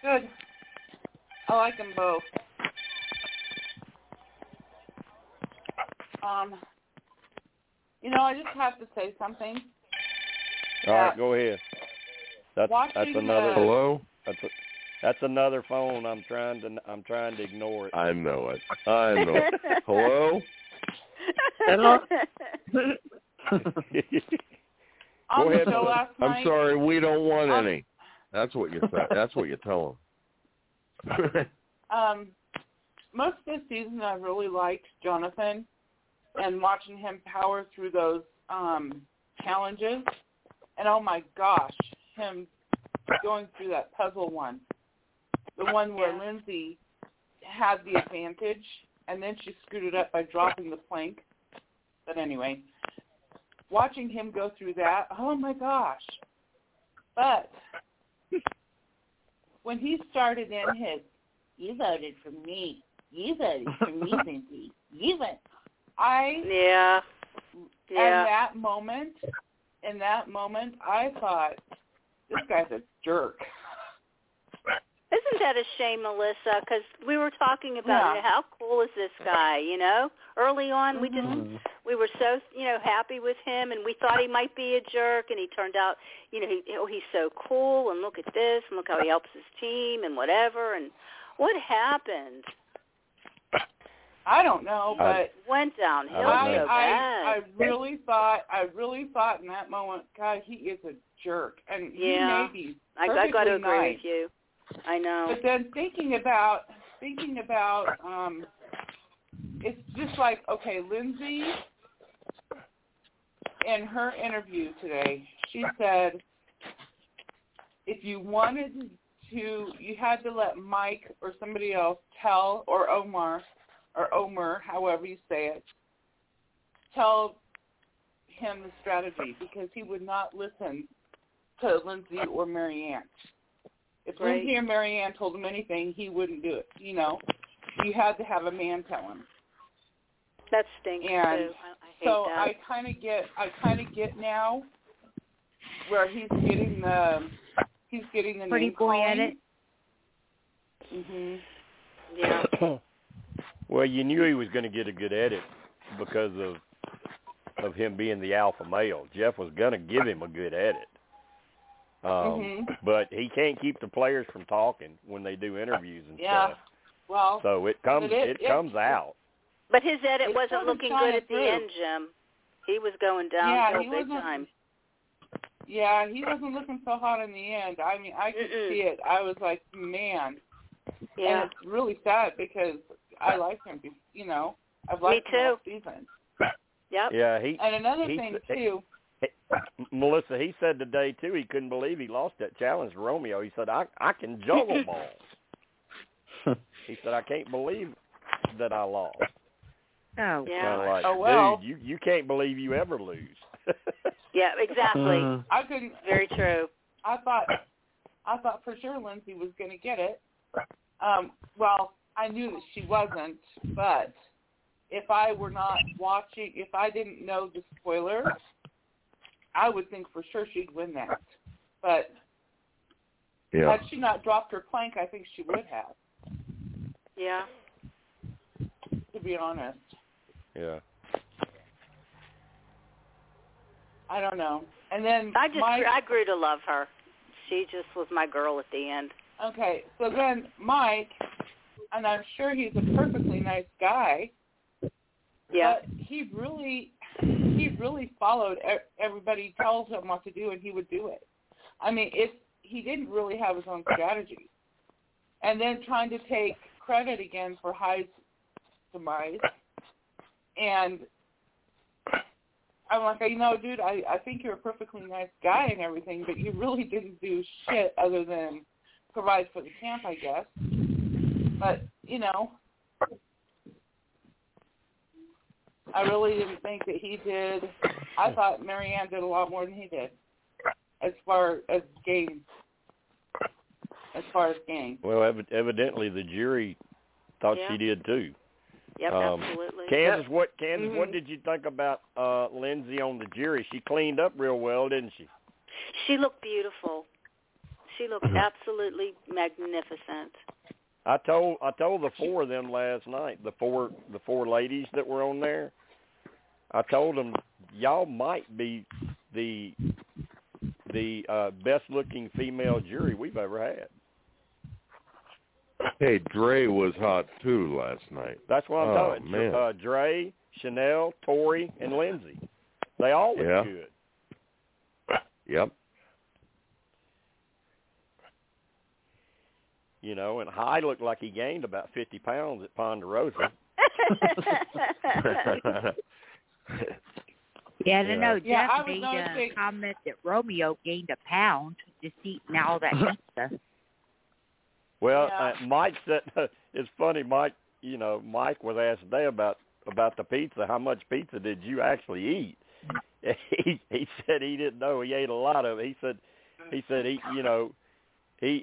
Speaker 12: Good. I like them both. Um, you know, I just have to say something.
Speaker 4: All right, go ahead. That's that's
Speaker 12: Watching
Speaker 4: another
Speaker 12: the- Hello?
Speaker 4: That's a, that's another phone. I'm trying to I'm trying to ignore it.
Speaker 5: I know it. I know it. Hello?
Speaker 4: Hello?
Speaker 12: On
Speaker 5: Go
Speaker 12: the
Speaker 5: ahead.
Speaker 12: show last
Speaker 5: I'm
Speaker 12: night-
Speaker 5: sorry, we don't want
Speaker 12: Um,
Speaker 5: any. That's what you th- that's what you tell them.
Speaker 12: Um, most of this season, I really liked Jonathan and watching him power through those um challenges. And oh my gosh, him going through that puzzle one, the one where Lindsay had the advantage, and then she screwed it up by dropping the plank. But anyway, watching him go through that, oh my gosh. But when he started in his, you voted for me, you voted for me, Lindsay, you voted. I
Speaker 8: yeah.
Speaker 12: and
Speaker 8: Yeah.
Speaker 12: that moment, in that moment, I thought, this guy's a jerk.
Speaker 8: Isn't that a shame, Melissa? Because we were talking
Speaker 12: Yeah.
Speaker 8: about you know, how cool is this guy? You know, early on we just
Speaker 4: Mm-hmm.
Speaker 8: we were so you know happy with him, and we thought he might be a jerk, and he turned out you know he oh he's so cool, and look at this, and look how he helps his team, and whatever, and what happened?
Speaker 12: I don't know, but
Speaker 8: I- Went downhill
Speaker 12: I
Speaker 8: so bad.
Speaker 12: I, I really thought I really thought in that moment, God, he is a jerk, and
Speaker 8: yeah,
Speaker 12: he may be
Speaker 8: I, I got to
Speaker 12: perfectly
Speaker 8: agree
Speaker 12: nice.
Speaker 8: with you. I know.
Speaker 12: But then thinking about thinking about um it's just like okay, Lindsay in her interview today, she said if you wanted to you had to let Mike or somebody else tell or Omar or Omer, however you say it, tell him the strategy because he would not listen to Lindsay or Mary Ann. If
Speaker 8: Right.
Speaker 12: Lindsay or Mary Ann told him anything, he wouldn't do it. You know, you had to have a man tell him.
Speaker 8: That stinks
Speaker 12: And
Speaker 8: too. I, I hate
Speaker 12: so
Speaker 8: that.
Speaker 12: I kind of get, I kind of get now where he's getting the, he's getting the
Speaker 1: Pretty
Speaker 12: name
Speaker 1: boy
Speaker 12: calling.
Speaker 1: edit.
Speaker 12: hmm
Speaker 8: Yeah.
Speaker 4: well, you knew he was going to get a good edit because of of him being the alpha male. Jeff was going to give him a good edit. Um,
Speaker 12: Mhm.
Speaker 4: but he can't keep the players from talking when they do interviews and
Speaker 12: Yeah.
Speaker 4: stuff.
Speaker 12: Well,
Speaker 4: So it comes
Speaker 12: but it-
Speaker 4: it comes
Speaker 12: it-
Speaker 4: out.
Speaker 8: But his edit
Speaker 12: It
Speaker 8: wasn't
Speaker 12: wasn't
Speaker 8: looking
Speaker 12: shining
Speaker 8: good at
Speaker 12: through.
Speaker 8: the end, Jim. He was going
Speaker 12: Yeah,
Speaker 8: downhill
Speaker 12: he
Speaker 8: big
Speaker 12: wasn't-
Speaker 8: time.
Speaker 12: yeah, he wasn't looking so hot in the end. I mean, I could
Speaker 8: Mm-mm.
Speaker 12: see it. I was like, man,
Speaker 8: Yeah.
Speaker 12: and it's really sad because I like him. You know, I've liked
Speaker 8: Me
Speaker 12: him all season.
Speaker 8: Yep.
Speaker 4: Yeah, he
Speaker 12: And another
Speaker 4: he-
Speaker 12: thing too.
Speaker 4: Melissa, he said today too he couldn't believe he lost that challenge to Romeo. He said, I I can juggle balls. he said, I can't believe that I lost.
Speaker 1: Oh,
Speaker 4: Kinda like,
Speaker 12: Oh, well.
Speaker 4: dude, you you can't believe you ever lose.
Speaker 8: Yeah, exactly.
Speaker 4: Mm.
Speaker 12: I couldn't.
Speaker 8: Very true.
Speaker 12: I thought, I thought for sure Lindsay was going to get it. Um, well, I knew that she wasn't, but if I were not watching, if I didn't know the spoiler, I would think for sure she'd win that. But
Speaker 5: yeah.
Speaker 12: had she not dropped her plank, I think she would have.
Speaker 8: Yeah.
Speaker 12: To be honest,
Speaker 4: yeah.
Speaker 12: I don't know. And then
Speaker 8: I just
Speaker 12: my
Speaker 8: grew, I grew to love her. She just was my girl at the end.
Speaker 12: Okay, so then Mike, and I'm sure he's a perfectly nice guy,
Speaker 8: Yeah.
Speaker 12: but he really, he really followed e- everybody tells him what to do, and he would do it. I mean, if he didn't really have his own strategy, and then trying to take credit again for Hyde's demise. And I'm like, you know, dude, I, I think you're a perfectly nice guy and everything, but you really didn't do shit other than provide for the camp, I guess. But, you know, I really didn't think that he did. I thought Marianne did a lot more than he did as far as games, as far as games.
Speaker 4: Well, ev- evidently the jury thought
Speaker 12: Yeah.
Speaker 4: she did too.
Speaker 12: Yep,
Speaker 4: um,
Speaker 12: absolutely.
Speaker 4: Kansas,
Speaker 12: Yep.
Speaker 4: what Kansas? What
Speaker 12: Mhm.
Speaker 4: did you think about uh Lindsay on the jury? She cleaned up real well, didn't she?
Speaker 8: She looked beautiful. She looked absolutely magnificent.
Speaker 4: I told I told the four of them last night, the four the four ladies that were on there. I told them y'all might be the the uh best looking female jury we've ever had.
Speaker 5: Hey, Dre was hot too last night.
Speaker 4: That's what I'm
Speaker 5: oh,
Speaker 4: talking.
Speaker 5: Man.
Speaker 4: Uh Dre, Chanel, Tori, and Lindsay. They all look
Speaker 5: Yeah.
Speaker 4: good.
Speaker 5: yep.
Speaker 4: You know, and Hyde looked like he gained about fifty pounds at Ponderosa.
Speaker 10: Yeah, I don't know.
Speaker 1: Yeah, I
Speaker 10: Jeff uh,
Speaker 1: was
Speaker 10: made
Speaker 1: noticing-
Speaker 10: a comment that Romeo gained a pound just eating all that pizza.
Speaker 4: Well,
Speaker 10: Yeah.
Speaker 4: uh, Mike said it's funny. Mike, you know, Mike was asked today about about the pizza. How much pizza did you actually eat? He he said he didn't know. He ate a lot of it. He said he said he you know he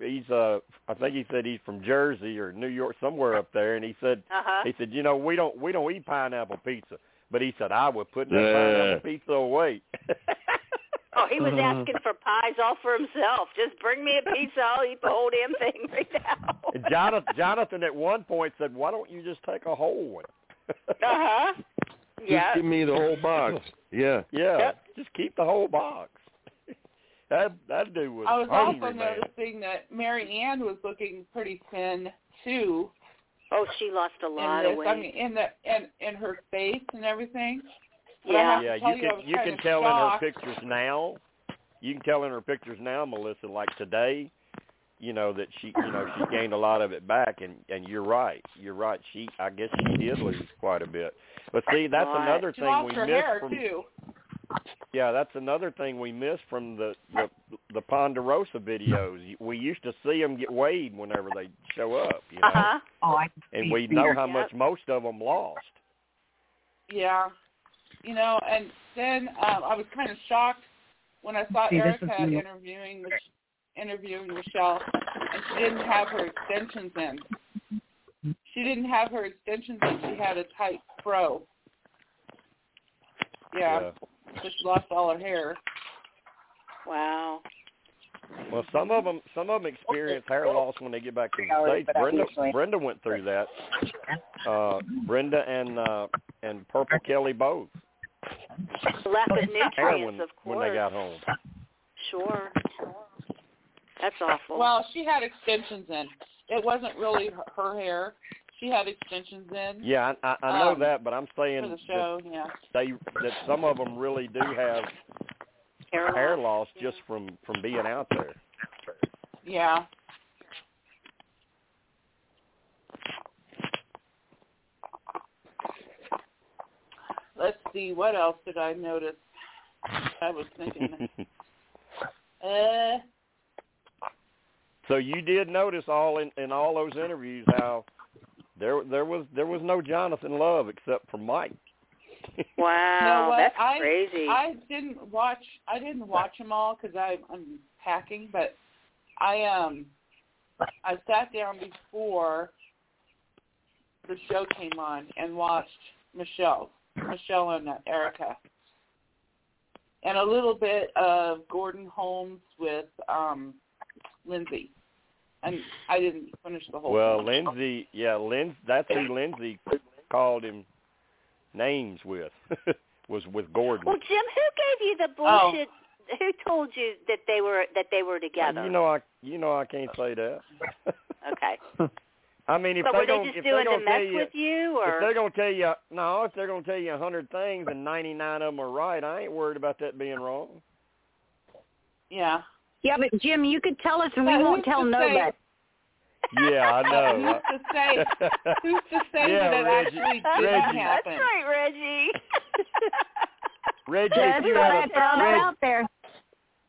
Speaker 4: he's he's uh I think he said he's from Jersey or New York somewhere up there, and he said
Speaker 8: Uh-huh.
Speaker 4: he said you know we don't we don't eat pineapple pizza, but he said I would put that
Speaker 5: Yeah.
Speaker 4: pineapple pizza away.
Speaker 8: Oh, he was asking for pies all for himself. Just bring me a pizza. I'll eat the whole damn thing right now.
Speaker 4: And Jonathan Jonathan at one point said, why don't you just take a whole one?
Speaker 8: Uh-huh.
Speaker 5: Just give me the whole box. Yeah.
Speaker 4: Yeah, just keep the whole box. that that dude was,
Speaker 12: I was
Speaker 4: hungry,
Speaker 12: also
Speaker 4: man.
Speaker 12: noticing that Mary Ann was looking pretty thin too.
Speaker 8: Oh, she lost a lot
Speaker 12: in
Speaker 8: of
Speaker 12: this. I
Speaker 8: weight.
Speaker 12: mean, in the in in her face and everything. But I
Speaker 8: Yeah.
Speaker 12: have to
Speaker 4: yeah.
Speaker 12: tell
Speaker 4: You
Speaker 12: you, I
Speaker 4: can
Speaker 12: was
Speaker 4: you
Speaker 12: kind
Speaker 4: can
Speaker 12: of
Speaker 4: tell
Speaker 12: shocked.
Speaker 4: in her pictures now. You can tell in her pictures now, Melissa. Like today, you know that she you know she gained a lot of it back, and and you're right. You're right. She I guess she did lose quite a bit. But see, that's
Speaker 12: Right.
Speaker 4: another
Speaker 12: she
Speaker 4: thing
Speaker 12: lost
Speaker 4: we
Speaker 12: her
Speaker 4: missed
Speaker 12: hair
Speaker 4: from
Speaker 12: too.
Speaker 4: Yeah, that's another thing we miss from the the, the Ponderosa videos. We used to see them get weighed whenever they show up, you know.
Speaker 8: Uh-huh.
Speaker 10: Oh, I
Speaker 4: And we know how
Speaker 12: Yep.
Speaker 4: much most of them lost.
Speaker 12: Yeah. You know, and then um, I was kind of shocked when I saw
Speaker 4: See, this is
Speaker 12: Erica
Speaker 4: me.
Speaker 12: interviewing Mich- interviewing Michelle, and she didn't have her extensions in. She didn't have her extensions in. She had a tight fro. Yeah. So she lost all her hair.
Speaker 8: Wow.
Speaker 4: Well, some of them some of them experience hair loss when they get back to the
Speaker 8: Sorry,
Speaker 4: states.
Speaker 8: but I
Speaker 4: Brenda
Speaker 8: usually-
Speaker 4: Brenda went through that. Uh, Brenda and uh, and Purple Kelly both
Speaker 8: Lack of
Speaker 4: hair
Speaker 8: nutrients,
Speaker 4: when
Speaker 8: of course.
Speaker 4: when they got home.
Speaker 8: Sure. That's awful.
Speaker 12: Well, she had extensions in. It wasn't really her, her hair. She had extensions in
Speaker 4: Yeah, I, I, I know
Speaker 12: Um,
Speaker 4: that, but I'm saying
Speaker 12: for the
Speaker 4: that
Speaker 12: show. Yeah.
Speaker 4: they that some of them really do have
Speaker 8: hair,
Speaker 4: loss just from from being out there.
Speaker 12: Yeah. Let's see, what else did I notice? I was thinking, uh,
Speaker 4: so you did notice all in, in all those interviews how there there was there was no Jonathan Love except for Mike.
Speaker 12: you know what?
Speaker 8: that's
Speaker 12: I,
Speaker 8: crazy.
Speaker 12: I didn't watch, I didn't watch them all because I'm packing, but I, um, I sat down before the show came on and watched Michelle, Michelle and uh, Erica, and a little bit of Gordon Holmes with um, Lindsay. And I didn't finish the whole.
Speaker 4: Well,
Speaker 12: thing.
Speaker 4: Lindsay, yeah, Lindsay, that's who Lindsay called him names with was with Gordon.
Speaker 8: Well, Jim, who gave you the
Speaker 4: Oh.
Speaker 8: bullshit? Who told you that they were that they were together?
Speaker 4: you know I you know I can't say that.
Speaker 8: okay.
Speaker 4: I mean if
Speaker 8: but
Speaker 4: they
Speaker 8: were
Speaker 4: don't
Speaker 8: they
Speaker 4: if
Speaker 8: just
Speaker 4: they're
Speaker 8: doing
Speaker 4: gonna
Speaker 8: to mess
Speaker 4: tell you
Speaker 8: with you, or
Speaker 4: if they're gonna tell you no, if they're gonna tell you a hundred things and ninety nine of them are right, I ain't worried about that being wrong.
Speaker 12: Yeah.
Speaker 7: Yeah, but Jim, you could tell us and
Speaker 12: But
Speaker 7: we won't
Speaker 12: who's
Speaker 7: tell
Speaker 12: to say-
Speaker 7: nobody.
Speaker 4: Yeah, I know.
Speaker 12: Who's to say? Who's to say
Speaker 4: Yeah,
Speaker 12: that it
Speaker 4: Reggie.
Speaker 12: actually didn't
Speaker 4: Reggie.
Speaker 12: happen?
Speaker 4: That's
Speaker 8: right, Reggie.
Speaker 4: Reggie,
Speaker 7: That's
Speaker 4: if you
Speaker 7: what
Speaker 4: had
Speaker 7: I
Speaker 4: a
Speaker 7: throw that
Speaker 4: Reg-
Speaker 7: out there.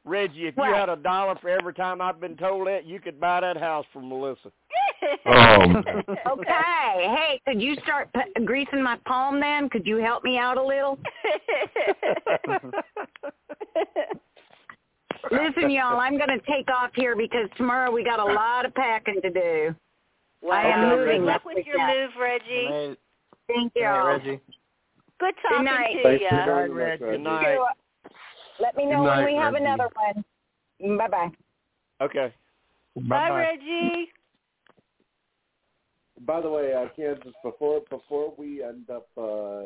Speaker 4: Reggie, if
Speaker 7: What?
Speaker 4: you had a dollar for every time I've been told that, you could buy that house from Melissa.
Speaker 5: Um,
Speaker 7: Okay. Hey, could you start p- greasing my palm then? Could you help me out a little? Listen, y'all, I'm going to take off here because tomorrow we got a lot of packing to do. I am
Speaker 8: Well,
Speaker 7: moving
Speaker 8: Good luck
Speaker 7: this
Speaker 8: with your
Speaker 7: weekend.
Speaker 8: move, Reggie.
Speaker 7: Thank
Speaker 8: Good
Speaker 7: you.
Speaker 8: night,
Speaker 7: all.
Speaker 8: Reggie. Good
Speaker 7: Good
Speaker 8: talking
Speaker 7: night.
Speaker 8: to you.
Speaker 4: Good night.
Speaker 7: Let me
Speaker 4: Good
Speaker 7: know
Speaker 4: night,
Speaker 7: when we have
Speaker 4: Reggie.
Speaker 7: another one. Bye bye.
Speaker 4: Okay.
Speaker 8: Bye, Reggie.
Speaker 6: By the way, uh, Kansas, before before we end up, uh,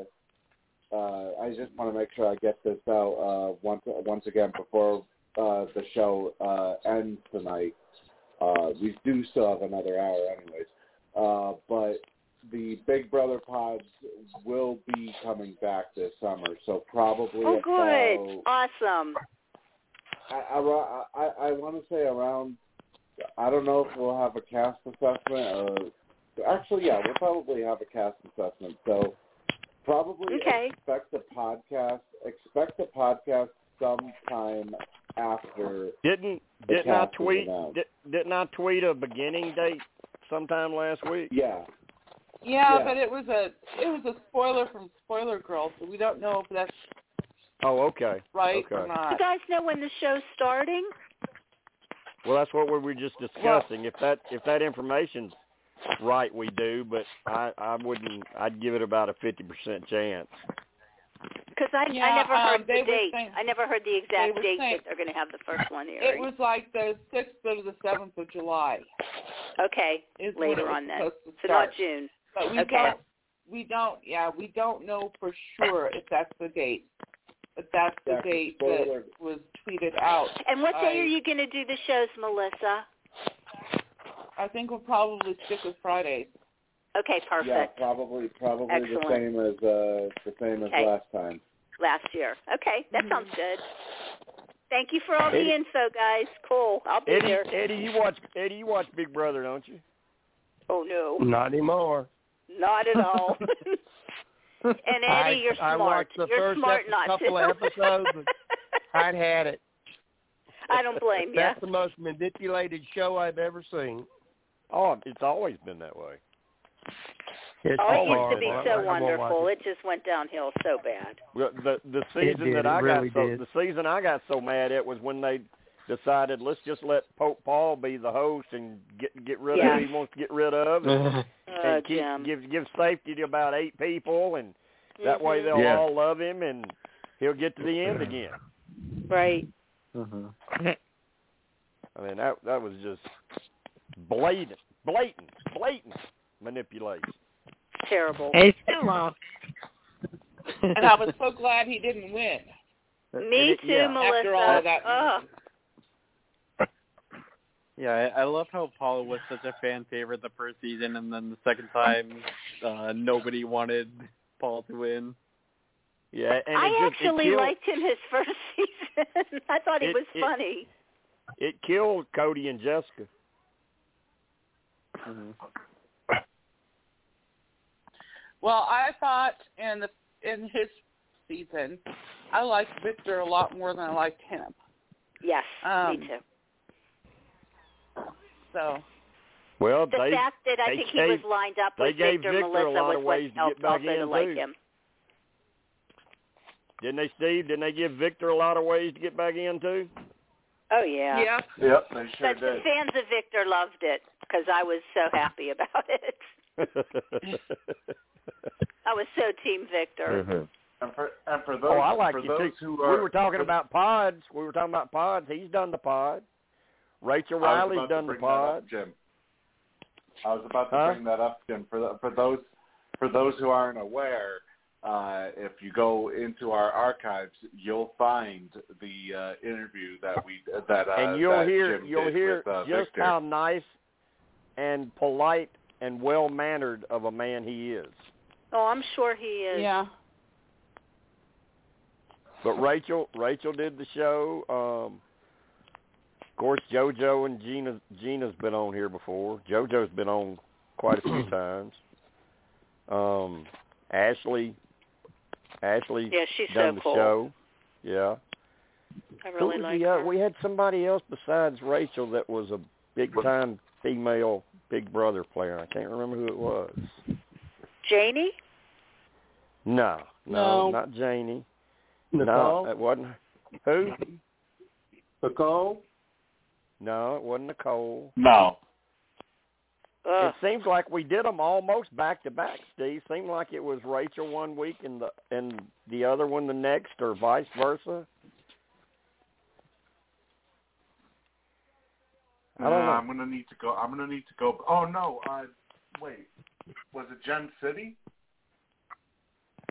Speaker 6: uh, I just want to make sure I get this out uh, once once again before uh, the show uh, ends tonight. Uh, we do still have another hour, anyways. Uh, but the Big Brother pods will be coming back this summer, so probably
Speaker 8: Oh,
Speaker 6: about-
Speaker 8: good. Awesome.
Speaker 6: I, I, I, I want to say around. I don't know if we'll have a cast assessment or actually, yeah, we'll probably have a cast assessment. So probably
Speaker 8: Okay.
Speaker 6: expect the podcast. Expect the podcast sometime after.
Speaker 4: Didn't
Speaker 6: the
Speaker 4: Didn't I
Speaker 6: cast is
Speaker 4: tweet?
Speaker 6: announced.
Speaker 4: Did, didn't I tweet a beginning date sometime last week?
Speaker 6: Yeah.
Speaker 12: Yeah,
Speaker 4: Yeah.
Speaker 12: but it was a it was a spoiler from Spoiler Girl, so we don't know if that's
Speaker 4: Oh, okay.
Speaker 12: right
Speaker 4: Okay.
Speaker 12: or not.
Speaker 8: You guys know when the show's starting?
Speaker 4: Well, that's what we were just discussing. if that if that information's right, we do. But I I wouldn't. I'd give it about a fifty percent chance.
Speaker 8: Because I, I
Speaker 12: Yeah,
Speaker 8: never
Speaker 12: um,
Speaker 8: heard the
Speaker 12: they were
Speaker 8: date.
Speaker 12: saying-
Speaker 8: I never heard the
Speaker 12: they
Speaker 8: exact
Speaker 12: were
Speaker 8: date
Speaker 12: saying-
Speaker 8: that they're going to have the first one airing.
Speaker 12: It was like the sixth or the seventh of July.
Speaker 8: okay,
Speaker 12: is when
Speaker 8: later
Speaker 12: it was
Speaker 8: on then.
Speaker 12: supposed to
Speaker 8: So not
Speaker 12: start.
Speaker 8: June.
Speaker 12: But we
Speaker 8: okay.
Speaker 12: don't we don't yeah, we don't know for sure if that's the date. But that's the
Speaker 8: Yeah, 'cause
Speaker 12: date
Speaker 8: spoiler-
Speaker 12: that was tweeted out.
Speaker 8: And what day
Speaker 12: I-
Speaker 8: are you going to do the shows, Melissa?
Speaker 12: I think we'll probably stick with Fridays.
Speaker 8: Okay, perfect.
Speaker 6: Yeah, probably probably
Speaker 8: Excellent.
Speaker 6: the same as uh, the same as
Speaker 8: Okay.
Speaker 6: last time.
Speaker 8: Last year. Okay,
Speaker 12: Mm-hmm.
Speaker 8: that sounds good. Thank you for all the
Speaker 4: Eddie-
Speaker 8: info, guys. Cool. I'll be
Speaker 4: Eddie,
Speaker 8: there.
Speaker 4: Eddie, you watch Eddie, you watch Big Brother, don't you?
Speaker 8: Oh no,
Speaker 11: Not anymore.
Speaker 8: not at all. and Eddie,
Speaker 11: I,
Speaker 8: you're
Speaker 11: I
Speaker 8: smart.
Speaker 11: watched the
Speaker 8: you're
Speaker 11: first
Speaker 8: smart
Speaker 11: epi-
Speaker 8: not
Speaker 11: couple
Speaker 8: to.
Speaker 11: of episodes. and I'd had it.
Speaker 8: I don't blame you.
Speaker 11: That's the most manipulated show I've ever seen.
Speaker 4: Oh, it's always been that way.
Speaker 11: It's
Speaker 8: oh, it used to
Speaker 11: horrible.
Speaker 8: be
Speaker 11: I- I
Speaker 8: so
Speaker 11: won't watch
Speaker 8: wonderful.
Speaker 11: it.
Speaker 8: It just went downhill so bad.
Speaker 4: Well, the the
Speaker 11: It
Speaker 4: season
Speaker 11: did, it
Speaker 4: that I
Speaker 11: really
Speaker 4: got so
Speaker 11: did.
Speaker 4: the season I got so mad at was when they decided let's just let Pope Paul be the host and get get rid
Speaker 8: Yeah.
Speaker 4: of who he wants to get rid of and,
Speaker 8: Oh,
Speaker 4: and keep,
Speaker 8: Jim.
Speaker 4: give give safety to about eight people and that way
Speaker 8: Mhm.
Speaker 4: they'll
Speaker 5: Yeah.
Speaker 4: all love him and he'll get to the end again.
Speaker 8: Right.
Speaker 4: I mean that that was just blatant, blatant, blatant manipulation.
Speaker 8: Terrible.
Speaker 12: It's
Speaker 10: still on.
Speaker 12: and I was so glad he didn't win.
Speaker 8: Me
Speaker 14: It-
Speaker 8: too,
Speaker 14: yeah.
Speaker 8: Melissa.
Speaker 12: After all of that.
Speaker 8: Ugh.
Speaker 14: Yeah, I, I love how Paul was such a fan favorite the first season, and then the second time, uh, nobody wanted Paul to win.
Speaker 4: Yeah, and
Speaker 8: I
Speaker 4: it just, it
Speaker 8: actually
Speaker 4: killed-
Speaker 8: liked him his first season. I thought he
Speaker 4: It-
Speaker 8: was
Speaker 4: it-
Speaker 8: funny.
Speaker 4: it killed Cody and Jessica.
Speaker 8: Mm-hmm.
Speaker 12: Well, I thought in the in his season I liked Victor a lot more than I liked him.
Speaker 8: Yes,
Speaker 12: Um,
Speaker 8: me too.
Speaker 12: So
Speaker 4: Well,
Speaker 8: The
Speaker 4: they
Speaker 8: fact that I
Speaker 4: they
Speaker 8: think
Speaker 4: gave,
Speaker 8: he was lined up
Speaker 4: they
Speaker 8: with
Speaker 4: gave
Speaker 8: Victor,
Speaker 4: Victor a
Speaker 8: Melissa
Speaker 4: lot
Speaker 8: was
Speaker 4: of
Speaker 8: what
Speaker 4: ways to get
Speaker 8: helped
Speaker 4: back
Speaker 8: also to
Speaker 4: in,
Speaker 8: like
Speaker 4: too.
Speaker 8: him.
Speaker 4: Didn't they, Steve? Didn't they give Victor a lot of ways to get back in too?
Speaker 8: Oh yeah.
Speaker 6: Yep, they
Speaker 8: But the fans of Victor loved it because I was so happy about it. I was so team Victor.
Speaker 6: And for and for those
Speaker 4: oh, I like
Speaker 6: for
Speaker 4: you
Speaker 6: those
Speaker 4: too.
Speaker 6: who
Speaker 4: we
Speaker 6: are
Speaker 4: were talking about pods. We were talking about pods. He's done the pod. Rachel
Speaker 6: I was
Speaker 4: Riley's
Speaker 6: about to
Speaker 4: done the
Speaker 6: bring that up,
Speaker 4: pod.
Speaker 6: Jim. I was about to
Speaker 4: Huh?
Speaker 6: bring that up, Jim. For the, for those for those who aren't aware, uh, if you go into our archives, you'll find the uh, interview that we that uh,
Speaker 4: and you'll
Speaker 6: that
Speaker 4: hear
Speaker 6: Jim
Speaker 4: you'll
Speaker 6: did
Speaker 4: hear
Speaker 6: with, uh,
Speaker 4: just
Speaker 6: Victor.
Speaker 4: how nice and polite and well mannered of a man he is.
Speaker 8: Oh, I'm sure he is.
Speaker 12: Yeah.
Speaker 4: But Rachel Rachel did the show. Um Of course, JoJo and Gina Gina's been on here before. JoJo's been on quite a few times. Um, Ashley, Ashley,
Speaker 8: Yeah, she's
Speaker 4: done
Speaker 8: so
Speaker 4: the
Speaker 8: cool.
Speaker 4: show. Yeah.
Speaker 8: I
Speaker 4: Who
Speaker 8: really
Speaker 4: was
Speaker 8: like
Speaker 4: the,
Speaker 8: her.
Speaker 4: uh, We had somebody else besides Rachel that was a big time female Big Brother player. I can't remember who it was.
Speaker 8: Janie?
Speaker 4: No, no,
Speaker 8: No.
Speaker 4: not Janie.
Speaker 6: Nicole?
Speaker 4: No, it wasn't. Who?
Speaker 6: Nicole?
Speaker 4: No, it wasn't Nicole.
Speaker 6: No. Uh.
Speaker 4: it seems like we did them almost back to back. Steve seemed like it was Rachel one week and the and the other one the next, or vice versa. I don't
Speaker 6: Uh,
Speaker 4: know.
Speaker 6: I'm gonna need to go. I'm gonna need to go. Oh no! Uh, wait, was it Gen City?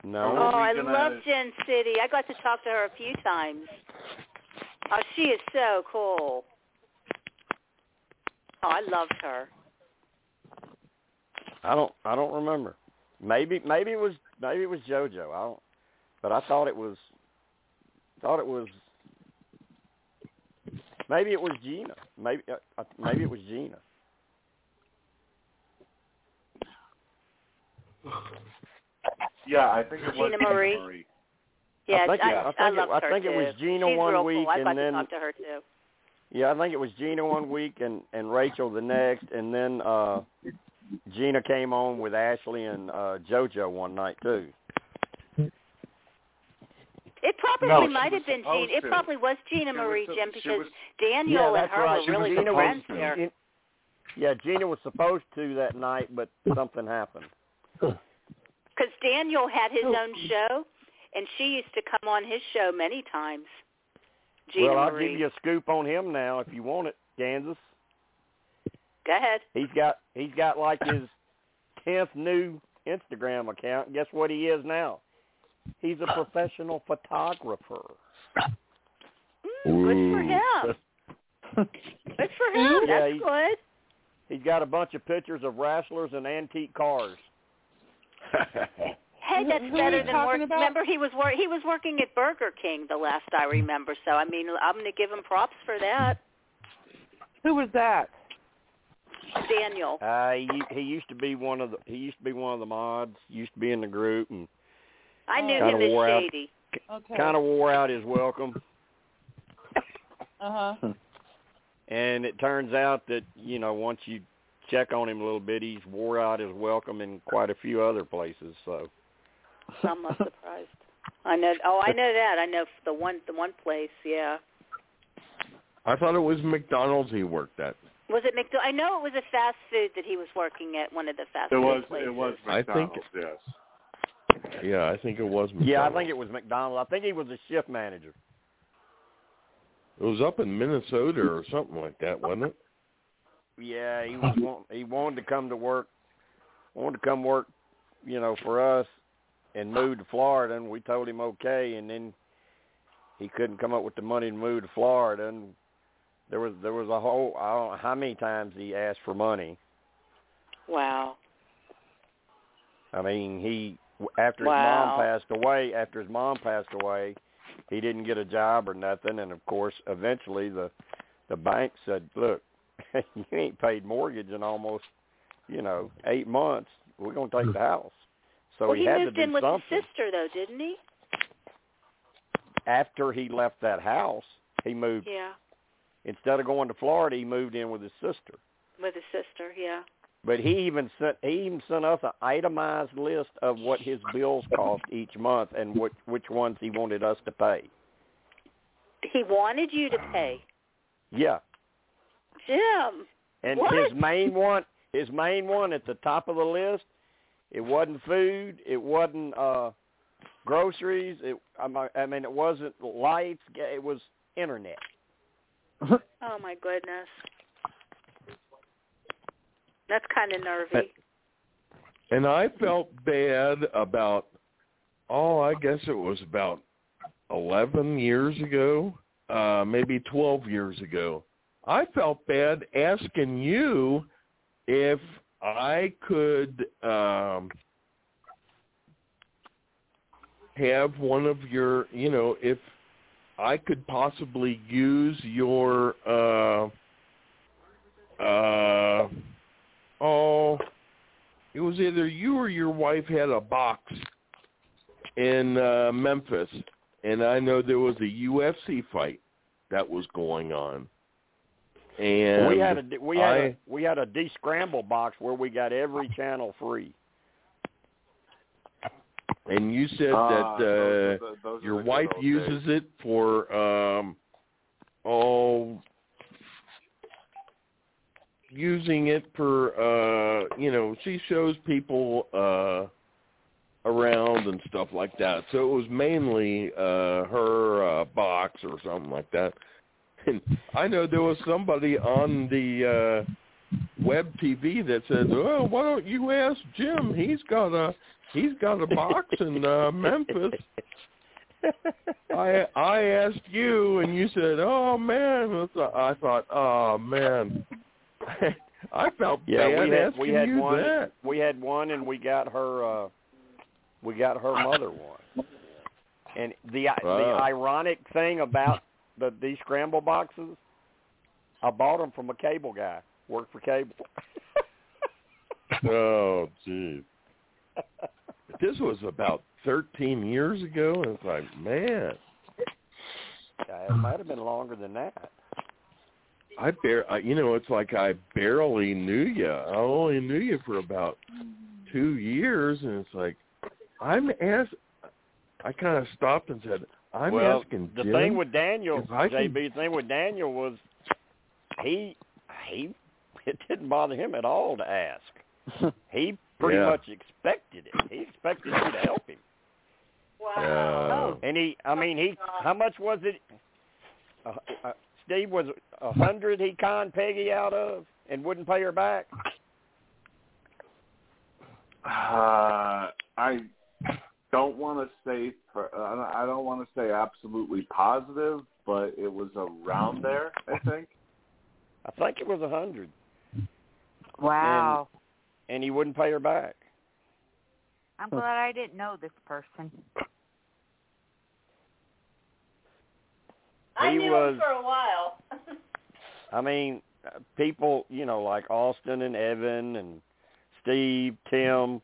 Speaker 4: No.
Speaker 8: Oh,
Speaker 6: we
Speaker 8: I
Speaker 6: gonna-
Speaker 8: love Gen City. I got to talk to her a few times. Oh, she is so cool. Oh, I loved her.
Speaker 4: I don't. I don't remember. Maybe. Maybe it was. Maybe it was JoJo. I don't. But I thought it was. Thought it was. Maybe it was Gina. Maybe. uh, Uh, maybe it was Gina.
Speaker 6: Yeah, I think it was
Speaker 8: Gina Marie.
Speaker 4: I
Speaker 8: Yes,
Speaker 4: think, it- I, think, it,
Speaker 8: loved
Speaker 4: I
Speaker 8: her
Speaker 4: think
Speaker 8: too.
Speaker 4: it was Gina
Speaker 8: She's
Speaker 4: one
Speaker 8: real
Speaker 4: week,
Speaker 8: cool. I got
Speaker 4: and
Speaker 8: to
Speaker 4: then
Speaker 8: talk to her too.
Speaker 4: yeah, I think it was Gina one week, and and Rachel the next, and then uh Gina came on with Ashley and uh JoJo one night too.
Speaker 8: It probably
Speaker 4: No, she
Speaker 8: might
Speaker 4: was
Speaker 8: have been
Speaker 4: supposed
Speaker 8: Gina. It
Speaker 4: to.
Speaker 8: probably was Gina
Speaker 4: She was
Speaker 8: Marie,
Speaker 4: sup-
Speaker 8: Jim,
Speaker 4: she
Speaker 8: because
Speaker 4: was-
Speaker 8: Daniel
Speaker 4: yeah,
Speaker 8: and
Speaker 4: that's
Speaker 8: her
Speaker 4: right.
Speaker 8: were really
Speaker 4: Gina
Speaker 8: good friends
Speaker 4: was,
Speaker 8: there.
Speaker 4: Gina- yeah, Gina was supposed to that night, but something happened.
Speaker 8: Because Daniel had his own show, and she used to come on his show many times. Gina
Speaker 4: well, I'll
Speaker 8: Marie.
Speaker 4: give you a scoop on him now if you want it, Kansas.
Speaker 8: Go ahead.
Speaker 4: He's got he's got like his tenth new Instagram account. Guess what he is now? He's a professional photographer.
Speaker 8: Good for him. Good for him.
Speaker 4: Yeah,
Speaker 8: That's
Speaker 4: he-
Speaker 8: good.
Speaker 4: He's got a bunch of pictures of wrestlers and antique cars.
Speaker 8: Hey, that's
Speaker 12: Who are
Speaker 8: better
Speaker 12: you
Speaker 8: than work.
Speaker 12: talking about?
Speaker 8: Remember, he was wor- he was working at Burger King the last I remember. So I mean, I'm going to give him props for that,
Speaker 12: Who was that?
Speaker 8: Daniel.
Speaker 4: Uh, he, he used to be one of the he used to be one of the mods. Used to be in the group and
Speaker 8: I knew
Speaker 4: Kinda
Speaker 8: him as
Speaker 4: wore out.
Speaker 8: shady. Okay.
Speaker 4: kind of wore out his welcome.
Speaker 8: uh-huh.
Speaker 12: Uh huh.
Speaker 4: And it turns out that you know once you check on him a little bit, he's wore out his welcome in quite a few other places. So
Speaker 8: I'm not surprised. I know. Oh, I know that. I know f- the one the one place. Yeah.
Speaker 5: I thought it was McDonald's he worked at.
Speaker 8: Was it McDo? I know it was a fast food that he was working at one of the fast
Speaker 5: It
Speaker 8: food
Speaker 5: was- it
Speaker 8: places.
Speaker 5: was McDonald's, I think-
Speaker 6: yes.
Speaker 5: Yeah, I think it was. McDonald's.
Speaker 4: yeah, I think it was McDonald's. I think he was a shift manager.
Speaker 5: it was up in Minnesota or something like that, wasn't it?
Speaker 4: Yeah, he was want, he wanted to come to work, wanted to come work, you know, for us, and move to Florida. And we told him okay, and then he couldn't come up with the money to move to Florida. And there was there was a whole I don't know how many times he asked for money.
Speaker 8: Wow.
Speaker 4: I mean, he after his
Speaker 8: Wow.
Speaker 4: mom passed away, after his mom passed away, he didn't get a job or nothing. And of course, eventually the the bank said, "Look, you ain't paid mortgage in almost, you know, eight months. We're gonna take the house." So
Speaker 8: well, he,
Speaker 4: had
Speaker 8: moved
Speaker 4: to do
Speaker 8: in with
Speaker 4: something.
Speaker 8: his sister though, didn't he?
Speaker 4: After he left that house, he moved.
Speaker 8: Yeah,
Speaker 4: Instead of going to Florida, he moved in with his sister.
Speaker 8: with his sister. Yeah.
Speaker 4: But he even sent he even sent us an itemized list of what his bills cost each month and which which ones he wanted us to pay.
Speaker 8: He wanted you to pay,
Speaker 4: Yeah,
Speaker 8: Jim.
Speaker 4: and
Speaker 8: What?
Speaker 4: his main one, his main one at the top of the list, it wasn't food, it wasn't uh groceries, it I mi- I mean it wasn't lights, ga- it was internet.
Speaker 8: Oh my goodness. That's kind of nervy.
Speaker 5: And I felt bad about oh, I guess it was about eleven years ago, uh, maybe twelve years ago. I felt bad asking you if I could um have one of your you know, if I could possibly use your uh uh oh it was either you or your wife had a box in uh Memphis and I know there was a UFC fight that was going on. And
Speaker 4: we had a we had
Speaker 5: I,
Speaker 4: a we had a descramble box where we got every channel free.
Speaker 5: and you said
Speaker 4: Ah,
Speaker 5: that
Speaker 4: those
Speaker 5: uh
Speaker 4: are the- those are
Speaker 5: your
Speaker 4: the good
Speaker 5: wife
Speaker 4: old
Speaker 5: uses it for um oh using it for uh you know she shows people uh around and stuff like that so it was mainly uh her uh box or something like that and i know there was somebody on the uh web tv that said well why don't you ask jim he's got a he's got a box in uh memphis I I asked you, and you said, "Oh man," That's- I thought, "Oh man," I felt
Speaker 4: Yeah,
Speaker 5: bad
Speaker 4: we had
Speaker 5: asking
Speaker 4: we had
Speaker 5: you
Speaker 4: one
Speaker 5: that.
Speaker 4: we had one and we got her uh we got her mother one. And the
Speaker 5: Wow.
Speaker 4: the ironic thing about the these scramble boxes, I bought them from a cable guy. Worked for cable.
Speaker 5: Oh, jeez. This was about thirteen years ago, and it's like, man,
Speaker 4: Yeah, it might have been longer than that.
Speaker 5: I bar- I, you know, it's like I barely knew you. I only knew you for about two years, and it's like I'm ask. I kind of stopped and said, "I'm
Speaker 4: well,
Speaker 5: asking
Speaker 4: the
Speaker 5: Jim
Speaker 4: thing with Daniel,
Speaker 5: if I
Speaker 4: JB,
Speaker 5: can-
Speaker 4: the thing with Daniel was he he it didn't bother him at all to ask. He pretty
Speaker 5: Yeah.
Speaker 4: much expected it. He expected you to help him.
Speaker 5: Wow.
Speaker 6: Uh,
Speaker 4: And he, I mean, he, how much was it? Uh, uh, Steve was it a hundred. He conned Peggy out of and wouldn't pay her back.
Speaker 6: Uh, I don't want to say for, uh, I I don't want to say absolutely positive, but it was around there. I think.
Speaker 4: I think it was a hundred.
Speaker 1: Wow.
Speaker 4: And, and he wouldn't pay her back.
Speaker 1: I'm glad I didn't know this person.
Speaker 4: I
Speaker 16: I
Speaker 4: He
Speaker 16: knew
Speaker 4: knew him was-
Speaker 16: him
Speaker 4: for
Speaker 16: for a while.
Speaker 4: I mean, uh, people, you know, like Austin and Evan and Steve, Tim.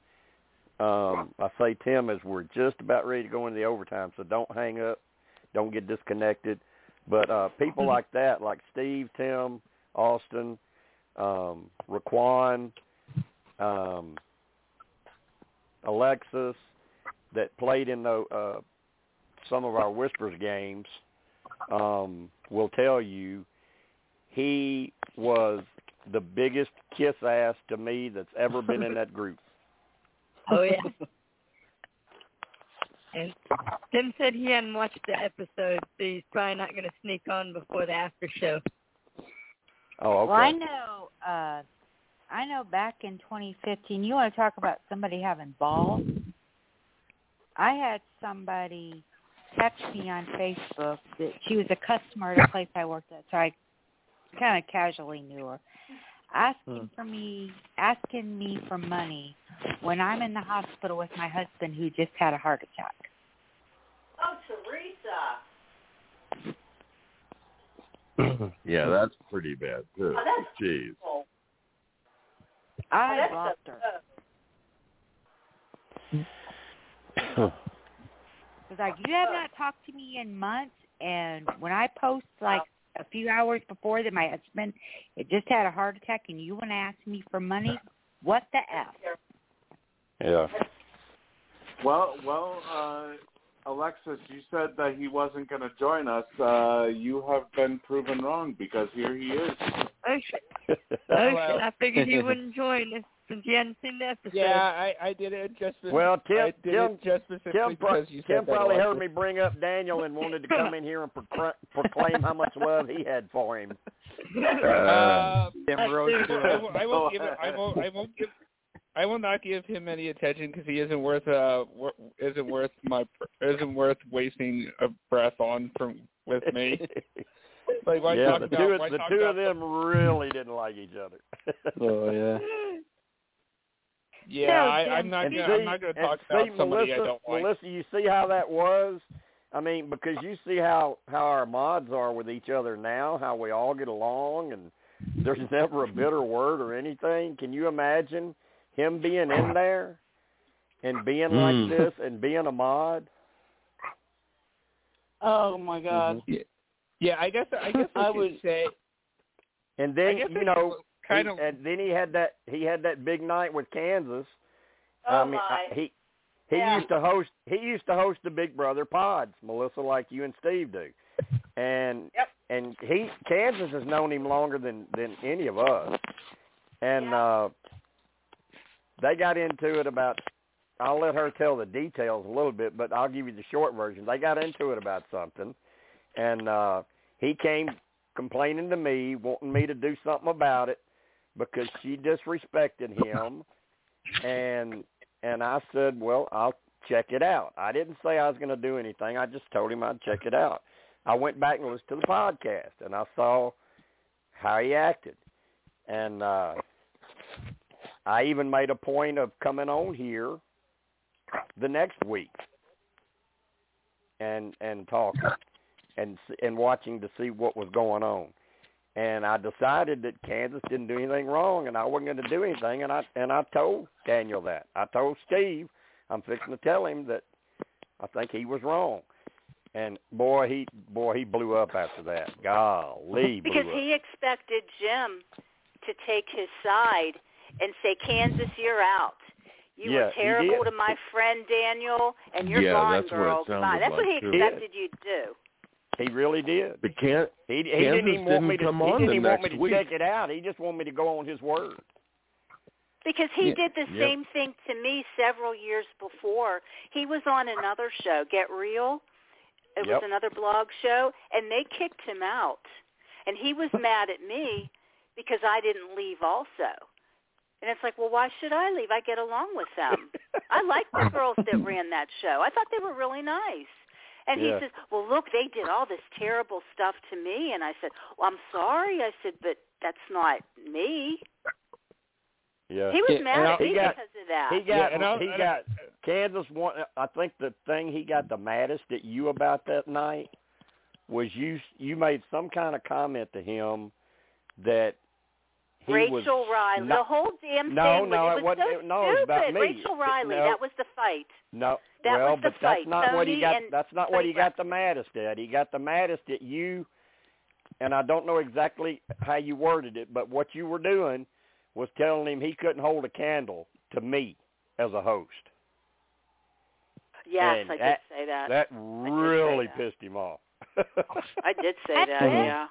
Speaker 4: Um, I say Tim as we're just about ready to go into the overtime, so don't hang up, don't get disconnected. But uh, people like that, like Steve, Tim, Austin, um, Raquan, um, Alexis, that played in the uh, some of our Whispers games, um, will tell you he was the biggest kiss ass to me that's ever been in that group.
Speaker 13: Oh yeah. and Tim said he hadn't watched the episode, so he's probably not going to sneak on before the after show.
Speaker 4: Oh,
Speaker 1: Well, I know. Uh, I know. Back in 2015, you want to talk about somebody having balls? I had somebody text me on Facebook that she was a customer at a place I worked at, so I kind of casually knew her, asking for me, asking me for money when I'm in the hospital with my husband who just had a heart attack.
Speaker 16: oh, Teresa.
Speaker 5: yeah, that's pretty bad too.
Speaker 16: Oh, that's
Speaker 5: Jeez.
Speaker 16: cool.
Speaker 1: I
Speaker 16: that's
Speaker 1: blocked
Speaker 16: the,
Speaker 1: her.
Speaker 16: uh,
Speaker 1: was like, "You have not talked to me in months." And when I post like a few hours before that my husband had just had a heart attack, and you want to ask me for money, what the f?
Speaker 4: Yeah.
Speaker 6: Well, well, uh, Alexis, you said that he wasn't going to join us. Uh, you have been proven wrong because here he is.
Speaker 13: Oh shit! Oh shit! I figured he wouldn't join us since he hadn't seen the episode.
Speaker 11: Yeah, I, I did it just. spec-
Speaker 4: Well, Tim,
Speaker 11: I did
Speaker 4: Tim,
Speaker 11: it just specifically
Speaker 4: Tim, pro-
Speaker 11: because you said
Speaker 4: Tim
Speaker 11: that,
Speaker 4: probably heard
Speaker 11: Alexis.
Speaker 4: me bring up Daniel and wanted to come in here and procra- proclaim how much love he had for him.
Speaker 11: Uh,
Speaker 14: Tim Rhodes to
Speaker 11: I,
Speaker 14: it.
Speaker 11: will, I won't give. it- I won't. I won't give. I will not give him any attention because he isn't worth. Uh, wor- isn't worth my. Isn't worth wasting a breath on from with me. Like why
Speaker 4: yeah,
Speaker 11: talk
Speaker 4: the
Speaker 11: about?
Speaker 4: two,
Speaker 11: why
Speaker 4: the
Speaker 11: talk
Speaker 4: two
Speaker 11: about,
Speaker 4: of them really didn't like each other.
Speaker 14: Oh yeah.
Speaker 11: Yeah,
Speaker 4: No,
Speaker 11: I, I'm
Speaker 4: Jim,
Speaker 11: not.
Speaker 4: and
Speaker 11: Gonna,
Speaker 4: see-
Speaker 11: I'm not going to
Speaker 4: and
Speaker 11: talk
Speaker 4: see,
Speaker 11: about somebody
Speaker 4: Melissa,
Speaker 11: I don't like.
Speaker 4: Melissa, you see how that was? I mean, because you see how how our mods are with each other now, how we all get along, and there's never a bitter word or anything. Can you imagine him being in there and being
Speaker 5: Mm.
Speaker 4: like this and being a mod?
Speaker 12: Oh my God.
Speaker 11: Yeah, yeah I guess I guess I,
Speaker 12: I
Speaker 11: should
Speaker 12: would-
Speaker 11: say
Speaker 4: And
Speaker 11: I
Speaker 4: then
Speaker 11: guess
Speaker 4: you
Speaker 11: it's
Speaker 4: know,
Speaker 11: kind
Speaker 4: he-
Speaker 11: of-
Speaker 4: and then he had that he had that big night with Kansas.
Speaker 16: Oh,
Speaker 4: I mean, I-
Speaker 16: my.
Speaker 4: he he
Speaker 16: Yeah.
Speaker 4: used to host he used to host the Big Brother pods, Melissa, like you and Steve do, and
Speaker 16: Yep.
Speaker 4: and he Kansas has known him longer than than any of us, and uh, they got into it about. I'll let her tell the details a little bit, but I'll give you the short version. They got into it about something, and uh, he came complaining to me, wanting me to do something about it because she disrespected him and and I said, "Well, I'll check it out." I didn't say I was going to do anything. I just told him I'd check it out. I went back and listened to the podcast, and I saw how he acted, and uh, I even made a point of coming on here the next week and and talking and s- and watching to see what was going on. And I decided that Kansas didn't do anything wrong, and I wasn't going to do anything. And I and I told Daniel that. I told Steve, I'm fixing to tell him that I think he was wrong. And boy, he boy he blew up after that. Golly, blew
Speaker 8: because
Speaker 4: up.
Speaker 8: he expected Jim to take his side and say, "Kansas, you're out. You
Speaker 4: Yeah,
Speaker 8: were
Speaker 4: he
Speaker 8: terrible
Speaker 4: did.
Speaker 8: to my friend Daniel, and you're
Speaker 4: Yeah,
Speaker 8: gone,
Speaker 4: that's what it
Speaker 8: girl. Goodbye."
Speaker 4: sounded
Speaker 8: That's what he
Speaker 4: like, too. He
Speaker 8: expected you to do.
Speaker 4: He really did.
Speaker 5: But can
Speaker 4: He, he
Speaker 5: Kansas
Speaker 4: didn't even want me
Speaker 5: didn't
Speaker 4: to.
Speaker 5: come
Speaker 4: he
Speaker 5: on
Speaker 4: didn't
Speaker 5: the
Speaker 4: even want
Speaker 5: next
Speaker 4: me to
Speaker 5: week.
Speaker 4: check it out. He just wanted me to go on his word.
Speaker 8: Because he
Speaker 4: Yeah.
Speaker 8: did the
Speaker 4: Yep.
Speaker 8: same thing to me several years before. He was on another show, Get Real. It
Speaker 16: Yep.
Speaker 8: was another blog show, and they kicked him out. And he was mad at me because I didn't leave also. And it's like, well, why should I leave? I get along with them. I liked the girls that ran that show. I thought they were really nice. And
Speaker 16: Yeah.
Speaker 8: he says, well, look, they did all this terrible stuff to me. And I said, well, I'm sorry. I said, but that's not me.
Speaker 4: Yeah.
Speaker 8: He was mad at
Speaker 4: he
Speaker 8: me
Speaker 4: got,
Speaker 8: because of that.
Speaker 4: He got he got Kansas won I think the thing he got the maddest at you about that night was you you made some kind of comment to him that he was
Speaker 8: Rachel Riley.
Speaker 4: not-
Speaker 8: the whole damn
Speaker 4: No,
Speaker 8: thing
Speaker 4: no,
Speaker 8: was,
Speaker 4: it
Speaker 8: was
Speaker 4: wasn't-
Speaker 8: so
Speaker 4: it- no, it was about
Speaker 8: stupid.
Speaker 4: me.
Speaker 8: Rachel Riley,
Speaker 4: No.
Speaker 8: that was the fight.
Speaker 4: No.
Speaker 8: That
Speaker 4: well,
Speaker 8: was the
Speaker 4: but
Speaker 8: fight.
Speaker 4: that's not what he
Speaker 8: Tony
Speaker 4: got.
Speaker 8: and
Speaker 4: That's not what he
Speaker 8: Tony Brown.
Speaker 4: got the maddest at. He got the maddest at you, and I don't know exactly how you worded it, but what you were doing was telling him he couldn't hold a candle to me as a host.
Speaker 8: Yes,
Speaker 4: And
Speaker 8: I did
Speaker 4: that-
Speaker 8: say that.
Speaker 4: That really pissed him off.
Speaker 8: I did say that,
Speaker 4: it.
Speaker 8: yeah.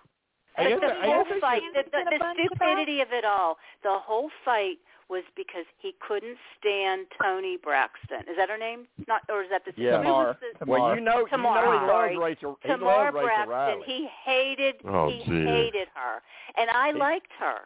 Speaker 4: I guess
Speaker 8: But the
Speaker 4: I- I
Speaker 8: whole
Speaker 4: guess I
Speaker 8: fight, the,
Speaker 4: should-
Speaker 8: the, the stupidity of it all, the whole fight was because he couldn't stand Tony Braxton. Is that her name? Not, or is that the
Speaker 4: Yeah.
Speaker 8: who was the-
Speaker 4: Well, you know,
Speaker 8: Tamar,
Speaker 4: you know he
Speaker 8: sorry.
Speaker 4: loves Rachel. He
Speaker 8: Tamara
Speaker 4: loves Rachel
Speaker 8: Braxton.
Speaker 4: Riley.
Speaker 8: He hated
Speaker 4: Oh,
Speaker 8: he
Speaker 4: dear.
Speaker 8: hated her. And I liked her.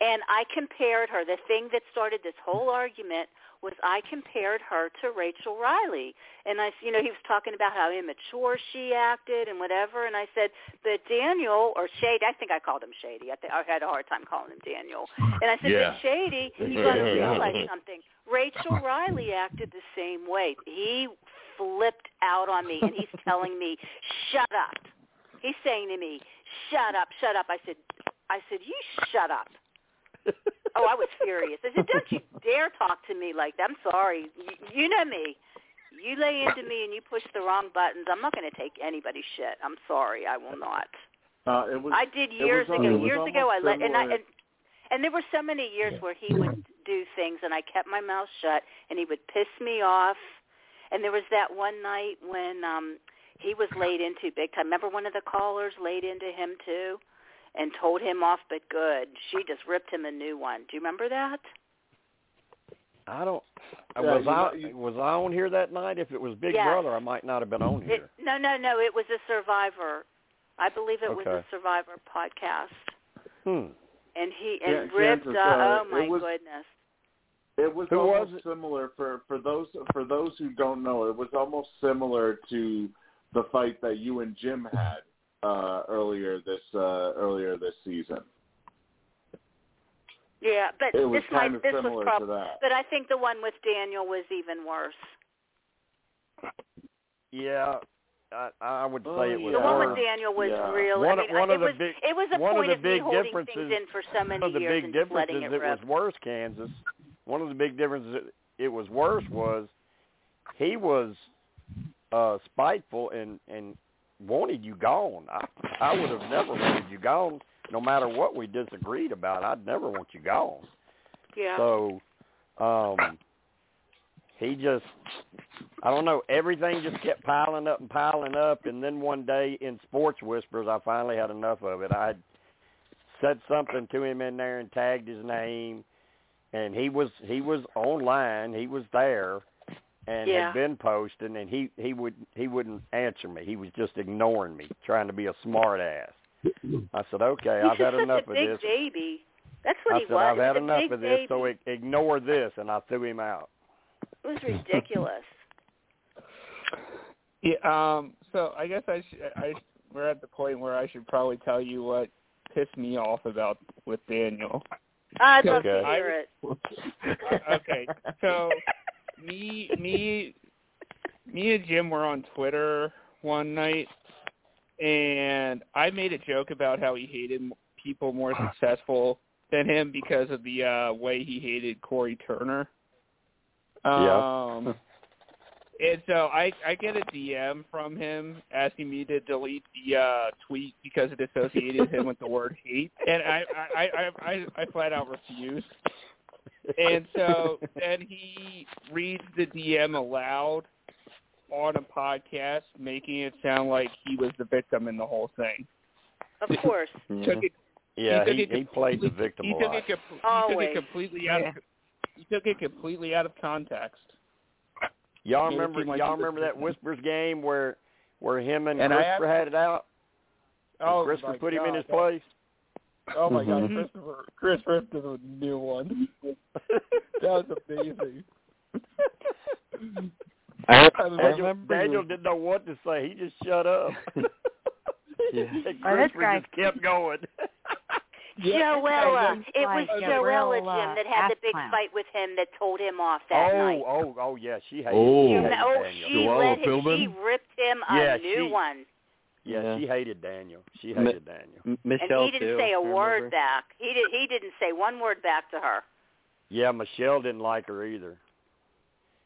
Speaker 8: And I compared her. The thing that started this whole argument was I compared her to Rachel Riley. And I s- you know, he was talking about how immature she acted and whatever and I said, "But Daniel or Shade, I think I called him Shady. I think I had a hard time calling him Daniel." And I said,
Speaker 16: Yeah.
Speaker 8: "But Shady, you got to
Speaker 16: Yeah.
Speaker 8: realize something. Rachel Riley acted the same way. He flipped out on me, and he's telling me, "Shut up." He's saying to me, "Shut up, shut up." I said, "I said you shut up." oh, I was furious. I said, "Don't you dare talk to me like that." I'm sorry. You, you know me. You lay into me and you push the wrong buttons. I'm not going to take anybody's shit. I'm sorry. I will not.
Speaker 6: Uh, it was,
Speaker 8: I did
Speaker 6: it
Speaker 8: years
Speaker 6: was, al- it
Speaker 8: ago.
Speaker 6: was
Speaker 8: Years ago, I
Speaker 6: almost
Speaker 8: let and I
Speaker 6: similar-
Speaker 8: and, and there were so many years where he would do things, and I kept my mouth shut, and he would piss me off. And there was that one night when um he was laid into big time. Remember, one of the callers laid into him too, and told him off, but good. She just ripped him a new one. Do you remember that?
Speaker 4: I don't.
Speaker 8: Yeah,
Speaker 4: was
Speaker 8: you
Speaker 4: I
Speaker 8: might-
Speaker 4: was I on here that night? If it was Big
Speaker 8: Yes.
Speaker 4: Brother, I might not have been
Speaker 6: Oh,
Speaker 4: on
Speaker 8: It,
Speaker 4: here.
Speaker 8: no, no, no. It was a Survivor. I believe it was a
Speaker 4: Okay.
Speaker 8: Survivor podcast,
Speaker 4: Hmm.
Speaker 8: and he and
Speaker 6: Yeah,
Speaker 8: ripped.
Speaker 6: Kansas,
Speaker 8: up-
Speaker 6: uh,
Speaker 8: oh my
Speaker 6: it was-
Speaker 8: goodness.
Speaker 6: It was
Speaker 4: Who
Speaker 6: almost similar for for those for those who don't know. It was almost similar to the fight that you and Jim had uh, earlier this uh, earlier this season.
Speaker 8: Yeah, but
Speaker 6: It was
Speaker 8: this might
Speaker 6: kind of
Speaker 8: this
Speaker 6: similar
Speaker 8: was
Speaker 6: to
Speaker 8: probably
Speaker 6: that.
Speaker 8: but I think the one with Daniel was even worse.
Speaker 4: Yeah, I, I would
Speaker 8: Oh,
Speaker 4: say it was
Speaker 8: the one with
Speaker 4: her.
Speaker 8: Daniel was
Speaker 4: Yeah.
Speaker 8: real.
Speaker 4: Oh, One,
Speaker 8: I
Speaker 4: of-
Speaker 8: mean,
Speaker 4: one
Speaker 8: I,
Speaker 4: of
Speaker 8: it
Speaker 4: the
Speaker 8: was
Speaker 4: big,
Speaker 8: it was a
Speaker 4: one
Speaker 8: point
Speaker 4: of the big
Speaker 8: me holding
Speaker 4: differences
Speaker 8: things in for so many
Speaker 4: one of the
Speaker 8: years
Speaker 4: big
Speaker 8: and just
Speaker 4: differences
Speaker 8: letting it
Speaker 4: it was
Speaker 8: rip.
Speaker 4: worse Kansas. One of the big differences it- it was worse was he was uh spiteful and and wanted you gone. I I would have never wanted you gone no matter what we disagreed about. I'd never want you gone.
Speaker 8: Yeah.
Speaker 4: So um he just I don't know, everything just kept piling up and piling up and then one day in Sports Whispers I finally had enough of it. I had said something to him in there and tagged his name and he was he was online, he was there and
Speaker 2: Yeah.
Speaker 4: had been posting and he he would he wouldn't answer me. He was just ignoring me, trying to be a smart ass. I said, "Okay,
Speaker 8: He's
Speaker 4: I've had
Speaker 8: just
Speaker 4: enough
Speaker 8: such a
Speaker 4: of this."
Speaker 8: big baby. That's what
Speaker 4: I
Speaker 8: he
Speaker 4: said,
Speaker 8: was.
Speaker 4: I've
Speaker 8: He was
Speaker 4: had
Speaker 8: a
Speaker 4: enough
Speaker 8: big
Speaker 4: of this,
Speaker 8: baby.
Speaker 4: so i- ignore this, and I threw him out.
Speaker 8: It was ridiculous.
Speaker 2: Yeah. Um. So I guess I should. I we're at the point where I should probably tell you what pissed me off about with Daniel.
Speaker 8: I'd love
Speaker 2: Okay.
Speaker 8: to hear it.
Speaker 2: okay. So me me me and Jim were on Twitter one night and I made a joke about how he hated m- people more successful than him because of the uh way he hated Corey Turner. Um and so I I get a DM from him asking me to delete the uh tweet because it associated him with the word hate, and I I I I, I flat out refused. And so then he reads the DM aloud on a podcast, making it sound like he was the victim in the whole thing.
Speaker 8: Of course.
Speaker 2: Took it,
Speaker 4: Yeah,
Speaker 2: he, took
Speaker 4: he,
Speaker 2: it
Speaker 4: he played the victim
Speaker 2: he
Speaker 4: a
Speaker 2: took
Speaker 4: lot.
Speaker 2: it compl- he took
Speaker 8: Always.
Speaker 2: it completely out. Of, he took it completely out of context.
Speaker 4: Y'all
Speaker 2: Made it
Speaker 4: remember?
Speaker 2: seem like he
Speaker 4: y'all
Speaker 2: was-
Speaker 4: remember that Whispers game where where him and,
Speaker 2: And I
Speaker 4: Christopher
Speaker 2: asked-
Speaker 4: had it out? And
Speaker 2: Oh,
Speaker 4: Christopher
Speaker 2: my
Speaker 4: put him in his
Speaker 2: God, that-
Speaker 4: place.
Speaker 2: Oh my
Speaker 4: Mhm.
Speaker 2: God, Christopher Chris Rifkin's a new one. that was amazing.
Speaker 4: I,
Speaker 2: I remember
Speaker 4: Daniel,
Speaker 2: you-
Speaker 4: Daniel didn't know what to say. He just shut up. and
Speaker 8: Well, this
Speaker 4: Christopher
Speaker 8: guy-
Speaker 4: just kept going.
Speaker 8: Joella. It
Speaker 4: like
Speaker 8: was Joella,
Speaker 4: Joella
Speaker 8: Jim, that had the big
Speaker 4: Aslan.
Speaker 8: fight with him that told him off that night.
Speaker 4: oh, oh, oh, yeah, she hated.
Speaker 5: Oh.
Speaker 4: she
Speaker 5: You
Speaker 4: hated
Speaker 5: know,
Speaker 8: Oh,
Speaker 4: Daniel.
Speaker 8: she let him, she ripped him a
Speaker 4: Yeah,
Speaker 8: new
Speaker 4: she-
Speaker 8: one.
Speaker 4: Yeah,
Speaker 14: Yeah.
Speaker 4: she hated Daniel. She hated Daniel.
Speaker 14: Michelle
Speaker 8: and he didn't say a word back. He did he didn't say one word back to her.
Speaker 4: Yeah, Michelle didn't like her either.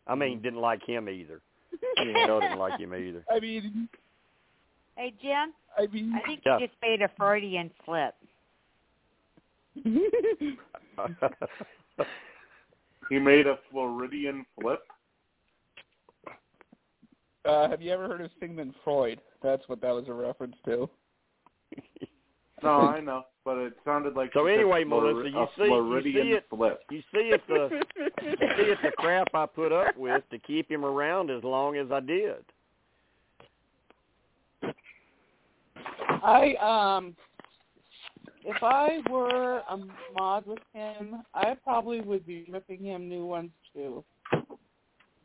Speaker 4: I mean, didn't like him either. Michelle didn't like him either.
Speaker 2: I mean,
Speaker 1: Hey Jim.
Speaker 2: I mean,
Speaker 1: I think
Speaker 4: Yeah.
Speaker 1: you just made a Freudian slip.
Speaker 6: He made a Floridian flip.
Speaker 2: Uh, have you ever heard of Sigmund Freud? That's what that was a reference to.
Speaker 6: No, I know, but it sounded like
Speaker 4: So
Speaker 6: she said
Speaker 4: anyway,
Speaker 6: Flor-
Speaker 4: Melissa,
Speaker 6: a
Speaker 4: you see, you
Speaker 6: Floridian
Speaker 4: see it,
Speaker 6: flip.
Speaker 4: you see it, the, you see it, the crap I put up with to keep him around as long as I did.
Speaker 12: I um if I were a mod with him, I probably would be ripping him new ones too.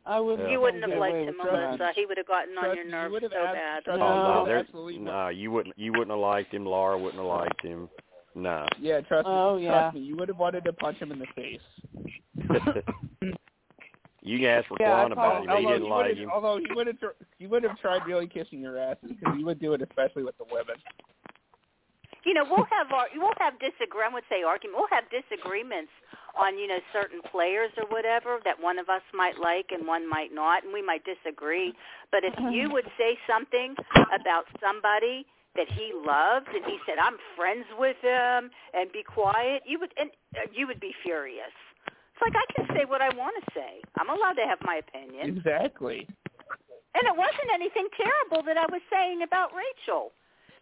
Speaker 12: I would
Speaker 4: Yeah.
Speaker 8: You wouldn't have
Speaker 12: get
Speaker 8: liked
Speaker 12: away
Speaker 8: him,
Speaker 12: with that.
Speaker 8: Melissa. He would have gotten on your nerves so bad.
Speaker 4: Oh, no, there- no, you wouldn't, you wouldn't have liked him. Laura wouldn't have liked him. No.
Speaker 2: Yeah, trust
Speaker 12: Oh,
Speaker 2: me.
Speaker 12: yeah.
Speaker 2: Trust me. You would have wanted to punch him in the face.
Speaker 4: you can ask
Speaker 2: Yeah,
Speaker 4: Raquan about him. He
Speaker 2: although
Speaker 4: didn't like
Speaker 2: would've-
Speaker 4: him.
Speaker 2: Although he would have, he would have tried really kissing your asses because he would do it, especially with the women.
Speaker 8: You know, we'll have our we'll have disagree I would say argument we'll have disagreements on, you know, certain players or whatever that one of us might like and one might not and we might disagree. But if you would say something about somebody that he loved and he said, I'm friends with him and be quiet, you would and uh, you would be furious. It's like I can say what I want to say. I'm allowed to have my opinion.
Speaker 2: Exactly.
Speaker 8: And it wasn't anything terrible that I was saying about Rachel.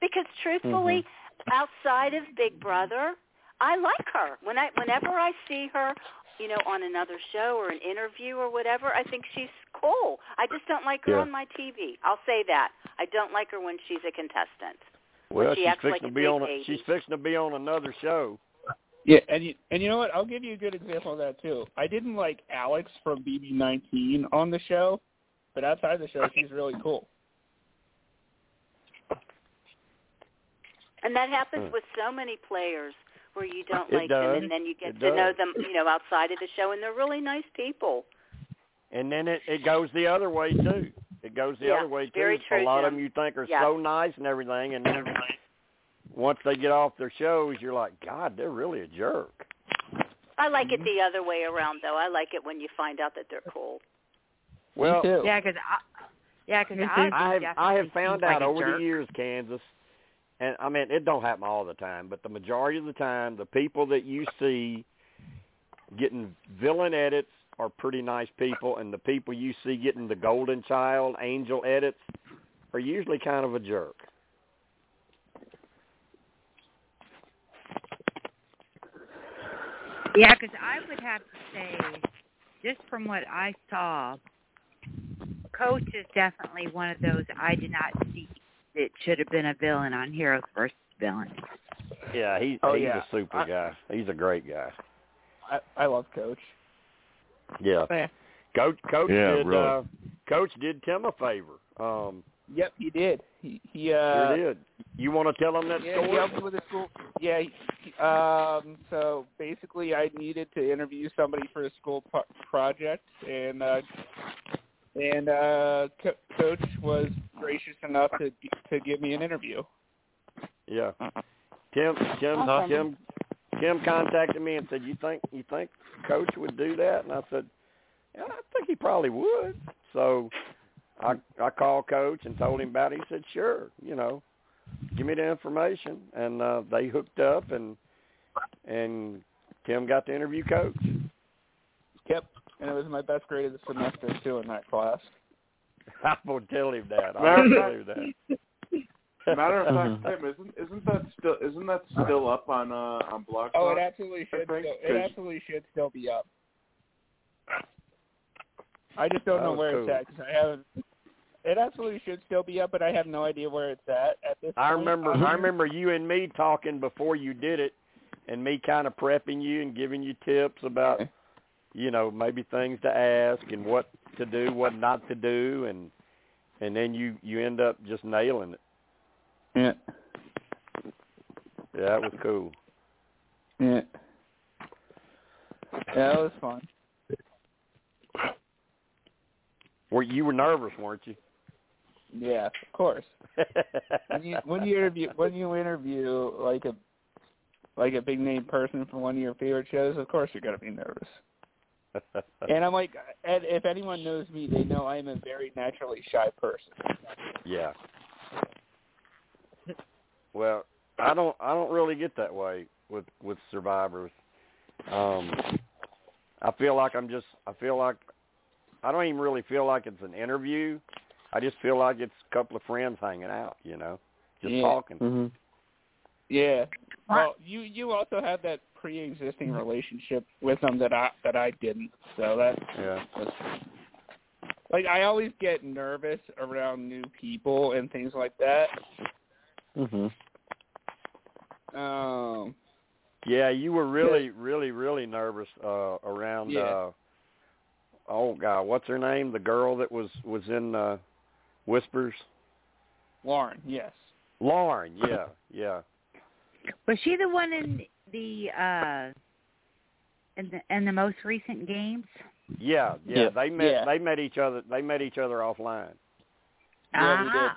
Speaker 8: Because truthfully,
Speaker 4: Mm-hmm.
Speaker 8: outside of Big Brother, I like her. When I whenever I see her, you know, on another show or an interview or whatever, I think she's cool. I just don't like her
Speaker 4: Yeah.
Speaker 8: on my TV. I'll say that. I don't like her when she's a contestant.
Speaker 4: Well,
Speaker 8: she
Speaker 4: she's
Speaker 8: acts
Speaker 4: fixing
Speaker 8: like
Speaker 4: to
Speaker 8: a
Speaker 4: be
Speaker 8: big
Speaker 4: on. A,
Speaker 8: baby.
Speaker 4: she's fixing to be on another show.
Speaker 2: Yeah, and you and you know what? I'll give you a good example of that too. I didn't like Alex from BB19 on the show, but outside the show, she's really cool.
Speaker 8: And that happens
Speaker 2: Mm.
Speaker 8: with so many players where you don't
Speaker 4: It
Speaker 8: like
Speaker 4: does.
Speaker 8: them and then you get
Speaker 4: It
Speaker 8: to know
Speaker 4: does.
Speaker 8: them, you know, outside of the show and they're really nice people.
Speaker 4: And then it, it goes the other way too. It goes the
Speaker 8: Yeah,
Speaker 4: other way too.
Speaker 8: very true,
Speaker 4: a lot of
Speaker 8: Jim.
Speaker 4: them you think are
Speaker 8: Yeah.
Speaker 4: so nice and everything, and then once they get off their shows, you're like, God, they're really a jerk.
Speaker 8: I like
Speaker 4: Mm-hmm.
Speaker 8: it the other way around, though. I like it when you find out that they're cool.
Speaker 4: Well,
Speaker 1: Yeah, because I, yeah, because
Speaker 4: I have I have found out over
Speaker 1: the
Speaker 4: the years, Kansas, and I mean it don't happen all the time, but the majority of the time, the people that you see getting villain edits are pretty nice people, and the people you see getting the golden child angel edits are usually kind of a jerk.
Speaker 10: Yeah, because I would have to say, just from what I saw, Coach is definitely one of those I did not see that should have been a villain on Heroes versus Villains.
Speaker 4: Yeah, Uh, he,
Speaker 2: Oh,
Speaker 4: he's
Speaker 2: yeah.
Speaker 4: a super guy. He's a great guy.
Speaker 2: I, I love Coach.
Speaker 4: Yeah. Coach Coach
Speaker 5: Yeah,
Speaker 4: did
Speaker 5: really.
Speaker 4: uh, Coach did Tim a favor. Um,
Speaker 2: Yep, he did. He, he uh,
Speaker 4: sure did. You want to tell him that
Speaker 2: yeah,
Speaker 4: story?
Speaker 2: he helped me with the school. Yeah. he- Um, so basically, I needed to interview somebody for a school pro- project, and uh, and uh, co- coach was gracious enough to to give me an interview.
Speaker 4: Yeah. Tim Tim
Speaker 2: Awesome.
Speaker 4: Tim Tim contacted me and said, "You think you think coach would do that?" And I said, "Yeah, I think he probably would." So I I called coach and told him about it. He said, "Sure, you know, give me the information." And uh they hooked up and and Tim got to interview coach.
Speaker 2: Yep, and it was my best grade of the semester too in that class.
Speaker 4: I will tell him that. I will tell him that.
Speaker 6: Matter of
Speaker 4: Uh-huh.
Speaker 6: fact, Tim, isn't isn't that still isn't that still up on uh on Blog
Speaker 2: Oh,
Speaker 6: Talk?
Speaker 2: it absolutely should. Still, it absolutely should still be up. I just don't
Speaker 6: That
Speaker 2: know
Speaker 6: was
Speaker 2: where
Speaker 6: cool.
Speaker 2: it's at 'cause I haven't. It absolutely should still be up, but I have no idea where it's at at this
Speaker 4: I
Speaker 2: point.
Speaker 4: remember
Speaker 2: Um,
Speaker 4: I remember you and me talking before you did it and me kind of prepping you and giving you tips about you know maybe things to ask and what to do, what not to do and and then you you end up just nailing it.
Speaker 2: Yeah.
Speaker 4: Yeah, that was cool.
Speaker 2: Yeah. Yeah, it was fun.
Speaker 4: Were you were nervous, weren't you?
Speaker 2: Yeah, of course. when you when you interview when you interview like a like a big name person from one of your favorite shows, of course you're gonna be nervous. And I'm like, and if anyone knows me, they know I'm a very naturally shy person.
Speaker 4: Yeah. Well, I don't I don't really get that way with with survivors. Um I feel like I'm just I feel like I don't even really feel like it's an interview. I just feel like it's a couple of friends hanging out, you know, just
Speaker 2: Yeah. Mm-hmm.
Speaker 4: talking.
Speaker 2: Yeah. Well, you you also had that pre-existing relationship with them that I that I didn't. So that
Speaker 4: Yeah.
Speaker 2: like I always get nervous around new people and things like that.
Speaker 5: Mm-hmm.
Speaker 2: Um
Speaker 4: Yeah, you were really really really nervous uh around
Speaker 2: Yeah.
Speaker 4: uh Oh god, what's her name? The girl that was was in uh Whispers?
Speaker 2: Lauren, yes.
Speaker 4: Lauren, yeah. Yeah.
Speaker 10: Was she the one in the uh in the in the most recent games?
Speaker 4: Yeah, yeah.
Speaker 2: Yeah.
Speaker 4: They met
Speaker 2: Yeah.
Speaker 4: they met each other they met each other offline.
Speaker 2: Yeah, we did.
Speaker 10: Ah.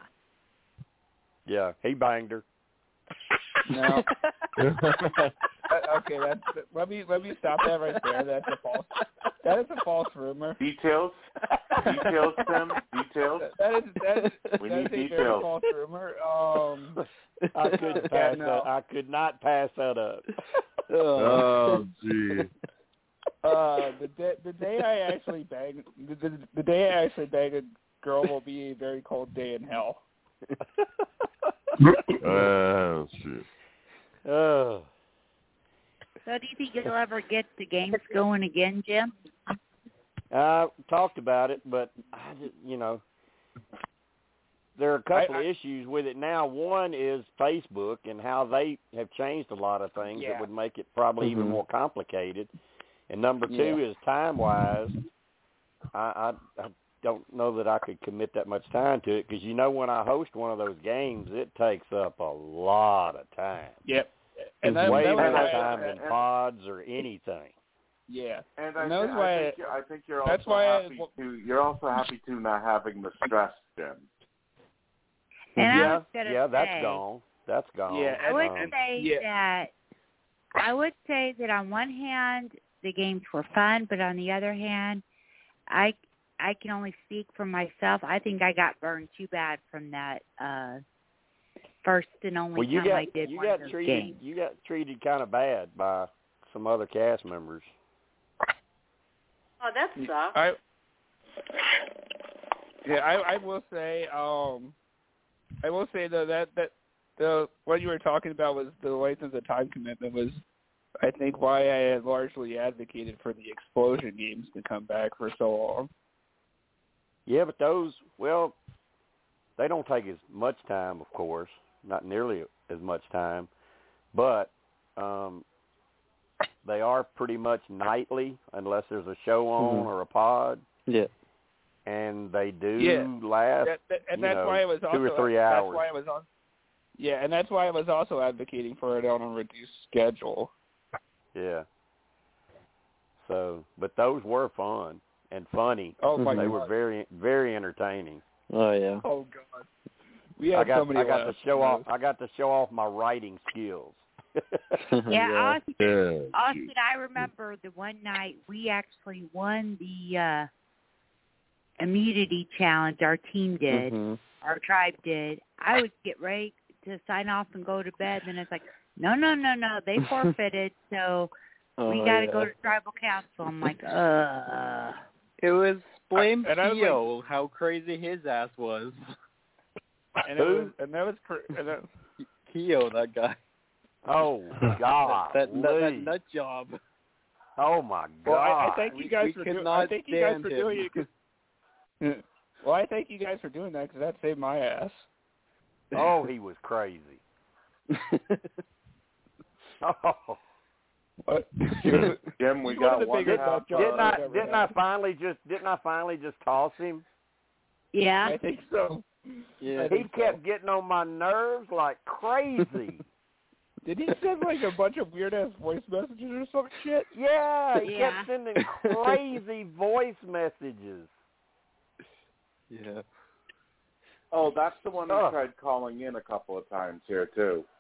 Speaker 4: Yeah. He banged her.
Speaker 2: No. Uh, okay, that's let me let me stop that right there. That's a false. That is a false rumor.
Speaker 6: Details, details, Tim, details.
Speaker 2: That is that is,
Speaker 6: We
Speaker 2: that is
Speaker 6: need
Speaker 2: a very
Speaker 6: details.
Speaker 2: false rumor. Um,
Speaker 4: I couldn't
Speaker 2: yeah,
Speaker 4: pass
Speaker 2: no.
Speaker 4: that I could not pass that up.
Speaker 5: Oh, gee.
Speaker 2: Uh, the day the day I actually bang the, the, the day I actually bang a girl will be a very cold day in hell.
Speaker 5: Oh, shit.
Speaker 17: Uh,
Speaker 4: Oh.
Speaker 10: So do you think you'll ever get the games going again, Jim?
Speaker 4: I talked about it, but I just, you know, there are a couple
Speaker 2: I-
Speaker 4: of issues with it now. One is Facebook and how they have changed a lot of things
Speaker 2: Yeah.
Speaker 4: that would make it probably even
Speaker 5: Mhm.
Speaker 4: more complicated. And number two
Speaker 2: Yeah.
Speaker 4: is time wise. I, I I don't know that I could commit that much time to it because you know when I host one of those games, it takes up a lot of time.
Speaker 2: Yep.
Speaker 4: It's
Speaker 2: And that,
Speaker 4: way
Speaker 2: that was
Speaker 4: more
Speaker 2: why I-
Speaker 4: time than pods or anything.
Speaker 2: Yeah.
Speaker 17: And,
Speaker 2: And
Speaker 17: I,
Speaker 2: that's
Speaker 17: thi-
Speaker 2: why
Speaker 17: I
Speaker 2: I-
Speaker 17: think you're, I think you're
Speaker 2: that's
Speaker 17: also
Speaker 2: why I-
Speaker 17: happy to you're also happy to not having the stress, Jim.
Speaker 1: And I
Speaker 17: yeah,
Speaker 1: was gonna
Speaker 17: yeah,
Speaker 1: say-
Speaker 17: that's gone. That's gone.
Speaker 6: Um,
Speaker 1: I would say that I would say that on one hand the games were fun, but on the other hand, I I can only speak for myself. I think I got burned too bad from that uh first and only
Speaker 4: Well, you
Speaker 1: time
Speaker 4: got
Speaker 1: I did
Speaker 4: you
Speaker 1: one
Speaker 4: got
Speaker 1: of those
Speaker 4: treated
Speaker 1: games.
Speaker 4: you got treated kind of bad by some other cast members.
Speaker 8: Oh, that sucks.
Speaker 2: I yeah, I, I will say, um, I will say though that that the what you were talking about was the length of the time commitment was, I think, why I had largely advocated for the explosion games to come back for so long.
Speaker 4: Yeah, but those well, they don't take as much time, of course, not nearly as much time, but um, they are pretty much nightly unless there's a show on
Speaker 14: Mhm.
Speaker 1: Mm-hmm.
Speaker 4: or a pod.
Speaker 14: Yeah.
Speaker 4: and they do
Speaker 2: Yeah.
Speaker 4: last.
Speaker 2: That- that- and
Speaker 4: you
Speaker 2: that's
Speaker 4: know,
Speaker 2: why I was also
Speaker 4: two or three
Speaker 2: that's
Speaker 4: hours.
Speaker 2: why I was on. Yeah, and that's why I was also advocating for it on a reduced schedule.
Speaker 4: Yeah. So, but those were fun and funny.
Speaker 1: Mm-hmm.
Speaker 2: Oh
Speaker 14: my
Speaker 4: They
Speaker 14: God.
Speaker 4: were very very entertaining.
Speaker 14: Oh yeah.
Speaker 2: Oh God. We had
Speaker 4: I got
Speaker 2: so many
Speaker 4: I got
Speaker 2: laughs,
Speaker 4: to show
Speaker 2: you
Speaker 4: off
Speaker 2: know.
Speaker 4: I got to show off my writing skills.
Speaker 1: Yeah, Austin, Austin, I remember the one night we actually won the uh immunity challenge our team did.
Speaker 14: Mm-hmm,
Speaker 1: our tribe did, I would get ready to sign off and go to bed. Then it's like, no, no, no, no, they forfeited, so we
Speaker 14: Oh,
Speaker 1: got to
Speaker 14: yeah.
Speaker 1: go to tribal council.
Speaker 8: Oh
Speaker 1: I'm like, uh,
Speaker 14: It was blame
Speaker 2: And I was like-
Speaker 14: Theo how crazy his ass was.
Speaker 2: And it was and that was cr- and that,
Speaker 14: Keo, that guy.
Speaker 4: Oh God,
Speaker 14: that, that, nut- that nut job.
Speaker 4: Oh my God!
Speaker 2: Well, I, I thank you
Speaker 14: We-
Speaker 2: guys
Speaker 14: we
Speaker 2: for
Speaker 14: could
Speaker 2: doing. I
Speaker 14: not
Speaker 2: thank you guys
Speaker 14: stand
Speaker 2: for doing
Speaker 14: him.
Speaker 2: it. 'cause- well, I thank you guys for doing that because that saved my ass.
Speaker 4: Oh, he was crazy. oh.
Speaker 17: Jim, we
Speaker 2: He's one of
Speaker 17: got
Speaker 2: the
Speaker 17: one
Speaker 2: biggest
Speaker 17: half uh,
Speaker 2: nut jobs
Speaker 4: Didn't I
Speaker 2: I've ever
Speaker 4: didn't I
Speaker 2: had.
Speaker 4: finally just didn't I finally just toss him?
Speaker 1: yeah.
Speaker 2: I think so.
Speaker 14: Yeah.
Speaker 4: he kept getting on my nerves like crazy.
Speaker 2: Did he send like a bunch of weird ass voice messages or some shit?
Speaker 4: Oh, Yeah, he
Speaker 2: Yeah.
Speaker 4: kept sending crazy voice messages.
Speaker 14: Yeah.
Speaker 6: Oh, that's the one that
Speaker 4: Ugh.
Speaker 6: tried calling in a couple of times here too.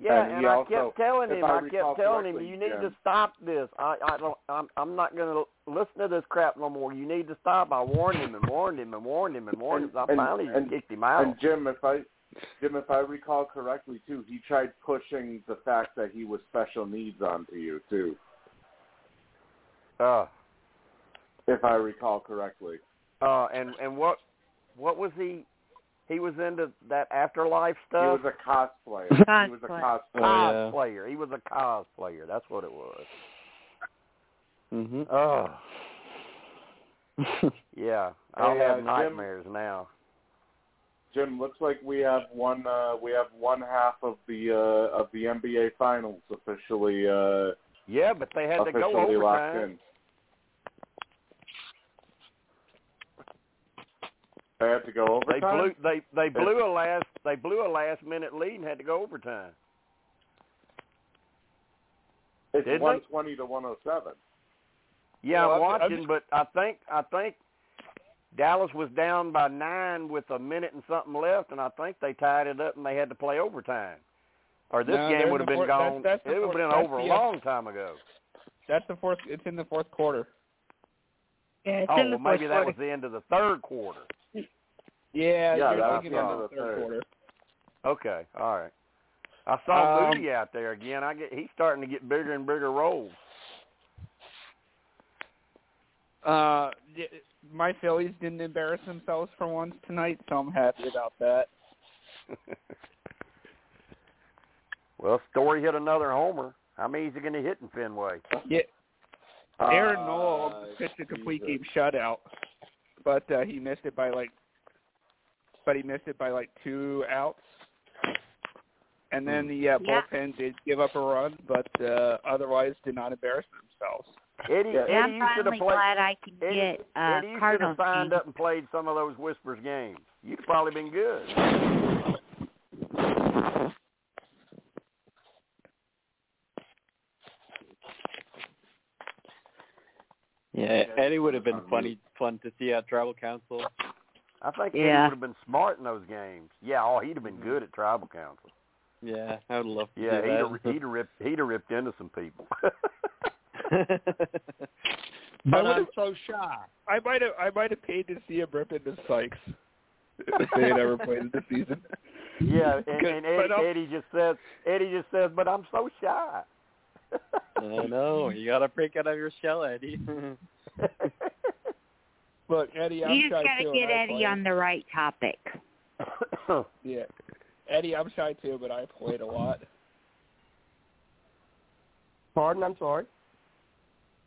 Speaker 4: Yeah,
Speaker 6: And
Speaker 4: and,
Speaker 6: he
Speaker 4: I
Speaker 6: also-
Speaker 4: kept telling
Speaker 6: if
Speaker 4: him,
Speaker 6: I
Speaker 4: I,
Speaker 6: recall
Speaker 4: kept telling him,
Speaker 6: correctly,
Speaker 4: you need
Speaker 6: Jim-
Speaker 4: to stop this. I, I don't, I'm, I'm not going to listen to this crap no more. You need to stop. I warned him and warned him and warned him and warned him. I
Speaker 6: and-
Speaker 4: finally
Speaker 6: and-
Speaker 4: kicked him out.
Speaker 6: And Jim, if I Jim, if I recall correctly too, he tried pushing the fact that he was special needs onto you too.
Speaker 4: Uh,
Speaker 6: if I recall correctly.
Speaker 4: uh, and and what, what was he? He was into that afterlife
Speaker 6: He
Speaker 4: stuff.
Speaker 6: was a cosplayer. he was a
Speaker 4: Cosplayer.
Speaker 6: cosplayer.
Speaker 4: Cosplayer. He was a cosplayer. That's what it was.
Speaker 14: Mm-hmm.
Speaker 4: Oh. yeah, I'll
Speaker 6: Hey, uh,
Speaker 4: have
Speaker 6: Jim-
Speaker 4: nightmares now.
Speaker 6: Jim, looks like we have one uh we have one half of the uh of the NBA finals officially uh
Speaker 4: Yeah, but they had to go
Speaker 6: officially locked
Speaker 4: overtime.
Speaker 6: in. They had to go
Speaker 4: They
Speaker 6: overtime.
Speaker 4: blew they they blew a last they blew a last minute lead and had to go overtime.
Speaker 6: It's
Speaker 4: Didn't they?
Speaker 6: 120 to 107.
Speaker 4: Yeah,
Speaker 6: Well,
Speaker 4: I'm
Speaker 6: I'm- I'm
Speaker 4: watching,
Speaker 6: just-
Speaker 4: but I think I think Dallas was down by nine with a minute and something left, and I think they tied it up and they had to play overtime. Or this
Speaker 2: No, they're
Speaker 4: game
Speaker 2: in
Speaker 4: would have
Speaker 2: the
Speaker 4: been
Speaker 2: fourth- that's-
Speaker 4: gone.
Speaker 2: that's the
Speaker 4: it would have
Speaker 2: fourth-
Speaker 4: been
Speaker 2: that's
Speaker 4: over a
Speaker 2: the-
Speaker 4: long time ago.
Speaker 2: That's the fourth. It's in the fourth quarter.
Speaker 18: Yeah,
Speaker 4: oh, well, maybe that was the end of the third quarter. Yeah,
Speaker 2: Yeah, you're
Speaker 4: that's
Speaker 2: thinking of
Speaker 4: the
Speaker 2: the third
Speaker 4: third.
Speaker 2: quarter.
Speaker 4: Okay, all right. I saw
Speaker 2: Um,
Speaker 4: Moody out there again. I get he's starting to get bigger and bigger roles.
Speaker 2: Uh, y- my Phillies didn't embarrass themselves for once tonight, so I'm happy about that.
Speaker 4: Well, Story hit another homer. How many is he going to hit in Fenway? Uh,
Speaker 2: Yeah, Aaron
Speaker 4: Ah,
Speaker 2: Noel pitched a complete game shutout, but uh, he missed it by like, but he missed it by like two outs. And
Speaker 4: Hmm.
Speaker 2: then the uh,
Speaker 4: Yeah.
Speaker 2: bullpen did give up a run, but uh, otherwise did not embarrass themselves. e-
Speaker 4: Eddie, Eddie,
Speaker 1: I'm
Speaker 4: you should
Speaker 1: finally
Speaker 4: have
Speaker 1: glad
Speaker 4: played.
Speaker 1: I can
Speaker 4: Eddie,
Speaker 1: get uh,
Speaker 4: Eddie, you should have
Speaker 1: Cardinals
Speaker 4: signed
Speaker 1: games.
Speaker 4: up and played some of those Whispers games. You'd probably been good.
Speaker 14: Yeah, Eddie would have been funny, fun to see at tribal council.
Speaker 4: I think
Speaker 14: Yeah.
Speaker 4: Eddie would have been smart in those games. Yeah, oh, he'd have been good at tribal council.
Speaker 14: Yeah, Mm-hmm. I would love to
Speaker 4: Yeah,
Speaker 14: see
Speaker 4: he'd have,
Speaker 14: that.
Speaker 4: he'd have ripped he'd have ripped into some people.
Speaker 2: But
Speaker 11: I'm
Speaker 14: uh,
Speaker 2: I'm
Speaker 11: so shy.
Speaker 2: I might have I might have paid to see him rip into Sykes if they had ever played the season.
Speaker 4: yeah, and, and
Speaker 2: But
Speaker 4: Eddie,
Speaker 2: uh, I'm-
Speaker 4: Eddie just says Eddie just says, but I'm so shy.
Speaker 14: I know you gotta break out of your shell, Eddie.
Speaker 2: Look, Eddie, I'm
Speaker 1: you just
Speaker 2: shy
Speaker 1: gotta
Speaker 2: too, and
Speaker 1: get
Speaker 2: I
Speaker 1: Eddie
Speaker 2: played.
Speaker 1: on the right topic.
Speaker 2: Yeah, Eddie, I'm shy too, but I played a lot.
Speaker 11: Pardon, I'm sorry.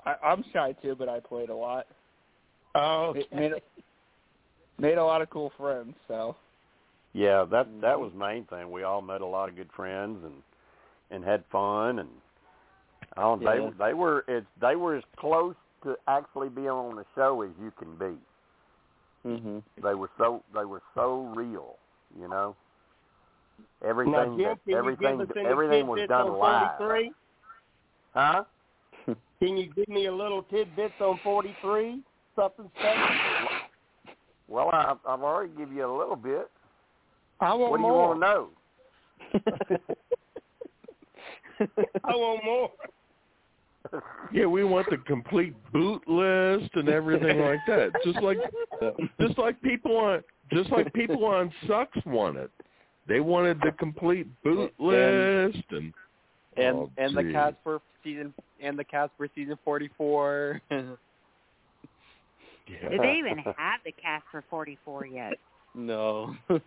Speaker 2: I, I'm shy too, but I played a lot. Oh, made, a, made a lot of cool friends. So
Speaker 4: Yeah, that
Speaker 11: Mm-hmm.
Speaker 4: that was main thing. We all met a lot of good friends and and had fun and I don't
Speaker 14: Yeah.
Speaker 4: they they were as they were as close to actually being on the show as you can be.
Speaker 14: Mm-hmm.
Speaker 4: They were so they were so real, you know. Everything
Speaker 11: now, Jim,
Speaker 4: that-
Speaker 11: can you
Speaker 4: everything
Speaker 11: give us any
Speaker 4: everything was
Speaker 11: tidbits
Speaker 4: done
Speaker 11: on
Speaker 4: live.
Speaker 11: 43?
Speaker 4: Huh?
Speaker 11: Can you give me a little tidbits on 43? Something special?
Speaker 4: Well, I I've already give you a little bit.
Speaker 11: I want
Speaker 4: what do
Speaker 11: more.
Speaker 4: you want
Speaker 11: I want more.
Speaker 4: to know?
Speaker 5: Yeah, we want the complete boot list and everything like that. Just like just like people on just like people on Sucks wanted. They wanted the complete boot
Speaker 14: And-
Speaker 5: list and
Speaker 14: and
Speaker 5: oh,
Speaker 14: and the
Speaker 5: gee.
Speaker 14: Casper season and the Casper season forty four.
Speaker 1: Do they even have the cast for 44 yet?
Speaker 14: No.
Speaker 5: I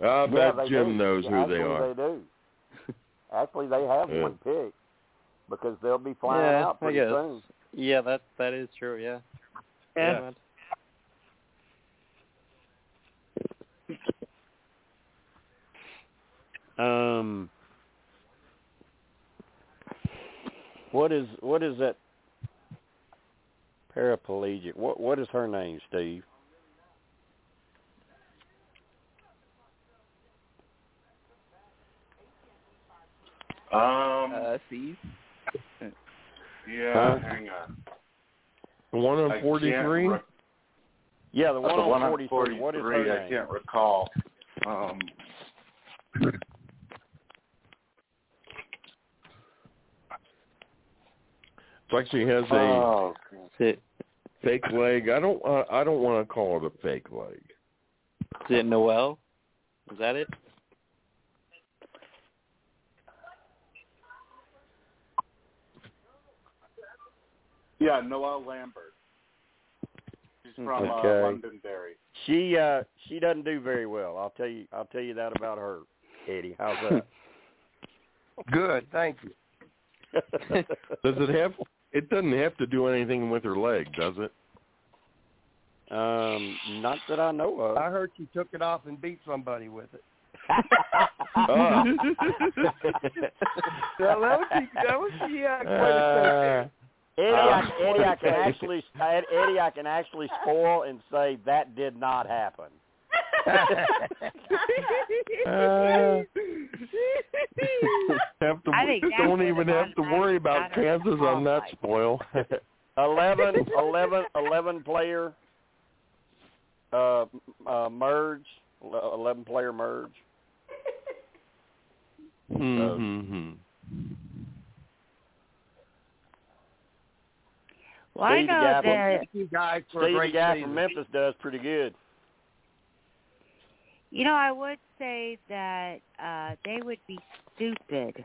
Speaker 4: Yeah,
Speaker 5: bet
Speaker 4: they
Speaker 5: Jim
Speaker 4: do.
Speaker 5: knows who
Speaker 4: Actually,
Speaker 5: they
Speaker 4: They
Speaker 5: are.
Speaker 4: do. Actually, they have
Speaker 5: Yeah.
Speaker 4: one pick because they'll be flying
Speaker 14: yeah,
Speaker 4: out
Speaker 14: I
Speaker 4: pretty
Speaker 14: guess.
Speaker 4: soon.
Speaker 14: Yeah, that that is true. Yeah.
Speaker 4: Yeah. Um, what is what is that paraplegic? What what is her name, Steve?
Speaker 6: Um,
Speaker 2: uh, Steve.
Speaker 5: Huh?
Speaker 6: Yeah, hang on.
Speaker 5: The one
Speaker 6: I
Speaker 5: on
Speaker 6: can't
Speaker 5: forty three?
Speaker 6: rec-
Speaker 4: Yeah, the
Speaker 6: Uh,
Speaker 4: one
Speaker 6: the
Speaker 4: on
Speaker 6: one on
Speaker 4: 43. What is her
Speaker 6: 43, I
Speaker 4: name?
Speaker 6: can't recall. Um,
Speaker 5: It's like she has a
Speaker 6: Oh,
Speaker 5: fake leg. I don't uh, I don't want to call it a fake leg.
Speaker 14: Is it Noel? Is that it?
Speaker 6: yeah, Noelle Lambert. She's from
Speaker 4: Okay.
Speaker 6: uh, Londonderry.
Speaker 4: She uh she doesn't do very well. I'll tell you I'll tell you that about her, Eddie. How's that?
Speaker 11: Good, thank you.
Speaker 5: Does it have? It doesn't have to do anything with her leg, does it?
Speaker 4: Um, not that I know of.
Speaker 11: I heard you took it off and beat somebody with it.
Speaker 4: Uh.
Speaker 5: Oh.
Speaker 11: Now, that was the, that was the uh,
Speaker 5: Uh,
Speaker 4: Eddie, I,
Speaker 5: Uh,
Speaker 4: Eddie, I can
Speaker 5: okay.
Speaker 4: actually, Eddie, I can actually spoil and say that did not happen.
Speaker 5: uh, have to,
Speaker 1: I think that's
Speaker 5: don't
Speaker 1: where
Speaker 5: even
Speaker 1: the
Speaker 5: have to worry about Kansas on that spoil.
Speaker 4: 11, 11, 11 player uh, uh, merge, Ele- eleven player merge.
Speaker 5: mm-hmm.
Speaker 1: Well, I
Speaker 4: Steve the
Speaker 1: know
Speaker 4: guy
Speaker 1: that
Speaker 4: from,
Speaker 11: you guys
Speaker 4: Steve the guy from Memphis does pretty good.
Speaker 1: You know, I would say that uh they would be stupid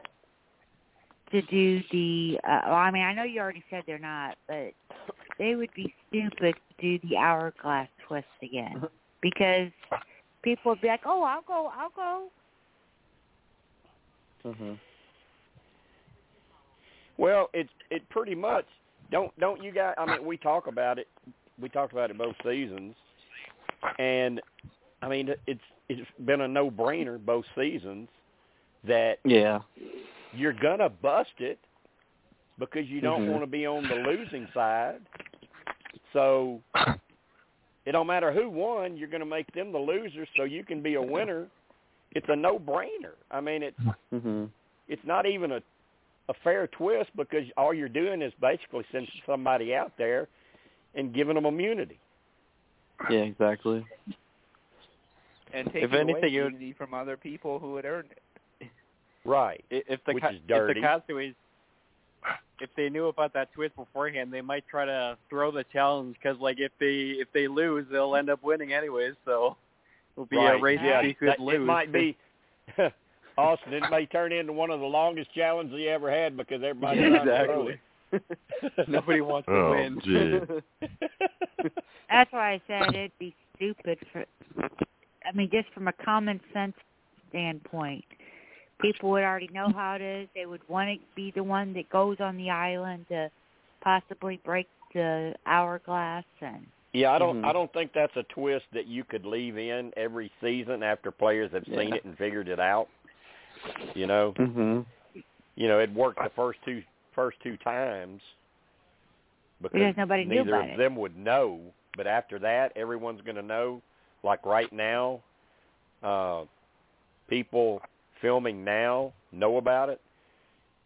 Speaker 1: to do the. Uh, well, I mean, I know you already said they're not, but they would be stupid to do the hourglass twist again because people would be like, "Oh, I'll go, I'll go."
Speaker 4: Well, it's it pretty much don't don't you guys? I mean, we talk about it. We talked about it both seasons, and I mean it's it's been a no brainer both seasons that
Speaker 14: Yeah.
Speaker 4: you're gonna bust it because you don't
Speaker 14: Mhm.
Speaker 4: want to be on the losing side. So it don't matter who won, you're gonna make them the loser, so you can be a winner. It's a no brainer. I mean, it's
Speaker 14: Mhm.
Speaker 4: it's not even a a fair twist because all you're doing is basically sending somebody out there and giving them immunity.
Speaker 14: Yeah, exactly.
Speaker 2: and
Speaker 14: If
Speaker 2: taking away
Speaker 14: anything, it would-
Speaker 2: immunity from other people who had earned it.
Speaker 4: Right.
Speaker 14: If the
Speaker 4: Which
Speaker 14: ca-
Speaker 4: is
Speaker 14: if
Speaker 4: dirty.
Speaker 14: the castaways, if they knew about that twist beforehand, they might try to throw the challenge because, like, if they if they lose, they'll end up winning anyways. So it'll be
Speaker 4: right.
Speaker 14: a race
Speaker 4: yeah,
Speaker 14: to see who
Speaker 4: that-
Speaker 14: could lose.
Speaker 4: It might be Austin. It may turn into one of the longest challenges he ever had because everybody
Speaker 14: Yeah, exactly. Nobody wants
Speaker 5: uh,
Speaker 14: to
Speaker 1: Oh,
Speaker 14: win.
Speaker 1: gee. That's why I said it'd be stupid for. I mean, just from a common sense standpoint, people would already know how it is. They would want to be the one that goes on the island to possibly break the hourglass and.
Speaker 4: Yeah, I don't.
Speaker 14: Mhm.
Speaker 4: I don't think that's a twist that you could leave in every season after players have seen
Speaker 14: Yeah.
Speaker 4: it and figured it out. You know.
Speaker 14: Mm-hmm.
Speaker 4: You know, it worked the first two first two times because
Speaker 1: nobody knew
Speaker 4: neither
Speaker 1: about
Speaker 4: of
Speaker 1: it.
Speaker 4: them would know. But after that, everyone's going to know. Like right now, uh, people filming now know about it.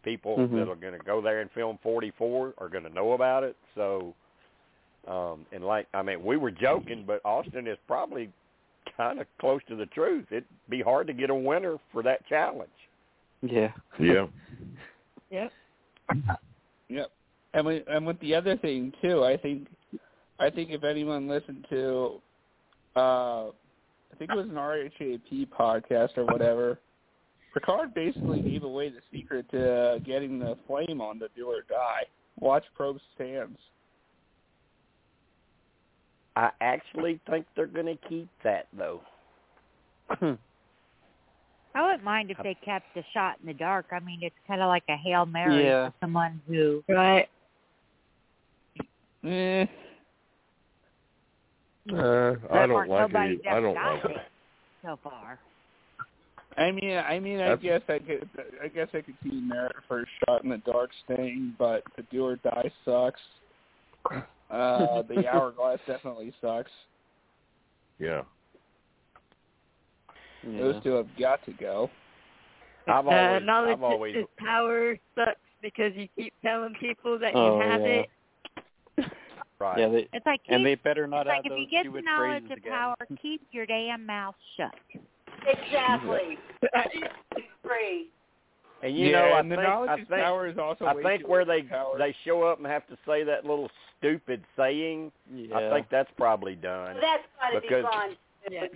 Speaker 4: People
Speaker 1: Mm-hmm.
Speaker 14: Mhm.
Speaker 4: that are going to go there and film 44 are going to know about it. So, um, and like I mean, we were joking, but Austin is probably kind of close to the truth. It'd be hard to get a winner for that challenge.
Speaker 14: Yeah.
Speaker 5: Yeah.
Speaker 2: Yep. Yep. And we, and with the other thing too, I think I think if anyone listened to uh I think it was an RHAP podcast or whatever, Picard basically gave away the secret to getting the flame on the do or die. Watch probe stands.
Speaker 4: I actually think they're going to keep that though.
Speaker 1: I wouldn't mind if they kept the shot in the dark. I mean, it's kind of like a hail mary
Speaker 14: Yeah.
Speaker 1: for someone who.
Speaker 13: Right.
Speaker 8: Mm.
Speaker 2: Eh.
Speaker 5: Uh, I
Speaker 1: That
Speaker 5: don't
Speaker 1: part
Speaker 5: like
Speaker 1: nobody
Speaker 5: it. I don't
Speaker 1: does
Speaker 5: like it.
Speaker 1: die so far.
Speaker 2: I mean, I mean, I
Speaker 5: That's-
Speaker 2: guess I could, I guess I could see merit for a shot in the dark thing, but the do or die sucks. Uh, the hourglass definitely sucks.
Speaker 5: Yeah.
Speaker 2: Those two have got to go.
Speaker 4: I've
Speaker 13: uh, knowledge is is power sucks because you keep telling people that
Speaker 14: Oh,
Speaker 13: you have
Speaker 14: yeah.
Speaker 13: it.
Speaker 4: Right.
Speaker 14: Yeah, they,
Speaker 1: It's like
Speaker 14: and
Speaker 1: keep-
Speaker 14: they better not
Speaker 1: It's like
Speaker 14: have
Speaker 1: if
Speaker 14: those
Speaker 1: you get the
Speaker 14: stupid
Speaker 1: knowledge
Speaker 14: phrases
Speaker 1: of
Speaker 14: again.
Speaker 1: power, keep your damn mouth shut.
Speaker 16: Exactly. Free.
Speaker 4: And you
Speaker 2: Yeah,
Speaker 4: know, I
Speaker 2: and the
Speaker 4: think
Speaker 2: knowledge
Speaker 4: I
Speaker 2: is
Speaker 4: think
Speaker 2: power is also
Speaker 4: I
Speaker 2: way
Speaker 4: think
Speaker 2: too
Speaker 4: where they
Speaker 2: much power.
Speaker 4: they show up and have to say that little stupid saying. I
Speaker 14: Yeah.
Speaker 4: think that's probably done.
Speaker 16: That's gotta be
Speaker 4: Because-
Speaker 16: gone.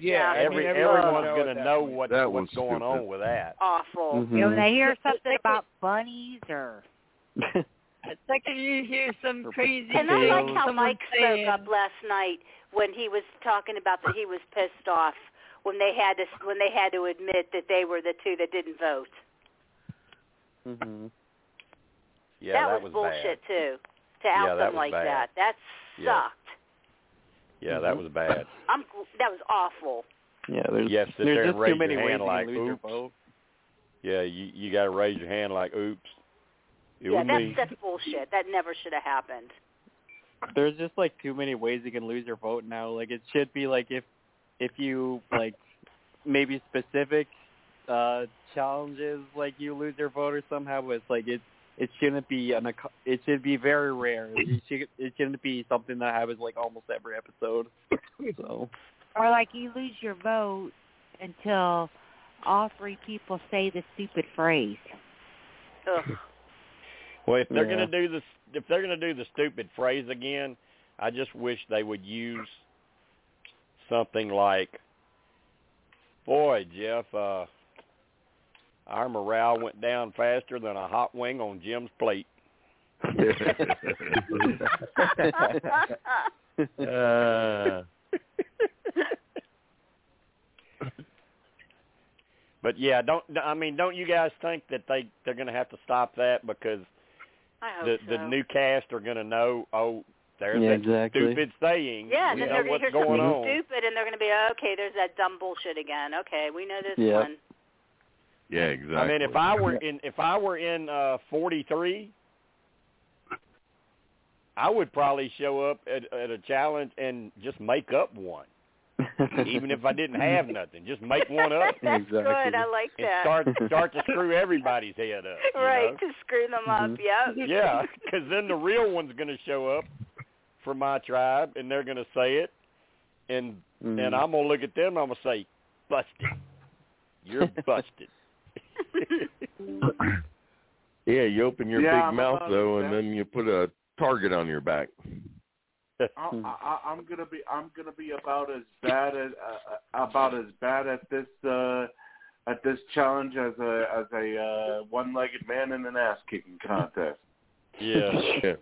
Speaker 2: Yeah, I
Speaker 4: Every
Speaker 2: mean,
Speaker 4: everyone's
Speaker 2: everyone
Speaker 4: going
Speaker 2: knows
Speaker 4: to
Speaker 2: at
Speaker 4: know
Speaker 2: that
Speaker 4: what
Speaker 5: That
Speaker 4: what's
Speaker 5: one's
Speaker 4: going on
Speaker 5: stupid.
Speaker 4: with that.
Speaker 16: Awful.
Speaker 4: Mm-hmm.
Speaker 1: You know, when
Speaker 14: Mhm.
Speaker 1: they hear something about bunnies or
Speaker 13: It's like if you hear some crazy.
Speaker 8: And I like how
Speaker 13: someone
Speaker 8: Mike spoke
Speaker 13: saying,
Speaker 8: up last night when he was talking about that he was pissed off when they had to when they had to admit that they were the two that didn't vote.
Speaker 14: Mm-hmm.
Speaker 4: Yeah,
Speaker 8: that,
Speaker 4: that was,
Speaker 8: was, bullshit
Speaker 4: bad.
Speaker 8: too. To
Speaker 4: Yeah,
Speaker 8: out
Speaker 4: that
Speaker 8: them
Speaker 4: was
Speaker 8: like
Speaker 4: bad.
Speaker 8: that, that sucked.
Speaker 4: Yeah. Yeah,
Speaker 2: Mm-hmm.
Speaker 4: that was bad.
Speaker 8: I'm gl- that was awful.
Speaker 14: Yeah, there's
Speaker 4: You have to sit
Speaker 14: there's
Speaker 4: there and
Speaker 14: just
Speaker 4: raise
Speaker 14: too many
Speaker 4: your hand
Speaker 14: ways
Speaker 4: like,
Speaker 14: you can lose
Speaker 4: oops.
Speaker 14: your vote.
Speaker 4: Yeah, you you got to raise your hand like, oops, it
Speaker 8: yeah,
Speaker 4: was
Speaker 8: that's
Speaker 4: me.
Speaker 8: that's bullshit. That never should have happened.
Speaker 14: There's just like too many ways you can lose your vote now. Like it should be like if if you like maybe specific uh challenges like you lose your vote or somehow but it's like it it shouldn't be an acc- it should be very rare. It should it shouldn't be something that happens like almost every episode. So
Speaker 1: or like you lose your vote until all three people say the stupid phrase.
Speaker 8: Ugh.
Speaker 4: Well, if they're
Speaker 14: Yeah.
Speaker 4: going to do this, if they're going to do the stupid phrase again, I just wish they would use something like, "Boy, Jeff, uh, our morale went down faster than a hot wing on Jim's plate." Uh, but yeah, don't I mean, don't you guys think that they they're going to have to stop that because
Speaker 8: I hope
Speaker 4: the
Speaker 8: Oh, so.
Speaker 4: the new cast are going to know, oh, there's
Speaker 14: Yeah,
Speaker 4: that
Speaker 14: exactly.
Speaker 4: stupid saying.
Speaker 8: yeah,
Speaker 4: we
Speaker 8: and then
Speaker 4: know
Speaker 8: they're
Speaker 4: what's
Speaker 8: gonna hear
Speaker 4: going
Speaker 8: something
Speaker 4: on.
Speaker 8: stupid, and they're gonna be okay. There's that dumb bullshit again. Okay, we know this
Speaker 14: Yeah.
Speaker 8: one.
Speaker 5: Yeah, exactly.
Speaker 4: I mean, if I were in if I were in uh 43, I would probably show up at, at a challenge and just make up one even if I didn't have nothing. Just make one up.
Speaker 8: That's Exactly. good. I like
Speaker 4: And
Speaker 8: that.
Speaker 4: start start to screw everybody's head up. you
Speaker 8: right
Speaker 4: know?
Speaker 8: to screw them up.
Speaker 4: Mhm.
Speaker 8: Yep.
Speaker 4: Yeah, because then the real one's going to show up from my tribe, and they're going to say it, and and I'm going to look at them. and I'm going to say, "Busted! You're busted."
Speaker 5: Yeah, you open your
Speaker 3: Yeah,
Speaker 5: big
Speaker 3: I'm
Speaker 5: mouth
Speaker 3: about
Speaker 5: though,
Speaker 3: to
Speaker 5: and
Speaker 3: say.
Speaker 5: then you put a target on your back.
Speaker 3: I,
Speaker 5: Hmm.
Speaker 3: I, I'm gonna be I'm gonna be about as bad as uh, about as bad at this uh, at this challenge as a as a uh, one-legged man in an ass kicking contest.
Speaker 4: yeah.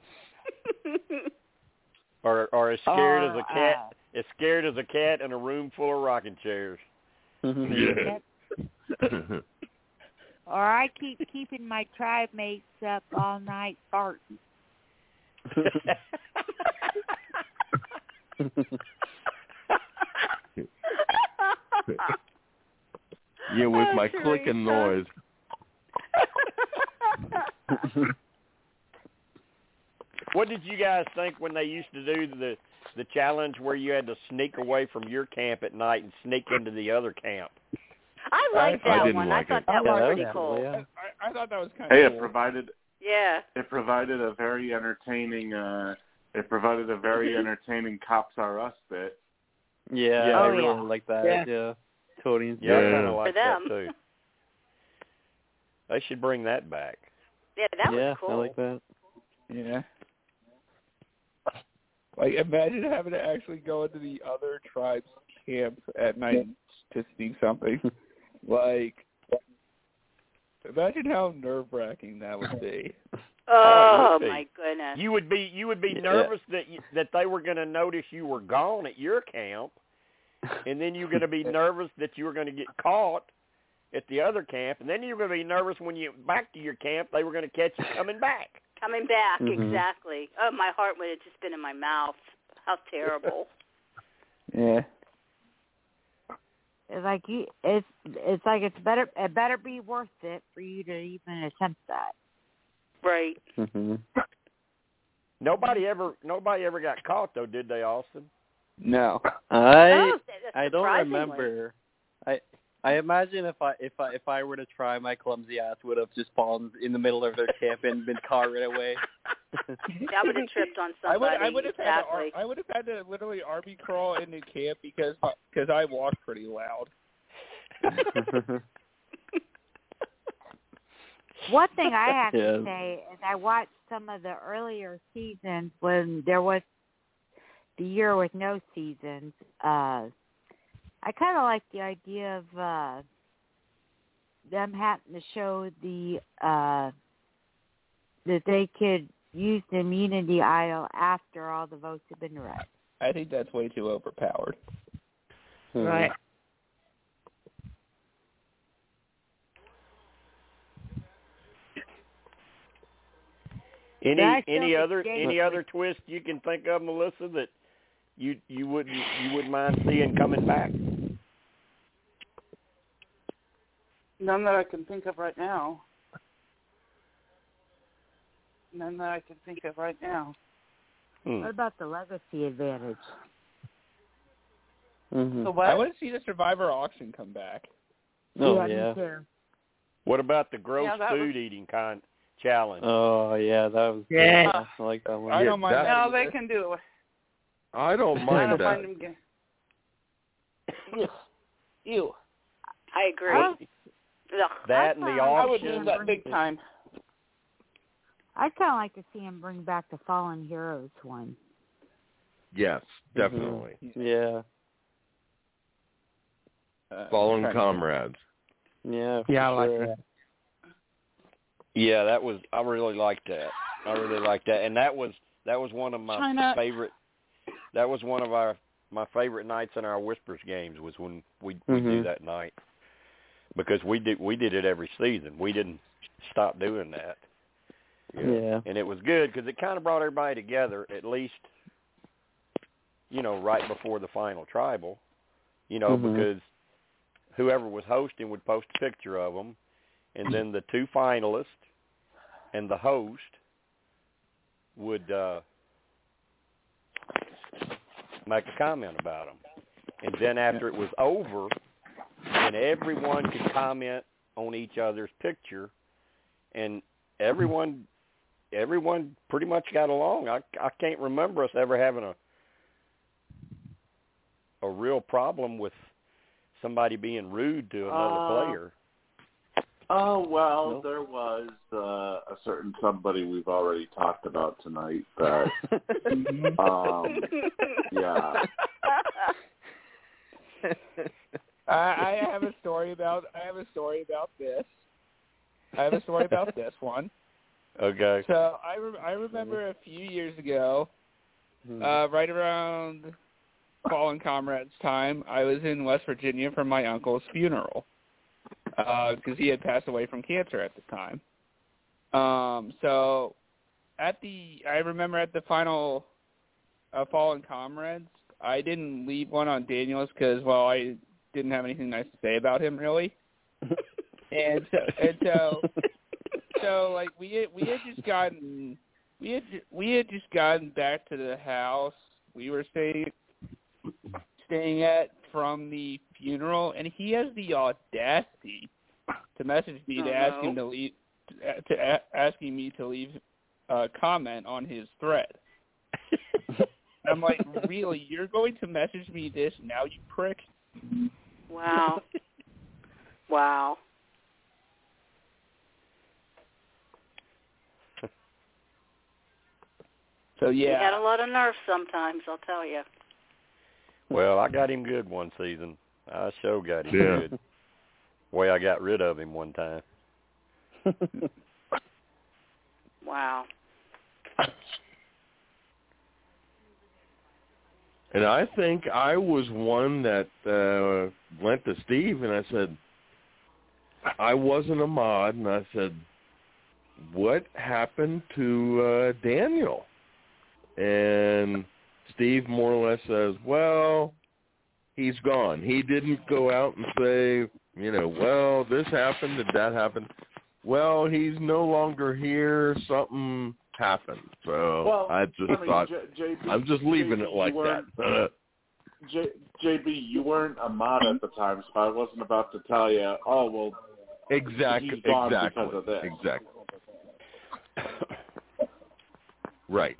Speaker 4: or or as scared as
Speaker 3: Or,
Speaker 4: a cat, as scared as a cat in a room full of rocking chairs.
Speaker 5: Yeah.
Speaker 1: Or I keep keeping my tribe mates up all night farting.
Speaker 5: yeah, with
Speaker 8: Oh,
Speaker 5: my clicking noise.
Speaker 4: What did you guys think when they used to do the the challenge where you had to sneak away from your camp at night and sneak into the other camp?
Speaker 8: I like
Speaker 4: I
Speaker 8: that
Speaker 4: didn't
Speaker 8: one.
Speaker 4: like
Speaker 8: I thought
Speaker 4: it.
Speaker 8: that
Speaker 4: Yeah,
Speaker 8: was
Speaker 4: that was
Speaker 8: pretty
Speaker 4: cool,
Speaker 8: cool.
Speaker 4: yeah.
Speaker 2: I thought that was kind
Speaker 3: Hey,
Speaker 2: of
Speaker 3: it
Speaker 2: cool.
Speaker 3: provided
Speaker 8: Yeah.
Speaker 3: it provided a very entertaining uh, it provided a very
Speaker 6: Mm-hmm.
Speaker 3: entertaining cops are us bit.
Speaker 14: Yeah,
Speaker 3: Yeah.
Speaker 14: I
Speaker 3: Oh,
Speaker 14: really
Speaker 3: yeah.
Speaker 14: like that.
Speaker 3: Yeah.
Speaker 14: Yeah, totally.
Speaker 4: Yeah, I kind
Speaker 14: Yeah.
Speaker 4: of like
Speaker 14: For
Speaker 4: that
Speaker 14: them.
Speaker 4: too. They should bring that back.
Speaker 8: Yeah, that
Speaker 14: yeah,
Speaker 8: was cool.
Speaker 14: I like that.
Speaker 2: Yeah. Like, imagine having to actually go into the other tribe's camp at night to sneak something. like, imagine how nerve wracking that would be.
Speaker 4: Oh, it
Speaker 8: Oh
Speaker 4: would be.
Speaker 8: my goodness.
Speaker 4: You would be you would be
Speaker 8: Yeah.
Speaker 4: nervous that you, that they were going to notice you were gone at your camp, and then you're going to be nervous that you were going to get caught at the other camp, and then you're going to be nervous when you back to your camp they were going to catch you coming back.
Speaker 8: Coming back,
Speaker 4: Mhm.
Speaker 8: exactly. Oh, my heart would have just been in my mouth. How terrible.
Speaker 2: Yeah.
Speaker 1: It's like you, it's it's like it's better it better be worth it for you to even attempt that.
Speaker 8: Right.
Speaker 4: Nobody ever nobody ever got caught though, did they, Austin?
Speaker 2: No.
Speaker 14: I
Speaker 4: Oh, that-
Speaker 14: I don't
Speaker 4: surprisingly.
Speaker 14: remember. I I imagine if I if I if I were to try, my clumsy ass would have just fallen in the middle of their camp and been carried away.
Speaker 8: I would have tripped on
Speaker 1: Oh,
Speaker 2: I would
Speaker 8: somebody.
Speaker 2: I would have had to,
Speaker 8: exactly.
Speaker 2: ar- I would have had to literally army crawl into camp because because I walk pretty loud.
Speaker 1: One thing I have
Speaker 10: Yeah.
Speaker 1: to say is I watched some of the earlier seasons when there was the year with no seasons. Uh, I kind of like the idea of uh, them having to show the uh, that they could use the immunity idol after all the votes have been read.
Speaker 2: I think that's way too overpowered.
Speaker 1: Right.
Speaker 4: Any
Speaker 1: Yeah, I still
Speaker 4: any
Speaker 1: think
Speaker 4: other
Speaker 1: James
Speaker 4: any
Speaker 1: would-
Speaker 4: other twist you can think of, Melissa, that you you would you wouldn't mind seeing coming back?
Speaker 12: None that I can think of right now. None that I can think of right now.
Speaker 4: Hmm.
Speaker 1: What about the legacy advantage?
Speaker 14: Mm-hmm.
Speaker 2: So what? I want to see the Survivor auction come back.
Speaker 14: Oh, Yeah, me yeah.
Speaker 4: What about the gross
Speaker 2: Yeah, that was-
Speaker 4: food eating con challenge?
Speaker 14: Oh yeah, that was
Speaker 4: Yeah.
Speaker 14: I like that one.
Speaker 2: I don't mind that
Speaker 12: no, they can do it.
Speaker 5: I don't
Speaker 12: I
Speaker 5: mind
Speaker 12: don't
Speaker 5: that.
Speaker 12: mind them getting. Ew.
Speaker 8: I agree.
Speaker 4: That and the
Speaker 12: I would do
Speaker 4: auction.
Speaker 12: that big time.
Speaker 1: I'd kind of like to see him bring back the Fallen Heroes one.
Speaker 5: Yes, definitely.
Speaker 14: Mm-hmm. Yeah.
Speaker 5: Fallen comrades.
Speaker 14: Yeah.
Speaker 11: Yeah, I
Speaker 4: like that. Yeah, that was I really liked that. I really liked that. And that was that was one of my
Speaker 12: China.
Speaker 4: favorite that was one of our my favorite nights in our Whispers games was when we we do
Speaker 14: Mhm.
Speaker 4: that night. Because we did we did it every season. We didn't stop doing that.
Speaker 14: Yeah.
Speaker 4: And it was good cuz it kind of brought everybody together at least you know right before the final tribal, you know,
Speaker 9: Mm-hmm.
Speaker 14: Mhm.
Speaker 4: because whoever was hosting would post a picture of them and then the two finalists and the host would uh make a comment about them
Speaker 19: and then after it was over, and everyone could comment on each other's picture, and everyone, everyone pretty much got along. I I can't remember us ever having a a real problem with somebody being rude to another
Speaker 6: Uh,
Speaker 19: player.
Speaker 6: Oh well, there was uh, a certain somebody we've already talked about tonight that, um, yeah,
Speaker 2: I, I have a story about I have a story about this. I have a story about this one.
Speaker 19: Okay.
Speaker 2: So I re- I remember a few years ago, uh, right around Fallen Comrades time, I was in West Virginia for my uncle's funeral because he had passed away from cancer at the time. Um, so at the I remember at the final uh, Fallen Comrades, I didn't leave one on Daniels because well I didn't have anything nice to say about him really, and so and uh, so so like we had, we had just gotten we had ju- we had just gotten back to the house we were staying staying at from the funeral, and he has the audacity to message me to
Speaker 6: Oh,
Speaker 2: ask
Speaker 6: no.
Speaker 8: Uh-huh.
Speaker 2: him to leave to a- asking me to leave a comment on his thread. I'm like, really? You're going to message me this now, you prick?
Speaker 8: Wow. wow.
Speaker 2: So
Speaker 8: You
Speaker 2: yeah,
Speaker 8: got a lot of nerve sometimes, I'll tell you.
Speaker 19: Well, I got him good one season. I sure got him
Speaker 5: Yeah.
Speaker 19: good. Way I got rid of him one time.
Speaker 8: Wow.
Speaker 5: And I think I was one that uh went to Steve and I said I wasn't a mod and I said what happened to uh Daniel? And Steve more or less says, "Well, he's gone. He didn't go out and say, you know, well, this happened and that happened. Well, he's no longer here. Something happened." So
Speaker 6: Well,
Speaker 5: I just
Speaker 6: I mean,
Speaker 5: thought
Speaker 6: J- JB
Speaker 5: I'm just leaving it like
Speaker 6: you weren't-
Speaker 5: that.
Speaker 6: J- JB, you weren't a mod at the time, so I wasn't about to tell you. Oh well,
Speaker 5: exactly,
Speaker 6: he's gone
Speaker 5: exactly,
Speaker 6: because of this.
Speaker 5: exactly. right.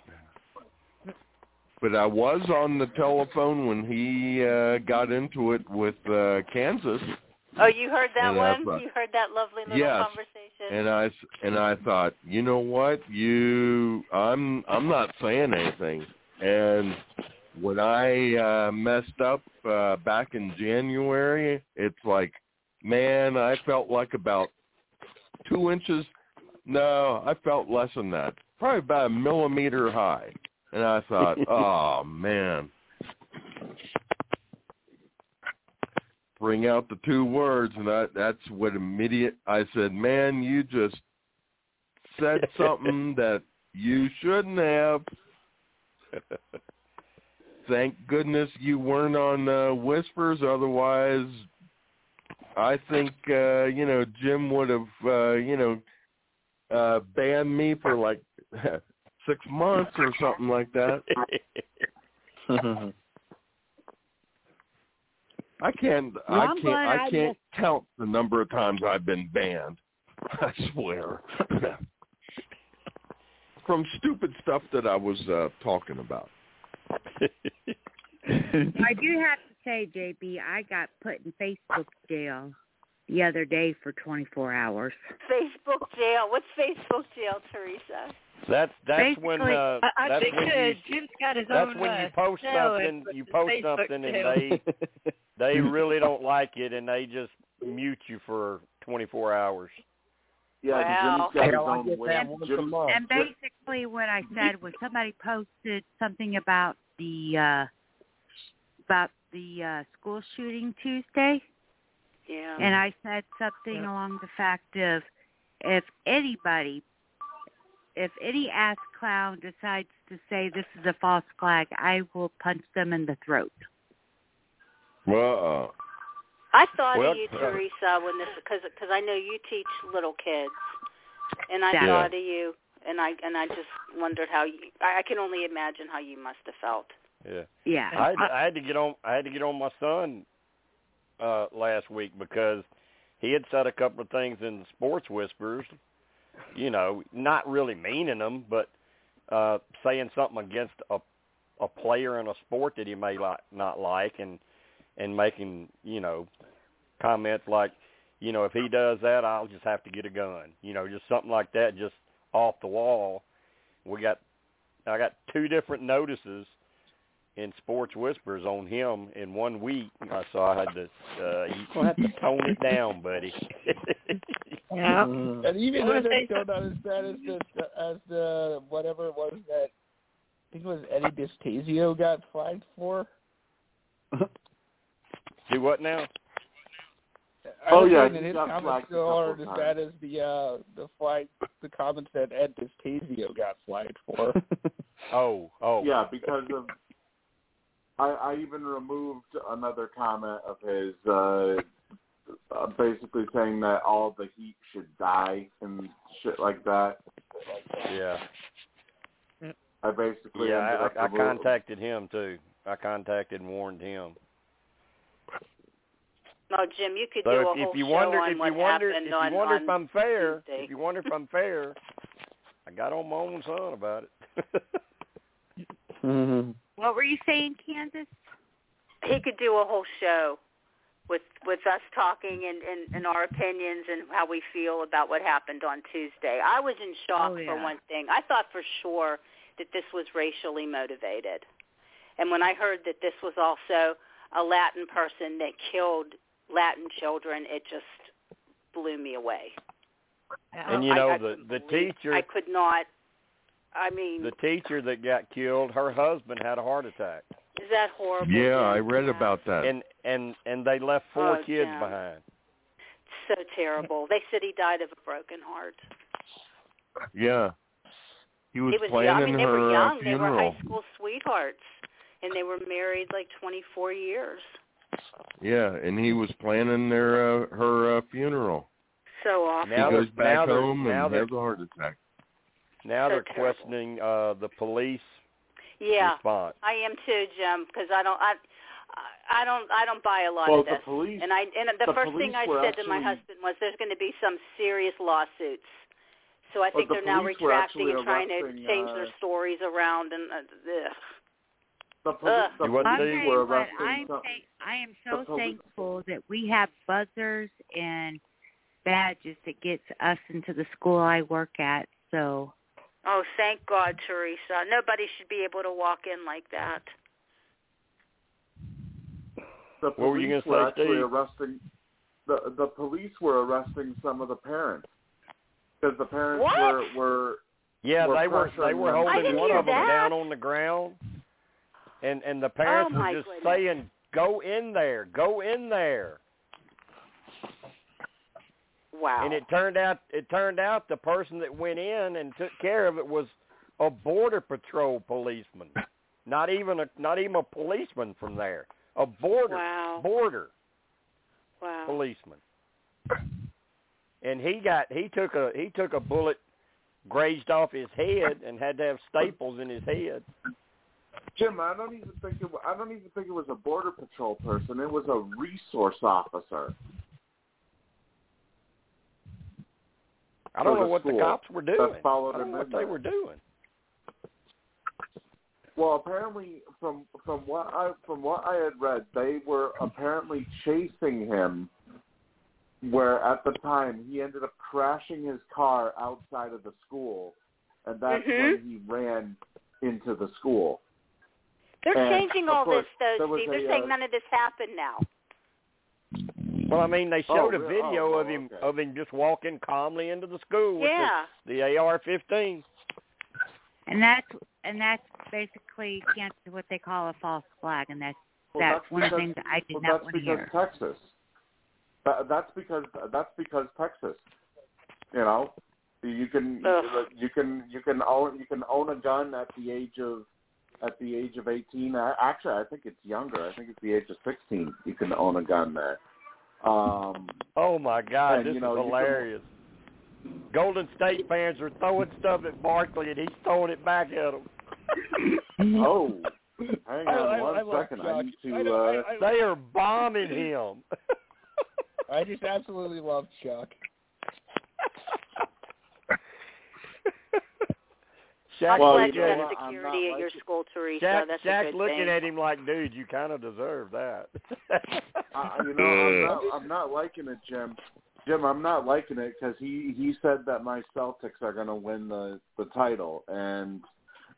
Speaker 5: But I was on the telephone when he uh, got into it with uh, Kansas,
Speaker 8: Oh, you heard that
Speaker 5: And I
Speaker 8: one?
Speaker 5: thought-
Speaker 8: you heard that lovely little
Speaker 5: Yes.
Speaker 8: conversation?
Speaker 5: and uh, I s- and I thought, you know what, you, I'm I'm not saying anything. And when I uh, messed up uh, back in January, it's like, man, I felt like about two inches. No, I felt less than that, probably about a millimeter high. And I thought, oh man, bring out the two words, and I, that's what immediate. I said, man, you just said something that you shouldn't have. Thank goodness you weren't on uh, Whispers, otherwise, I think uh, you know Jim would have uh, you know uh, banned me for like six months or something like that. I can't.
Speaker 10: Well,
Speaker 5: I
Speaker 10: I'm
Speaker 5: can't.
Speaker 10: glad
Speaker 5: I
Speaker 10: I
Speaker 5: can't count the number of times I've been banned. I swear, from stupid stuff that I was uh, talking about.
Speaker 1: I do have to say, JB, I got put in Facebook jail the other day for 24 hours.
Speaker 8: Facebook jail. What's Facebook jail, Teresa?
Speaker 19: That's that's when
Speaker 1: Basically,
Speaker 19: uh,
Speaker 1: I- I
Speaker 19: that's
Speaker 1: think,
Speaker 19: when
Speaker 1: uh,
Speaker 19: you
Speaker 13: Jim's got his
Speaker 19: that's
Speaker 13: own,
Speaker 19: when you
Speaker 13: uh,
Speaker 19: post
Speaker 13: show
Speaker 19: something
Speaker 13: and
Speaker 19: you
Speaker 13: puts
Speaker 19: post
Speaker 13: his Facebook
Speaker 19: something and
Speaker 13: channel.
Speaker 19: they they really don't like it and they just mute you for 24 hours.
Speaker 6: Yeah,
Speaker 1: Wow.
Speaker 6: Jim's got his
Speaker 1: Hell, I
Speaker 6: own
Speaker 1: get
Speaker 6: way.
Speaker 1: that once a
Speaker 6: Jim-
Speaker 1: And basically, what I said was somebody posted something about the uh about the uh school shooting Tuesday,
Speaker 8: Yeah.
Speaker 1: and I said something along the fact of if anybody, if any ass clown decides to say this is a false flag, I will punch them in the throat.
Speaker 5: Well,
Speaker 8: I thought
Speaker 5: Well,
Speaker 8: of you,
Speaker 5: uh,
Speaker 8: Teresa, when this because because I know you teach little kids, and I
Speaker 5: Yeah.
Speaker 8: thought of you, and I and I just wondered how you. I, I can only imagine how you must have felt.
Speaker 4: Yeah.
Speaker 10: Yeah.
Speaker 4: I had, I had to get on. I had to get on my son uh, last week because he had said a couple of things in Sports Whispers. You know, not really meaning them, but uh, saying something against a a player in a sport that he may li- not like, and and making you know comments like, you know, if he does that, I'll just have to get a gun. You know, just something like that, just off the wall. We got, I got two different notices in Sports Whispers on him in one week. I saw I had to. Uh, you're gonna have to tone it down, buddy.
Speaker 13: Yeah.
Speaker 2: And even though they're still not as bad as the as the whatever it was that I think it was Eddie Bistasio got fined for.
Speaker 4: Do what now?
Speaker 2: I
Speaker 4: Oh,
Speaker 2: was
Speaker 4: yeah,
Speaker 2: saying that
Speaker 4: he
Speaker 2: his
Speaker 4: got
Speaker 2: comments
Speaker 4: flagged a
Speaker 2: still aren't
Speaker 4: couple
Speaker 2: as
Speaker 4: times.
Speaker 2: bad as the uh the flight the comments that Ed Bistasio got flagged for.
Speaker 4: oh, oh.
Speaker 6: Yeah, because of I, I even removed another comment of his, uh, uh, basically saying that all the heat should die and shit like that.
Speaker 4: Yeah.
Speaker 6: I basically
Speaker 4: Yeah,
Speaker 6: ended
Speaker 4: I,
Speaker 6: up
Speaker 4: I, I
Speaker 6: remo-
Speaker 4: contacted him too. I contacted and warned him.
Speaker 8: No, Jim, you could
Speaker 4: So
Speaker 8: do
Speaker 4: if,
Speaker 8: a
Speaker 4: if
Speaker 8: whole
Speaker 4: you
Speaker 8: show
Speaker 4: wonder,
Speaker 8: on
Speaker 4: if
Speaker 8: what
Speaker 4: you wonder,
Speaker 8: happened
Speaker 4: if
Speaker 8: on,
Speaker 4: you wonder
Speaker 8: on
Speaker 4: if I'm fair,
Speaker 8: Tuesday.
Speaker 4: if you wonder if I'm fair, I got on my own son about it.
Speaker 10: What were you saying, Kansas?
Speaker 8: he could do a whole show with with us talking and, and, and our opinions and how we feel about what happened on Tuesday. I was in shock
Speaker 10: Oh,
Speaker 8: for
Speaker 10: yeah.
Speaker 8: one thing. I thought for sure that this was racially motivated. And when I heard that this was also a Latin person that killed Latin children, it just blew me away.
Speaker 4: and you
Speaker 8: I-
Speaker 4: know
Speaker 8: I
Speaker 4: the
Speaker 8: couldn't
Speaker 4: the
Speaker 8: believe- I
Speaker 4: teacher,
Speaker 8: could not I mean,
Speaker 4: the teacher that got killed, her husband had a heart attack.
Speaker 8: is that horrible?
Speaker 5: Yeah,
Speaker 8: Jim?
Speaker 5: I read about that.
Speaker 4: And and and they left four
Speaker 8: Oh,
Speaker 4: kids
Speaker 8: Jim.
Speaker 4: behind.
Speaker 8: so terrible. They said he died of a broken heart.
Speaker 5: Yeah. He was,
Speaker 8: it was
Speaker 5: planning
Speaker 8: young. I mean, they
Speaker 5: her
Speaker 8: were
Speaker 5: uh,
Speaker 8: young. They were
Speaker 5: funeral.
Speaker 8: high school sweethearts, and they were married like 24 years.
Speaker 5: Yeah, and he was planning their uh, her uh, funeral.
Speaker 8: So awful.
Speaker 5: he goes
Speaker 4: they're- now
Speaker 5: back
Speaker 4: they're-
Speaker 5: home
Speaker 4: now
Speaker 5: and
Speaker 4: they're-
Speaker 5: has a heart attack.
Speaker 4: Now
Speaker 8: So
Speaker 4: they're
Speaker 8: terrible.
Speaker 4: questioning uh the police
Speaker 8: Yeah,
Speaker 4: response.
Speaker 8: I am too, Jim, because I don't. I, I don't I don't buy a lot
Speaker 4: Well,
Speaker 8: of
Speaker 4: the
Speaker 8: this.
Speaker 4: police-
Speaker 8: and I and the,
Speaker 4: the
Speaker 8: first
Speaker 4: police
Speaker 8: thing I
Speaker 4: were
Speaker 8: said to my
Speaker 4: actually-
Speaker 8: husband was there's going to be some serious lawsuits. So I
Speaker 6: Well,
Speaker 8: think
Speaker 6: Oh, the
Speaker 8: they're now
Speaker 6: police were
Speaker 8: retracting and
Speaker 6: actually
Speaker 8: trying to
Speaker 6: arresting,
Speaker 8: change
Speaker 6: uh,
Speaker 8: their stories around and uh, ugh.
Speaker 6: The police,
Speaker 8: Ugh.
Speaker 6: the
Speaker 8: You wasn't
Speaker 6: police
Speaker 8: there?
Speaker 6: were
Speaker 8: You what?
Speaker 6: arresting
Speaker 8: I'm
Speaker 6: some-
Speaker 8: saying-
Speaker 10: I am
Speaker 6: The
Speaker 10: so
Speaker 6: police-
Speaker 10: thankful that we have buzzers and badges that gets us into the school I work at. So
Speaker 8: Oh, thank God, Teresa. Nobody should be able to walk in like that.
Speaker 6: The
Speaker 4: What were you
Speaker 6: police
Speaker 4: gonna
Speaker 6: were
Speaker 4: say,
Speaker 6: actually
Speaker 4: Steve?
Speaker 6: arresting the the police were arresting some of the parents because the parents
Speaker 4: What?
Speaker 6: were were
Speaker 4: Yeah,
Speaker 6: were
Speaker 4: they were they
Speaker 6: pressuring
Speaker 4: were
Speaker 6: them
Speaker 4: holding
Speaker 6: to-
Speaker 4: one of them down on the ground, and and the parents
Speaker 8: Oh my
Speaker 4: were just
Speaker 8: goodness.
Speaker 4: saying, "Go in there, go in there."
Speaker 8: Wow.
Speaker 4: And it turned out it turned out the person that went in and took care of it was a border patrol policeman, not even a not even a policeman from there, a border
Speaker 8: Wow.
Speaker 4: border
Speaker 8: Wow.
Speaker 4: policeman. And he got he took a he took a bullet grazed off his head and had to have staples in his head.
Speaker 6: Jim, I don't even think it. wa- I don't even think it was a border patrol person. It was a resource officer.
Speaker 4: I don't
Speaker 6: for
Speaker 4: know what the
Speaker 6: school
Speaker 4: cops were doing.
Speaker 6: That followed
Speaker 4: I don't
Speaker 6: him
Speaker 4: know what
Speaker 6: in
Speaker 4: they
Speaker 6: there.
Speaker 4: were doing.
Speaker 6: Well, apparently, from from what I from what I had read, they were apparently chasing him. Where at the time he ended up crashing his car outside of the school, and that's
Speaker 8: Mhm.
Speaker 6: when he ran into the school.
Speaker 8: They're
Speaker 6: And,
Speaker 8: changing
Speaker 6: of
Speaker 8: all
Speaker 6: course,
Speaker 8: this,
Speaker 6: there
Speaker 8: though,
Speaker 6: was
Speaker 8: Steve.
Speaker 6: a,
Speaker 8: They're
Speaker 6: uh,
Speaker 8: saying none of this happened now.
Speaker 4: Well, I mean, they showed
Speaker 6: Oh,
Speaker 4: a
Speaker 6: re-
Speaker 4: video
Speaker 6: oh,
Speaker 4: of him of him just walking calmly into the school
Speaker 10: Yeah.
Speaker 4: with the, the AR-15.
Speaker 10: and that's and that's basically can't what they call a false flag, and that's
Speaker 6: Well,
Speaker 10: that's,
Speaker 6: that's
Speaker 10: one of the
Speaker 6: because-
Speaker 10: things I did
Speaker 6: well,
Speaker 10: not
Speaker 6: that's
Speaker 10: want to
Speaker 6: because
Speaker 10: hear.
Speaker 6: Texas. That, that's because that's because Texas. You know, you can you can you can own you can own a gun at the age of at the age of eighteen. I, actually, I think it's younger. I think it's the age of sixteen. You can own a gun there. Um,
Speaker 4: Oh my God,
Speaker 6: and,
Speaker 4: this
Speaker 6: you know,
Speaker 4: is
Speaker 6: you can-
Speaker 4: hilarious. Golden State fans are throwing stuff at Barkley, and he's throwing it back at them.
Speaker 6: oh, Hang
Speaker 2: I- I-
Speaker 6: on one
Speaker 2: I
Speaker 6: second.
Speaker 2: like
Speaker 6: I
Speaker 2: Josh.
Speaker 6: need
Speaker 2: I
Speaker 6: to.
Speaker 2: don't-
Speaker 6: uh,
Speaker 2: I- I- They are bombing
Speaker 4: him.
Speaker 2: I just absolutely love Chuck.
Speaker 4: Shaq
Speaker 8: I'm
Speaker 4: looking
Speaker 8: glad you
Speaker 4: at
Speaker 8: have
Speaker 4: him-
Speaker 8: security at your school, Teresa.
Speaker 4: Shaq,
Speaker 8: That's a
Speaker 4: Shaq
Speaker 8: good
Speaker 4: looking
Speaker 8: thing.
Speaker 4: at him like, dude, you kind of deserve that.
Speaker 6: I, you know, I'm not, I'm not liking it, Jim. Jim, I'm not liking it because he he said that my Celtics are going to win the the title, and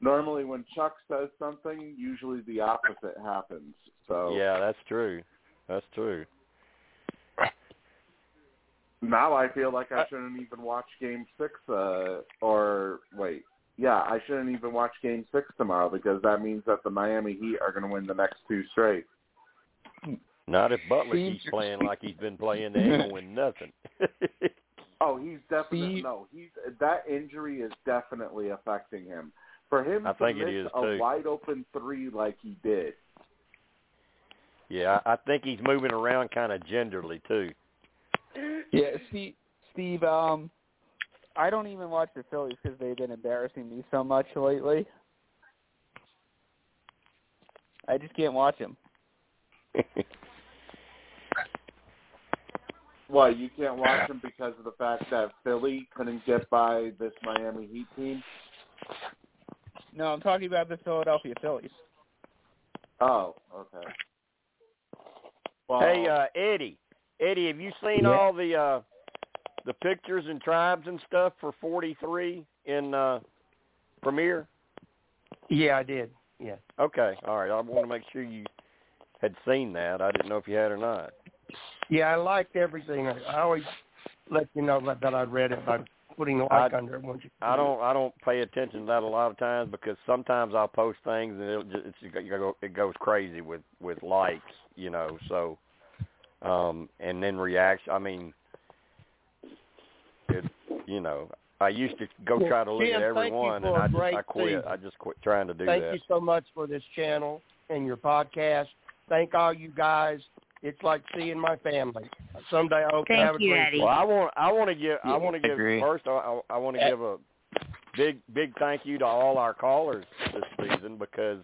Speaker 6: normally when Chuck says something, usually the opposite happens. So
Speaker 4: yeah, that's true. That's true.
Speaker 6: now I feel like I shouldn't even watch Game Six. Uh, or wait, yeah, I shouldn't even watch Game Six tomorrow because that means that the Miami Heat are going to win the next two straight.
Speaker 4: Not if Butler keeps playing like he's been playing, they ain't gonna win nothing.
Speaker 6: Oh, he's definitely no. He's that injury is definitely affecting him. For him
Speaker 4: I
Speaker 6: to
Speaker 4: think it
Speaker 6: miss
Speaker 4: is,
Speaker 6: a
Speaker 4: too.
Speaker 6: wide open three like he did.
Speaker 4: Yeah, I I think he's moving around kind of genderly too.
Speaker 2: Yeah, Steve. Steve, um, I don't even watch the Phillies because they've been embarrassing me so much lately. I just can't watch them.
Speaker 6: Why you can't watch him because of the fact that Philly couldn't get by this Miami Heat team?
Speaker 2: No, I'm talking about the Philadelphia Phillies.
Speaker 6: Oh, okay. Well,
Speaker 4: Hey, uh, Eddie, Eddie, have you seen
Speaker 6: Yeah.
Speaker 4: all the uh, the pictures and tribes and stuff for forty three in uh, Premiere?
Speaker 11: Yeah, I did. Yeah.
Speaker 4: Okay, all right. I want to make sure you had seen that. I didn't know if you had or not.
Speaker 11: Yeah, I liked everything. I, I always let you know that, that I read it by putting a like under it once you.
Speaker 4: I don't I don't pay attention to that a lot of times because sometimes I'll post things and it'll just, it's, it go- it goes crazy with with likes, you know. So, um, and then reaction. I mean, it you know I used to go
Speaker 11: Well,
Speaker 4: try to look
Speaker 11: Jim, thank
Speaker 4: at
Speaker 11: you
Speaker 4: everyone and
Speaker 11: for a
Speaker 4: I just I
Speaker 11: great
Speaker 4: quit.
Speaker 11: season.
Speaker 4: I just quit trying to do
Speaker 11: Thank
Speaker 4: that.
Speaker 11: you so much for this channel and your podcast. Thank all you guys. It's like seeing my family. Someday I hope to have a great
Speaker 4: Well, I want I want to give I want to give
Speaker 11: agree.
Speaker 4: first I- I, I want to give a big big thank you to all our callers this season because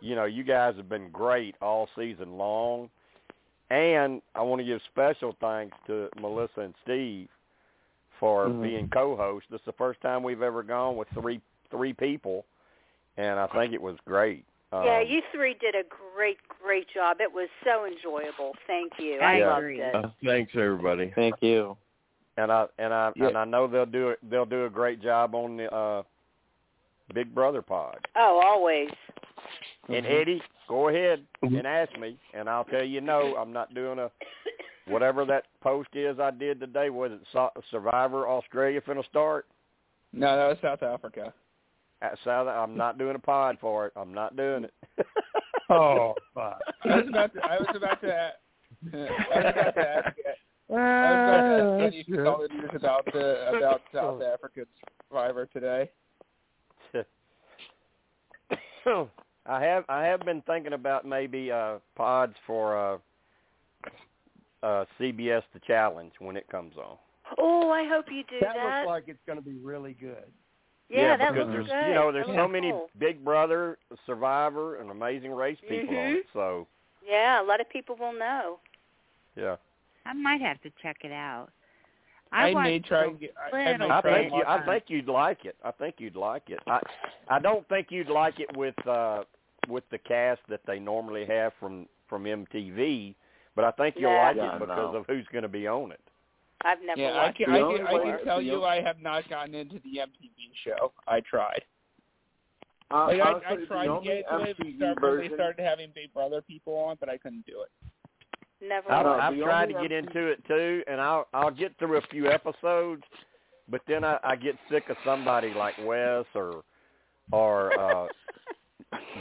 Speaker 4: you know you guys have been great all season long, and I want to give special thanks to Melissa and Steve for
Speaker 11: Mhm.
Speaker 4: being co-hosts. This is the first time we've ever gone with three three people, and I think it was great.
Speaker 8: yeah,
Speaker 4: Um,
Speaker 8: you three did a great, great job. It was so enjoyable. Thank you.
Speaker 4: I
Speaker 8: I loved
Speaker 4: agree. Uh-huh.
Speaker 8: it.
Speaker 20: Uh, thanks everybody.
Speaker 11: Thank you.
Speaker 4: and I and I and I know they'll do it. They'll do a great job on the uh, Big Brother pod.
Speaker 8: Oh, always.
Speaker 4: And
Speaker 20: Mm-hmm.
Speaker 8: Mhm.
Speaker 4: Eddie, go ahead and ask me, and I'll tell you no. I'm not doing a whatever that post is I did today. Was it Su- Survivor Australia finna start
Speaker 2: No, that was South Africa.
Speaker 4: at South? I'm not doing a pod for it. I'm not doing it.
Speaker 11: Oh,
Speaker 2: I was about to. I was about to. I was about to ask. I was about to ask you if you saw the news about the about South African survivor today.
Speaker 4: I have I have been thinking about maybe uh, pods for uh, uh, CBS The Challenge when it comes on.
Speaker 8: Oh, I hope you do that.
Speaker 11: That looks like it's going to be really good.
Speaker 8: yeah, that
Speaker 4: because
Speaker 8: looks
Speaker 4: there's
Speaker 8: good.
Speaker 4: you know
Speaker 8: That
Speaker 4: there's
Speaker 8: looks
Speaker 4: so many
Speaker 8: cool.
Speaker 4: Big Brother, Survivor, and Amazing Race people on
Speaker 8: Mhm.
Speaker 4: it. So
Speaker 8: Yeah, a lot of people will know.
Speaker 4: yeah.
Speaker 1: I might have to check it out.
Speaker 4: I
Speaker 1: I,
Speaker 4: may
Speaker 1: watched
Speaker 4: try
Speaker 1: a
Speaker 4: and
Speaker 2: get-
Speaker 1: little
Speaker 4: I
Speaker 1: bit.
Speaker 4: think you, I think you'd like it. I think you'd like it. I I don't think you'd like it with uh with the cast that they normally have from from MTV, but I think you'll
Speaker 2: Yeah.
Speaker 4: like
Speaker 2: Yeah,
Speaker 4: it because
Speaker 2: no.
Speaker 4: of who's going to be on it.
Speaker 8: I've never
Speaker 2: yeah, I
Speaker 8: watched it
Speaker 2: can, I can, I
Speaker 8: before.
Speaker 2: can tell you I have not gotten into the MTV show. Oh, I tried.
Speaker 1: Uh,
Speaker 2: Like, I, I
Speaker 6: honestly,
Speaker 2: tried
Speaker 6: the
Speaker 2: to
Speaker 6: only
Speaker 2: get into it
Speaker 6: MTV
Speaker 2: start, when they
Speaker 6: version-
Speaker 2: started having Big Brother people on, but I couldn't do it.
Speaker 8: Never.
Speaker 4: I've,
Speaker 2: No,
Speaker 4: I've
Speaker 2: the
Speaker 4: tried to
Speaker 2: only
Speaker 4: get into it too, and I'll I'll get through a few episodes, but then I, I get sick of somebody like Wes or or uh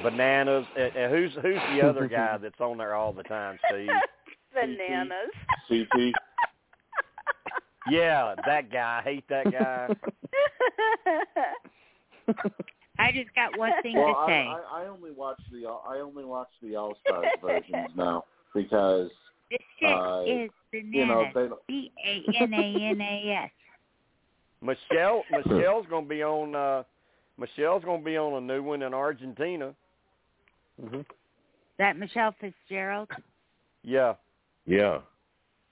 Speaker 4: bananas. And, and who's who's the other guy that's on there all the time, Steve?
Speaker 8: Bananas.
Speaker 6: CP.
Speaker 4: Yeah, that guy. I hate that guy.
Speaker 1: I just got one thing
Speaker 6: well,
Speaker 1: to say.
Speaker 6: I, I, I only watch the uh, I only watch the All Stars versions now because
Speaker 1: this shit
Speaker 6: uh,
Speaker 1: is
Speaker 6: you know
Speaker 1: bananas.
Speaker 6: they don't-
Speaker 1: B a n a n a s.
Speaker 4: Michelle Michelle's gonna be on uh Michelle's gonna be on a new one in Argentina.
Speaker 2: Mm-hmm.
Speaker 4: Mhm.
Speaker 1: That Michelle Fitzgerald.
Speaker 4: Yeah.
Speaker 21: Yeah.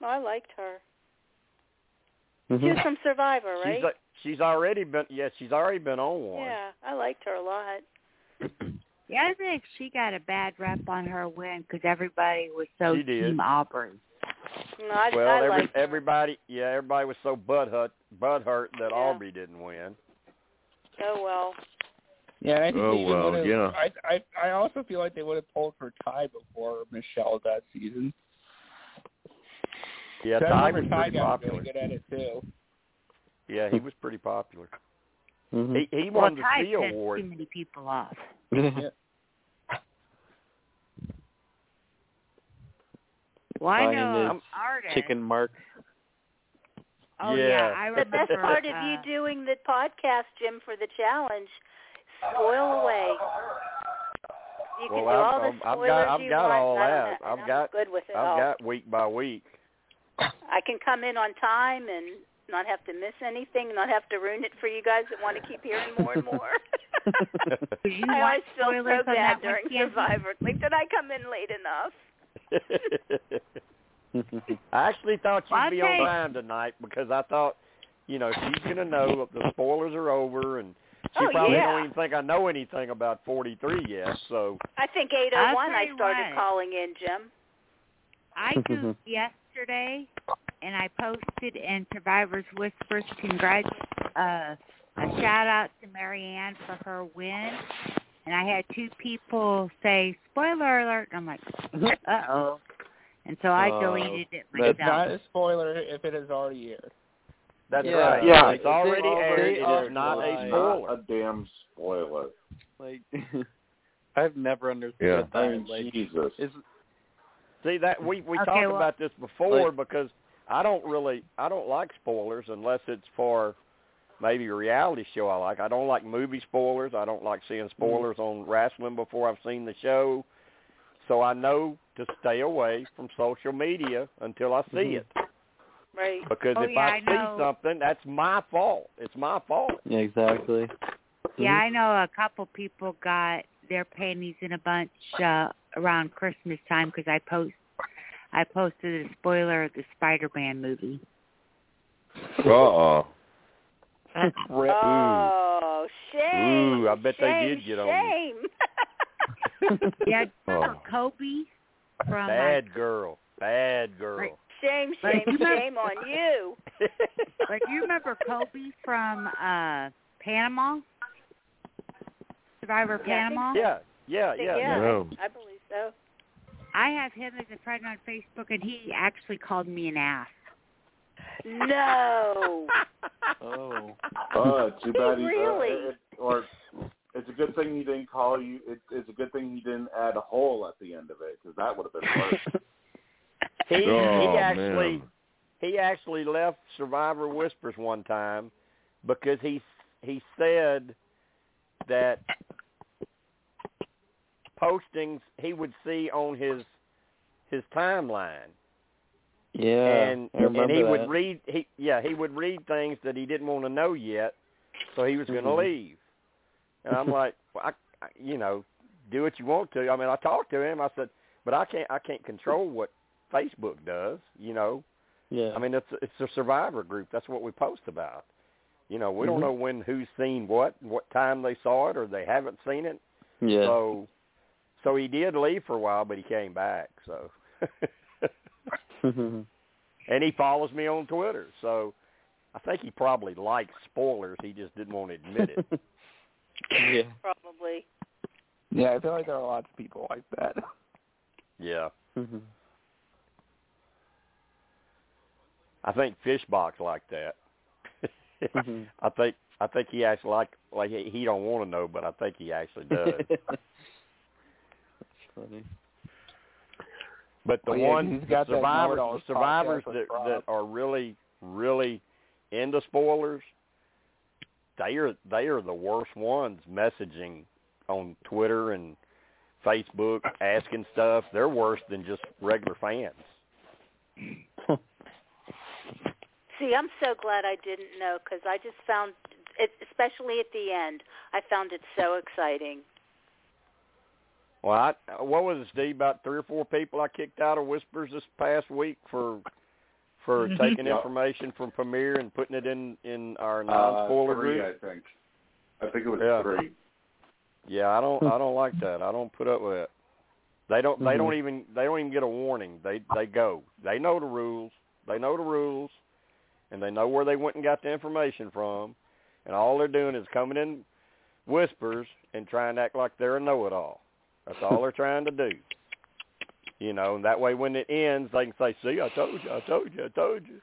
Speaker 8: Oh, I liked her.
Speaker 4: Mhm.
Speaker 2: Mm-hmm.
Speaker 8: She was from Survivor, right?
Speaker 4: She's a- she's already been yeah, she's already been on one.
Speaker 8: yeah, I liked her a lot.
Speaker 1: Yeah, I think she got a bad rep on her win because everybody was so
Speaker 4: She did.
Speaker 1: Team Auburn.
Speaker 8: No, I,
Speaker 4: well,
Speaker 8: I
Speaker 4: every,
Speaker 8: liked
Speaker 4: everybody yeah, everybody was so butt hurt butt hurt that Aubrey didn't win.
Speaker 8: so Oh, well.
Speaker 2: Yeah, and I think
Speaker 4: Oh,
Speaker 2: they even
Speaker 4: well,
Speaker 2: would've-
Speaker 4: yeah.
Speaker 2: I, I I also feel like they would have pulled for Ty before Michelle that season.
Speaker 4: Yeah,
Speaker 2: So I
Speaker 4: Ty
Speaker 2: remember
Speaker 4: was
Speaker 2: Ty
Speaker 4: pretty
Speaker 2: got
Speaker 4: popular.
Speaker 2: really good at it too.
Speaker 4: Yeah, he was pretty popular.
Speaker 14: Mhm.
Speaker 4: He he
Speaker 1: well,
Speaker 4: won
Speaker 1: Ty
Speaker 4: the C
Speaker 1: pissed
Speaker 4: award.
Speaker 1: Too many people off. Well, I
Speaker 14: Buying
Speaker 1: know
Speaker 14: this
Speaker 1: an artist.
Speaker 14: Chicken Mark.
Speaker 1: Oh yeah,
Speaker 14: Yeah.
Speaker 1: I
Speaker 14: The
Speaker 1: remember.
Speaker 14: best
Speaker 8: Best part of
Speaker 1: uh,
Speaker 8: you doing the podcast, Jim, for the challenge. Spoil away. You
Speaker 4: well,
Speaker 8: can do
Speaker 4: I've,
Speaker 8: all the
Speaker 4: I've- I've
Speaker 8: spoilers
Speaker 4: got I've
Speaker 8: you
Speaker 4: got
Speaker 8: want.
Speaker 4: all
Speaker 8: I don't
Speaker 4: that.
Speaker 8: know,
Speaker 4: I've
Speaker 8: and I'm
Speaker 4: got
Speaker 8: good with it
Speaker 4: I've
Speaker 8: all.
Speaker 4: got week by week.
Speaker 8: I can come in on time and not have to miss anything, not have to ruin it for you guys that want to keep hearing more and more.
Speaker 1: you
Speaker 8: I always
Speaker 1: want
Speaker 8: feel
Speaker 1: spoilers
Speaker 8: so
Speaker 1: on
Speaker 8: bad
Speaker 1: that one,
Speaker 8: during
Speaker 1: Kim?
Speaker 8: Survivor. Like, did I come in late enough?
Speaker 4: I actually thought you'd
Speaker 8: Well,
Speaker 4: be
Speaker 8: okay.
Speaker 4: on time tonight because I thought, you know, she's gonna know the spoilers are over, and she
Speaker 8: Oh,
Speaker 4: probably
Speaker 8: yeah.
Speaker 4: don't even think I know anything about 43 yet. So
Speaker 8: I think 801
Speaker 1: I'll tell
Speaker 8: I
Speaker 1: you
Speaker 8: started
Speaker 1: what.
Speaker 8: calling in, Jim.
Speaker 1: I goofed yesterday, and I posted in Survivors Whispers. Congrats, uh, a shout out to Marianne for her win. And I had two people say spoiler alert. And I'm like, uh oh. And so I
Speaker 2: Oh,
Speaker 1: deleted it myself.
Speaker 2: It's not a spoiler if it is already aired.
Speaker 4: that's
Speaker 2: Yeah.
Speaker 4: right.
Speaker 2: Yeah.
Speaker 4: it's already
Speaker 2: They
Speaker 4: aired. It
Speaker 2: are
Speaker 4: is not a
Speaker 2: lying.
Speaker 4: spoiler.
Speaker 6: A damn spoiler.
Speaker 14: Like, I've never understood
Speaker 6: Yeah.
Speaker 14: that.
Speaker 6: I mean,
Speaker 14: like,
Speaker 6: Jesus.
Speaker 14: It's,
Speaker 4: See that we we
Speaker 14: Okay,
Speaker 4: talked
Speaker 14: well-
Speaker 4: about this before because I don't really I don't like spoilers unless it's for maybe a reality show I like. I don't like movie spoilers. I don't like
Speaker 14: Mm-hmm.
Speaker 4: seeing spoilers on wrestling before I've seen the show. So I know to stay away from social media until I see
Speaker 14: Mm-hmm.
Speaker 4: it.
Speaker 8: Right.
Speaker 4: Because
Speaker 1: Oh,
Speaker 4: if
Speaker 1: yeah,
Speaker 4: I,
Speaker 1: I know.
Speaker 4: see something, that's my fault. It's my fault.
Speaker 14: yeah, exactly.
Speaker 1: Yeah, I know a couple people got their panties in a bunch uh, around Christmas time because I post I posted a spoiler of the Spider-Man movie.
Speaker 21: Uh-uh.
Speaker 8: Oh,
Speaker 4: Mm.
Speaker 8: shame.
Speaker 4: Ooh, I bet they
Speaker 8: shame,
Speaker 4: did get on you.
Speaker 8: shame.
Speaker 1: yeah,
Speaker 4: Oh.
Speaker 1: Kobe from like,
Speaker 4: Bad girl. Bad girl.
Speaker 8: Shame,
Speaker 1: But
Speaker 8: shame,
Speaker 1: you know-
Speaker 8: shame on you.
Speaker 1: like you remember Kobe from uh Panama? Survivor
Speaker 8: Yeah, I think
Speaker 1: Panama?
Speaker 8: so.
Speaker 4: Yeah, yeah,
Speaker 8: I think,
Speaker 4: yeah.
Speaker 8: yeah,
Speaker 4: No.
Speaker 8: I believe so.
Speaker 1: I have him as a friend on Facebook and he actually called me an ass.
Speaker 8: No.
Speaker 14: oh.
Speaker 6: Oh, too bad he's
Speaker 8: Really?
Speaker 6: uh, it, or it's a good thing he didn't call you. It, it's a good thing he didn't add a hole at the end of it because that would have been worse.
Speaker 4: He
Speaker 6: Oh,
Speaker 4: he actually
Speaker 6: man.
Speaker 4: he actually left Survivor Whispers one time because he he said that postings he would see on his his timeline
Speaker 14: Yeah.
Speaker 4: and
Speaker 14: I remember
Speaker 4: and he
Speaker 14: that.
Speaker 4: would read he yeah he would read things that he didn't want to know yet so he was going to
Speaker 14: Mhm.
Speaker 4: leave and i'm like well, I, I you know do what you want to i mean i talked to him i said but i can't i can't control what facebook does you know
Speaker 14: Yeah.
Speaker 4: i mean it's it's a survivor group that's what we post about you know we
Speaker 14: Mhm.
Speaker 4: don't know when who's seen what and what time they saw it or they haven't seen it
Speaker 14: Yeah.
Speaker 4: so so he did leave for a while but he came back so
Speaker 2: Oh.
Speaker 4: and he follows me on Twitter. So I think he probably likes spoilers. He just didn't want to admit it.
Speaker 14: yeah.
Speaker 8: Probably.
Speaker 2: Yeah, I feel like there are lots of people like that.
Speaker 4: Yeah.
Speaker 14: Mm-hmm.
Speaker 4: I think Fishbox liked that. I think I think he actually like like he, he don't want to know, but I think he actually does.
Speaker 14: funny.
Speaker 4: But the
Speaker 2: Well, Oh, yeah,
Speaker 4: ones
Speaker 2: he's got
Speaker 4: the
Speaker 2: that
Speaker 4: survivors,
Speaker 2: know-it-alls
Speaker 4: the survivors
Speaker 2: podcast
Speaker 4: that,
Speaker 2: with Rob.
Speaker 4: that are really really into spoilers, they are they are the worst ones messaging on Twitter and Facebook asking stuff. They're worse than just regular fans.
Speaker 8: See, I'm so glad I didn't know because I just found, it, especially at the end, I found it so exciting.
Speaker 4: Well, I, what was it, Steve? About three or four people I kicked out of Whispers this past week for for
Speaker 6: Mhm.
Speaker 4: taking
Speaker 6: Yeah.
Speaker 4: information from Premier and putting it in in our
Speaker 6: uh,
Speaker 4: non-spoiler
Speaker 6: three,
Speaker 4: group.
Speaker 6: I think. I think it was
Speaker 4: Yeah.
Speaker 6: three.
Speaker 4: Yeah, I don't I don't like that. I don't put up with it. They don't they don't
Speaker 6: Mhm.
Speaker 4: even they don't even get a warning. They they go. They know the rules. They know the rules and they know where they went and got the information from and all they're doing is coming in whispers and trying to act like they're a know it all. That's all they're trying to do. You know, and that way when it ends they can say, See, I told you, I told you, I told you.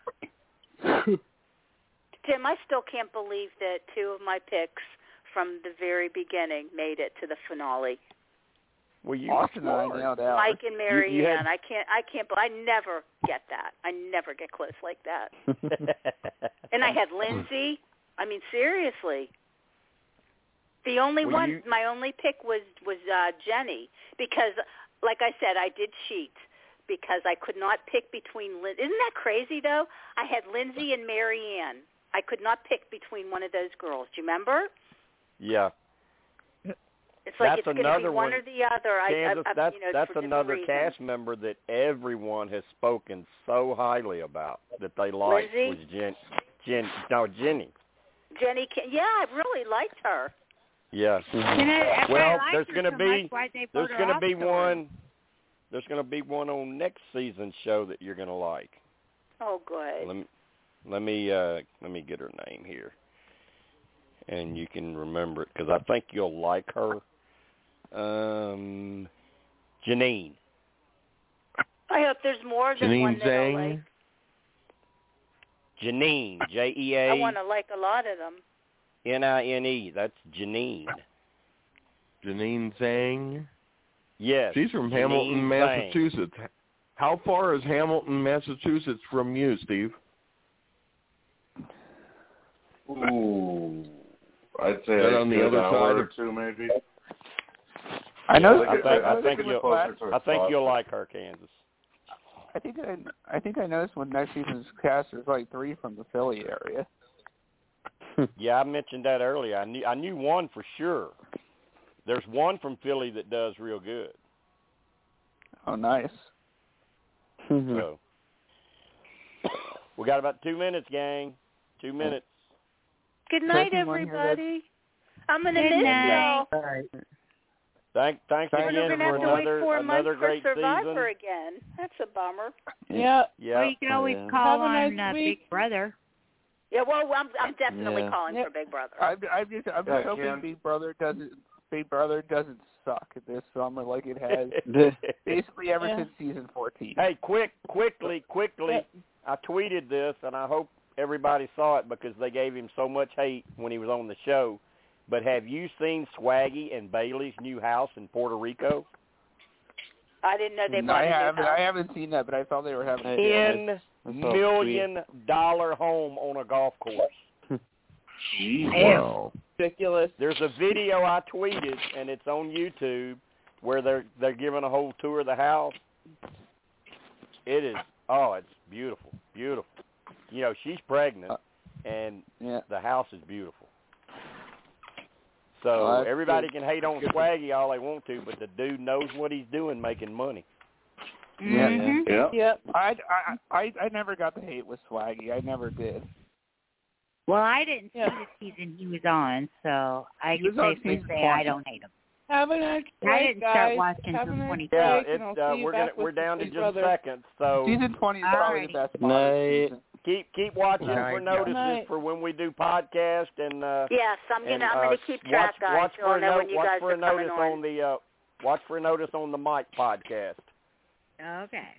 Speaker 8: Jim, I still can't believe that two of my picks from the very beginning made it to the finale.
Speaker 4: Well you
Speaker 8: Austin and I
Speaker 4: nailed
Speaker 8: Mike and Marianne.
Speaker 4: You, you had
Speaker 8: I can't. I can't. I never get that. I never get close like that. And I had Lindsay. I mean, seriously. The only
Speaker 4: Well,
Speaker 8: one,
Speaker 4: you-
Speaker 8: my only pick was was uh, Jenny because, like I said, I did cheat because I could not pick between. Lin- Isn't that crazy though? I had Lindsay and Marianne. I could not pick between one of those girls. Do you remember?
Speaker 4: Yeah.
Speaker 8: It's like
Speaker 4: That's
Speaker 8: it's going to
Speaker 4: another
Speaker 8: be one
Speaker 4: one.
Speaker 8: or the other.
Speaker 4: Kansas,
Speaker 8: I, I, I,
Speaker 4: that's
Speaker 8: you know,
Speaker 4: that's
Speaker 8: for different
Speaker 4: another
Speaker 8: reasons.
Speaker 4: cast member that everyone has spoken so highly about that they liked
Speaker 8: Lizzie?
Speaker 4: was Jen, Jen, no Jenny.
Speaker 8: Jenny, Ca- yeah, I really liked her.
Speaker 4: Yeah.
Speaker 8: that's why I
Speaker 4: Well,
Speaker 8: liked
Speaker 4: there's
Speaker 8: her
Speaker 4: gonna
Speaker 8: so
Speaker 4: be
Speaker 8: much, why'd they vote
Speaker 4: there's
Speaker 8: her
Speaker 4: gonna
Speaker 8: off
Speaker 4: be
Speaker 8: so
Speaker 4: one there's gonna be one on next season's show that you're gonna like.
Speaker 8: Oh, good.
Speaker 4: Let me let me uh, let me get her name here, and you can remember it because I think you'll like her. Um, Janine.
Speaker 8: I hope there's more than one that I like.
Speaker 4: Janine, J E
Speaker 8: I want
Speaker 4: A
Speaker 8: to like a lot of them.
Speaker 4: N I N E. That's Janine.
Speaker 5: Janine Zhang.
Speaker 4: Yes.
Speaker 5: She's from
Speaker 4: Janine
Speaker 5: Hamilton,
Speaker 4: Zhang.
Speaker 5: Massachusetts. How far is Hamilton, Massachusetts from you, Steve?
Speaker 6: Ooh, I'd say
Speaker 5: Is that on the
Speaker 6: an
Speaker 5: other
Speaker 6: hour
Speaker 5: side
Speaker 6: or
Speaker 5: of-
Speaker 6: two, maybe.
Speaker 4: I know.
Speaker 6: Yeah,
Speaker 4: I think,
Speaker 6: I
Speaker 4: I
Speaker 6: think
Speaker 4: think
Speaker 6: it was
Speaker 4: you'll.
Speaker 6: closer to
Speaker 4: I think
Speaker 6: Boston.
Speaker 4: you'll like her, Kansas.
Speaker 2: I think I, I think I noticed when next season's cast there's like three from the Philly area.
Speaker 4: yeah, I mentioned that earlier. I knew. I knew one for sure. There's one from Philly that does real good.
Speaker 2: Oh, nice. Mm-hmm.
Speaker 4: So we got about two minutes, gang. Two minutes.
Speaker 8: Good night,
Speaker 4: There's one here that-
Speaker 8: everybody. I'm gonna
Speaker 4: Good
Speaker 8: miss
Speaker 4: night.
Speaker 8: y'all.
Speaker 4: Thank, thanks
Speaker 8: We're
Speaker 4: again
Speaker 8: gonna
Speaker 4: for
Speaker 8: have to
Speaker 4: another
Speaker 8: wait four
Speaker 4: another
Speaker 8: months for
Speaker 4: great
Speaker 8: Survivor
Speaker 4: season.
Speaker 8: again. That's a bummer.
Speaker 14: Yeah.
Speaker 4: Yeah.
Speaker 1: Well, you can always
Speaker 4: Yeah.
Speaker 1: call
Speaker 14: Have a
Speaker 1: on
Speaker 14: nice
Speaker 1: uh,
Speaker 14: week.
Speaker 1: Big Brother.
Speaker 8: Yeah, well, I'm I'm definitely
Speaker 2: Yeah.
Speaker 8: calling for Big Brother.
Speaker 2: I'm, I'm just I'm
Speaker 8: Yeah,
Speaker 2: just hoping
Speaker 8: Ken.
Speaker 2: Big Brother doesn't Big Brother doesn't suck this summer like it has basically ever since season fourteen.
Speaker 4: Hey, quick, quickly, quickly! I tweeted this, and I hope everybody saw it because they gave him so much hate when he was on the show. But have you seen Swaggy and Bailey's new house in Puerto Rico?
Speaker 8: I didn't know they
Speaker 2: No,
Speaker 8: bought
Speaker 2: I
Speaker 8: a new
Speaker 2: haven't
Speaker 8: house.
Speaker 2: I haven't seen that, but I thought they were having
Speaker 4: Ten
Speaker 2: all
Speaker 4: million dollar home on a golf course.
Speaker 14: Wow. Ridiculous.
Speaker 4: There's a video I tweeted, and it's on YouTube, where they're they're giving a whole tour of the house. It is oh, it's beautiful, beautiful. You know, she's pregnant,
Speaker 2: Uh,
Speaker 4: and the house is beautiful. So
Speaker 6: Well, that's
Speaker 4: everybody
Speaker 6: good.
Speaker 4: can hate on
Speaker 6: Good.
Speaker 4: Swaggy all they want to, but the dude knows what he's doing, making money.
Speaker 2: Yeah.
Speaker 4: Mhm.
Speaker 6: Yep.
Speaker 2: Yep. Mm-hmm. I, I I I never got the hate with Swaggy. I never did.
Speaker 1: Well, I didn't see the season he was on, so I
Speaker 2: He was
Speaker 1: can
Speaker 2: on
Speaker 1: safely
Speaker 2: season
Speaker 1: say
Speaker 2: one.
Speaker 1: I don't hate him.
Speaker 14: Have a nice
Speaker 1: I
Speaker 14: break,
Speaker 1: didn't
Speaker 14: guys.
Speaker 1: start watching
Speaker 14: Have a
Speaker 1: till
Speaker 14: nice
Speaker 1: 20.
Speaker 14: break,
Speaker 4: Yeah,
Speaker 14: and
Speaker 4: it's
Speaker 14: I'll see
Speaker 4: uh,
Speaker 14: you
Speaker 4: we're
Speaker 14: back
Speaker 4: gonna
Speaker 14: with
Speaker 4: we're
Speaker 14: the
Speaker 4: down to
Speaker 14: Big
Speaker 4: just
Speaker 14: Brother.
Speaker 4: seconds. So
Speaker 2: Season twenty is probably the best modern
Speaker 4: Night.
Speaker 2: season.
Speaker 4: Keep keep watching for
Speaker 2: Night.
Speaker 4: notices
Speaker 2: Night.
Speaker 4: for when we do podcast and uh
Speaker 8: Yes, I'm gonna
Speaker 4: and,
Speaker 8: I'm
Speaker 4: uh,
Speaker 8: gonna keep
Speaker 4: watch,
Speaker 8: track, guys,
Speaker 4: watch
Speaker 8: so
Speaker 4: for
Speaker 8: I'll
Speaker 4: a
Speaker 8: know
Speaker 4: no-
Speaker 8: when you
Speaker 4: watch
Speaker 8: guys
Speaker 4: for
Speaker 8: are
Speaker 4: a notice
Speaker 8: coming on.
Speaker 4: the uh watch for a notice on the Mike podcast.
Speaker 1: Okay.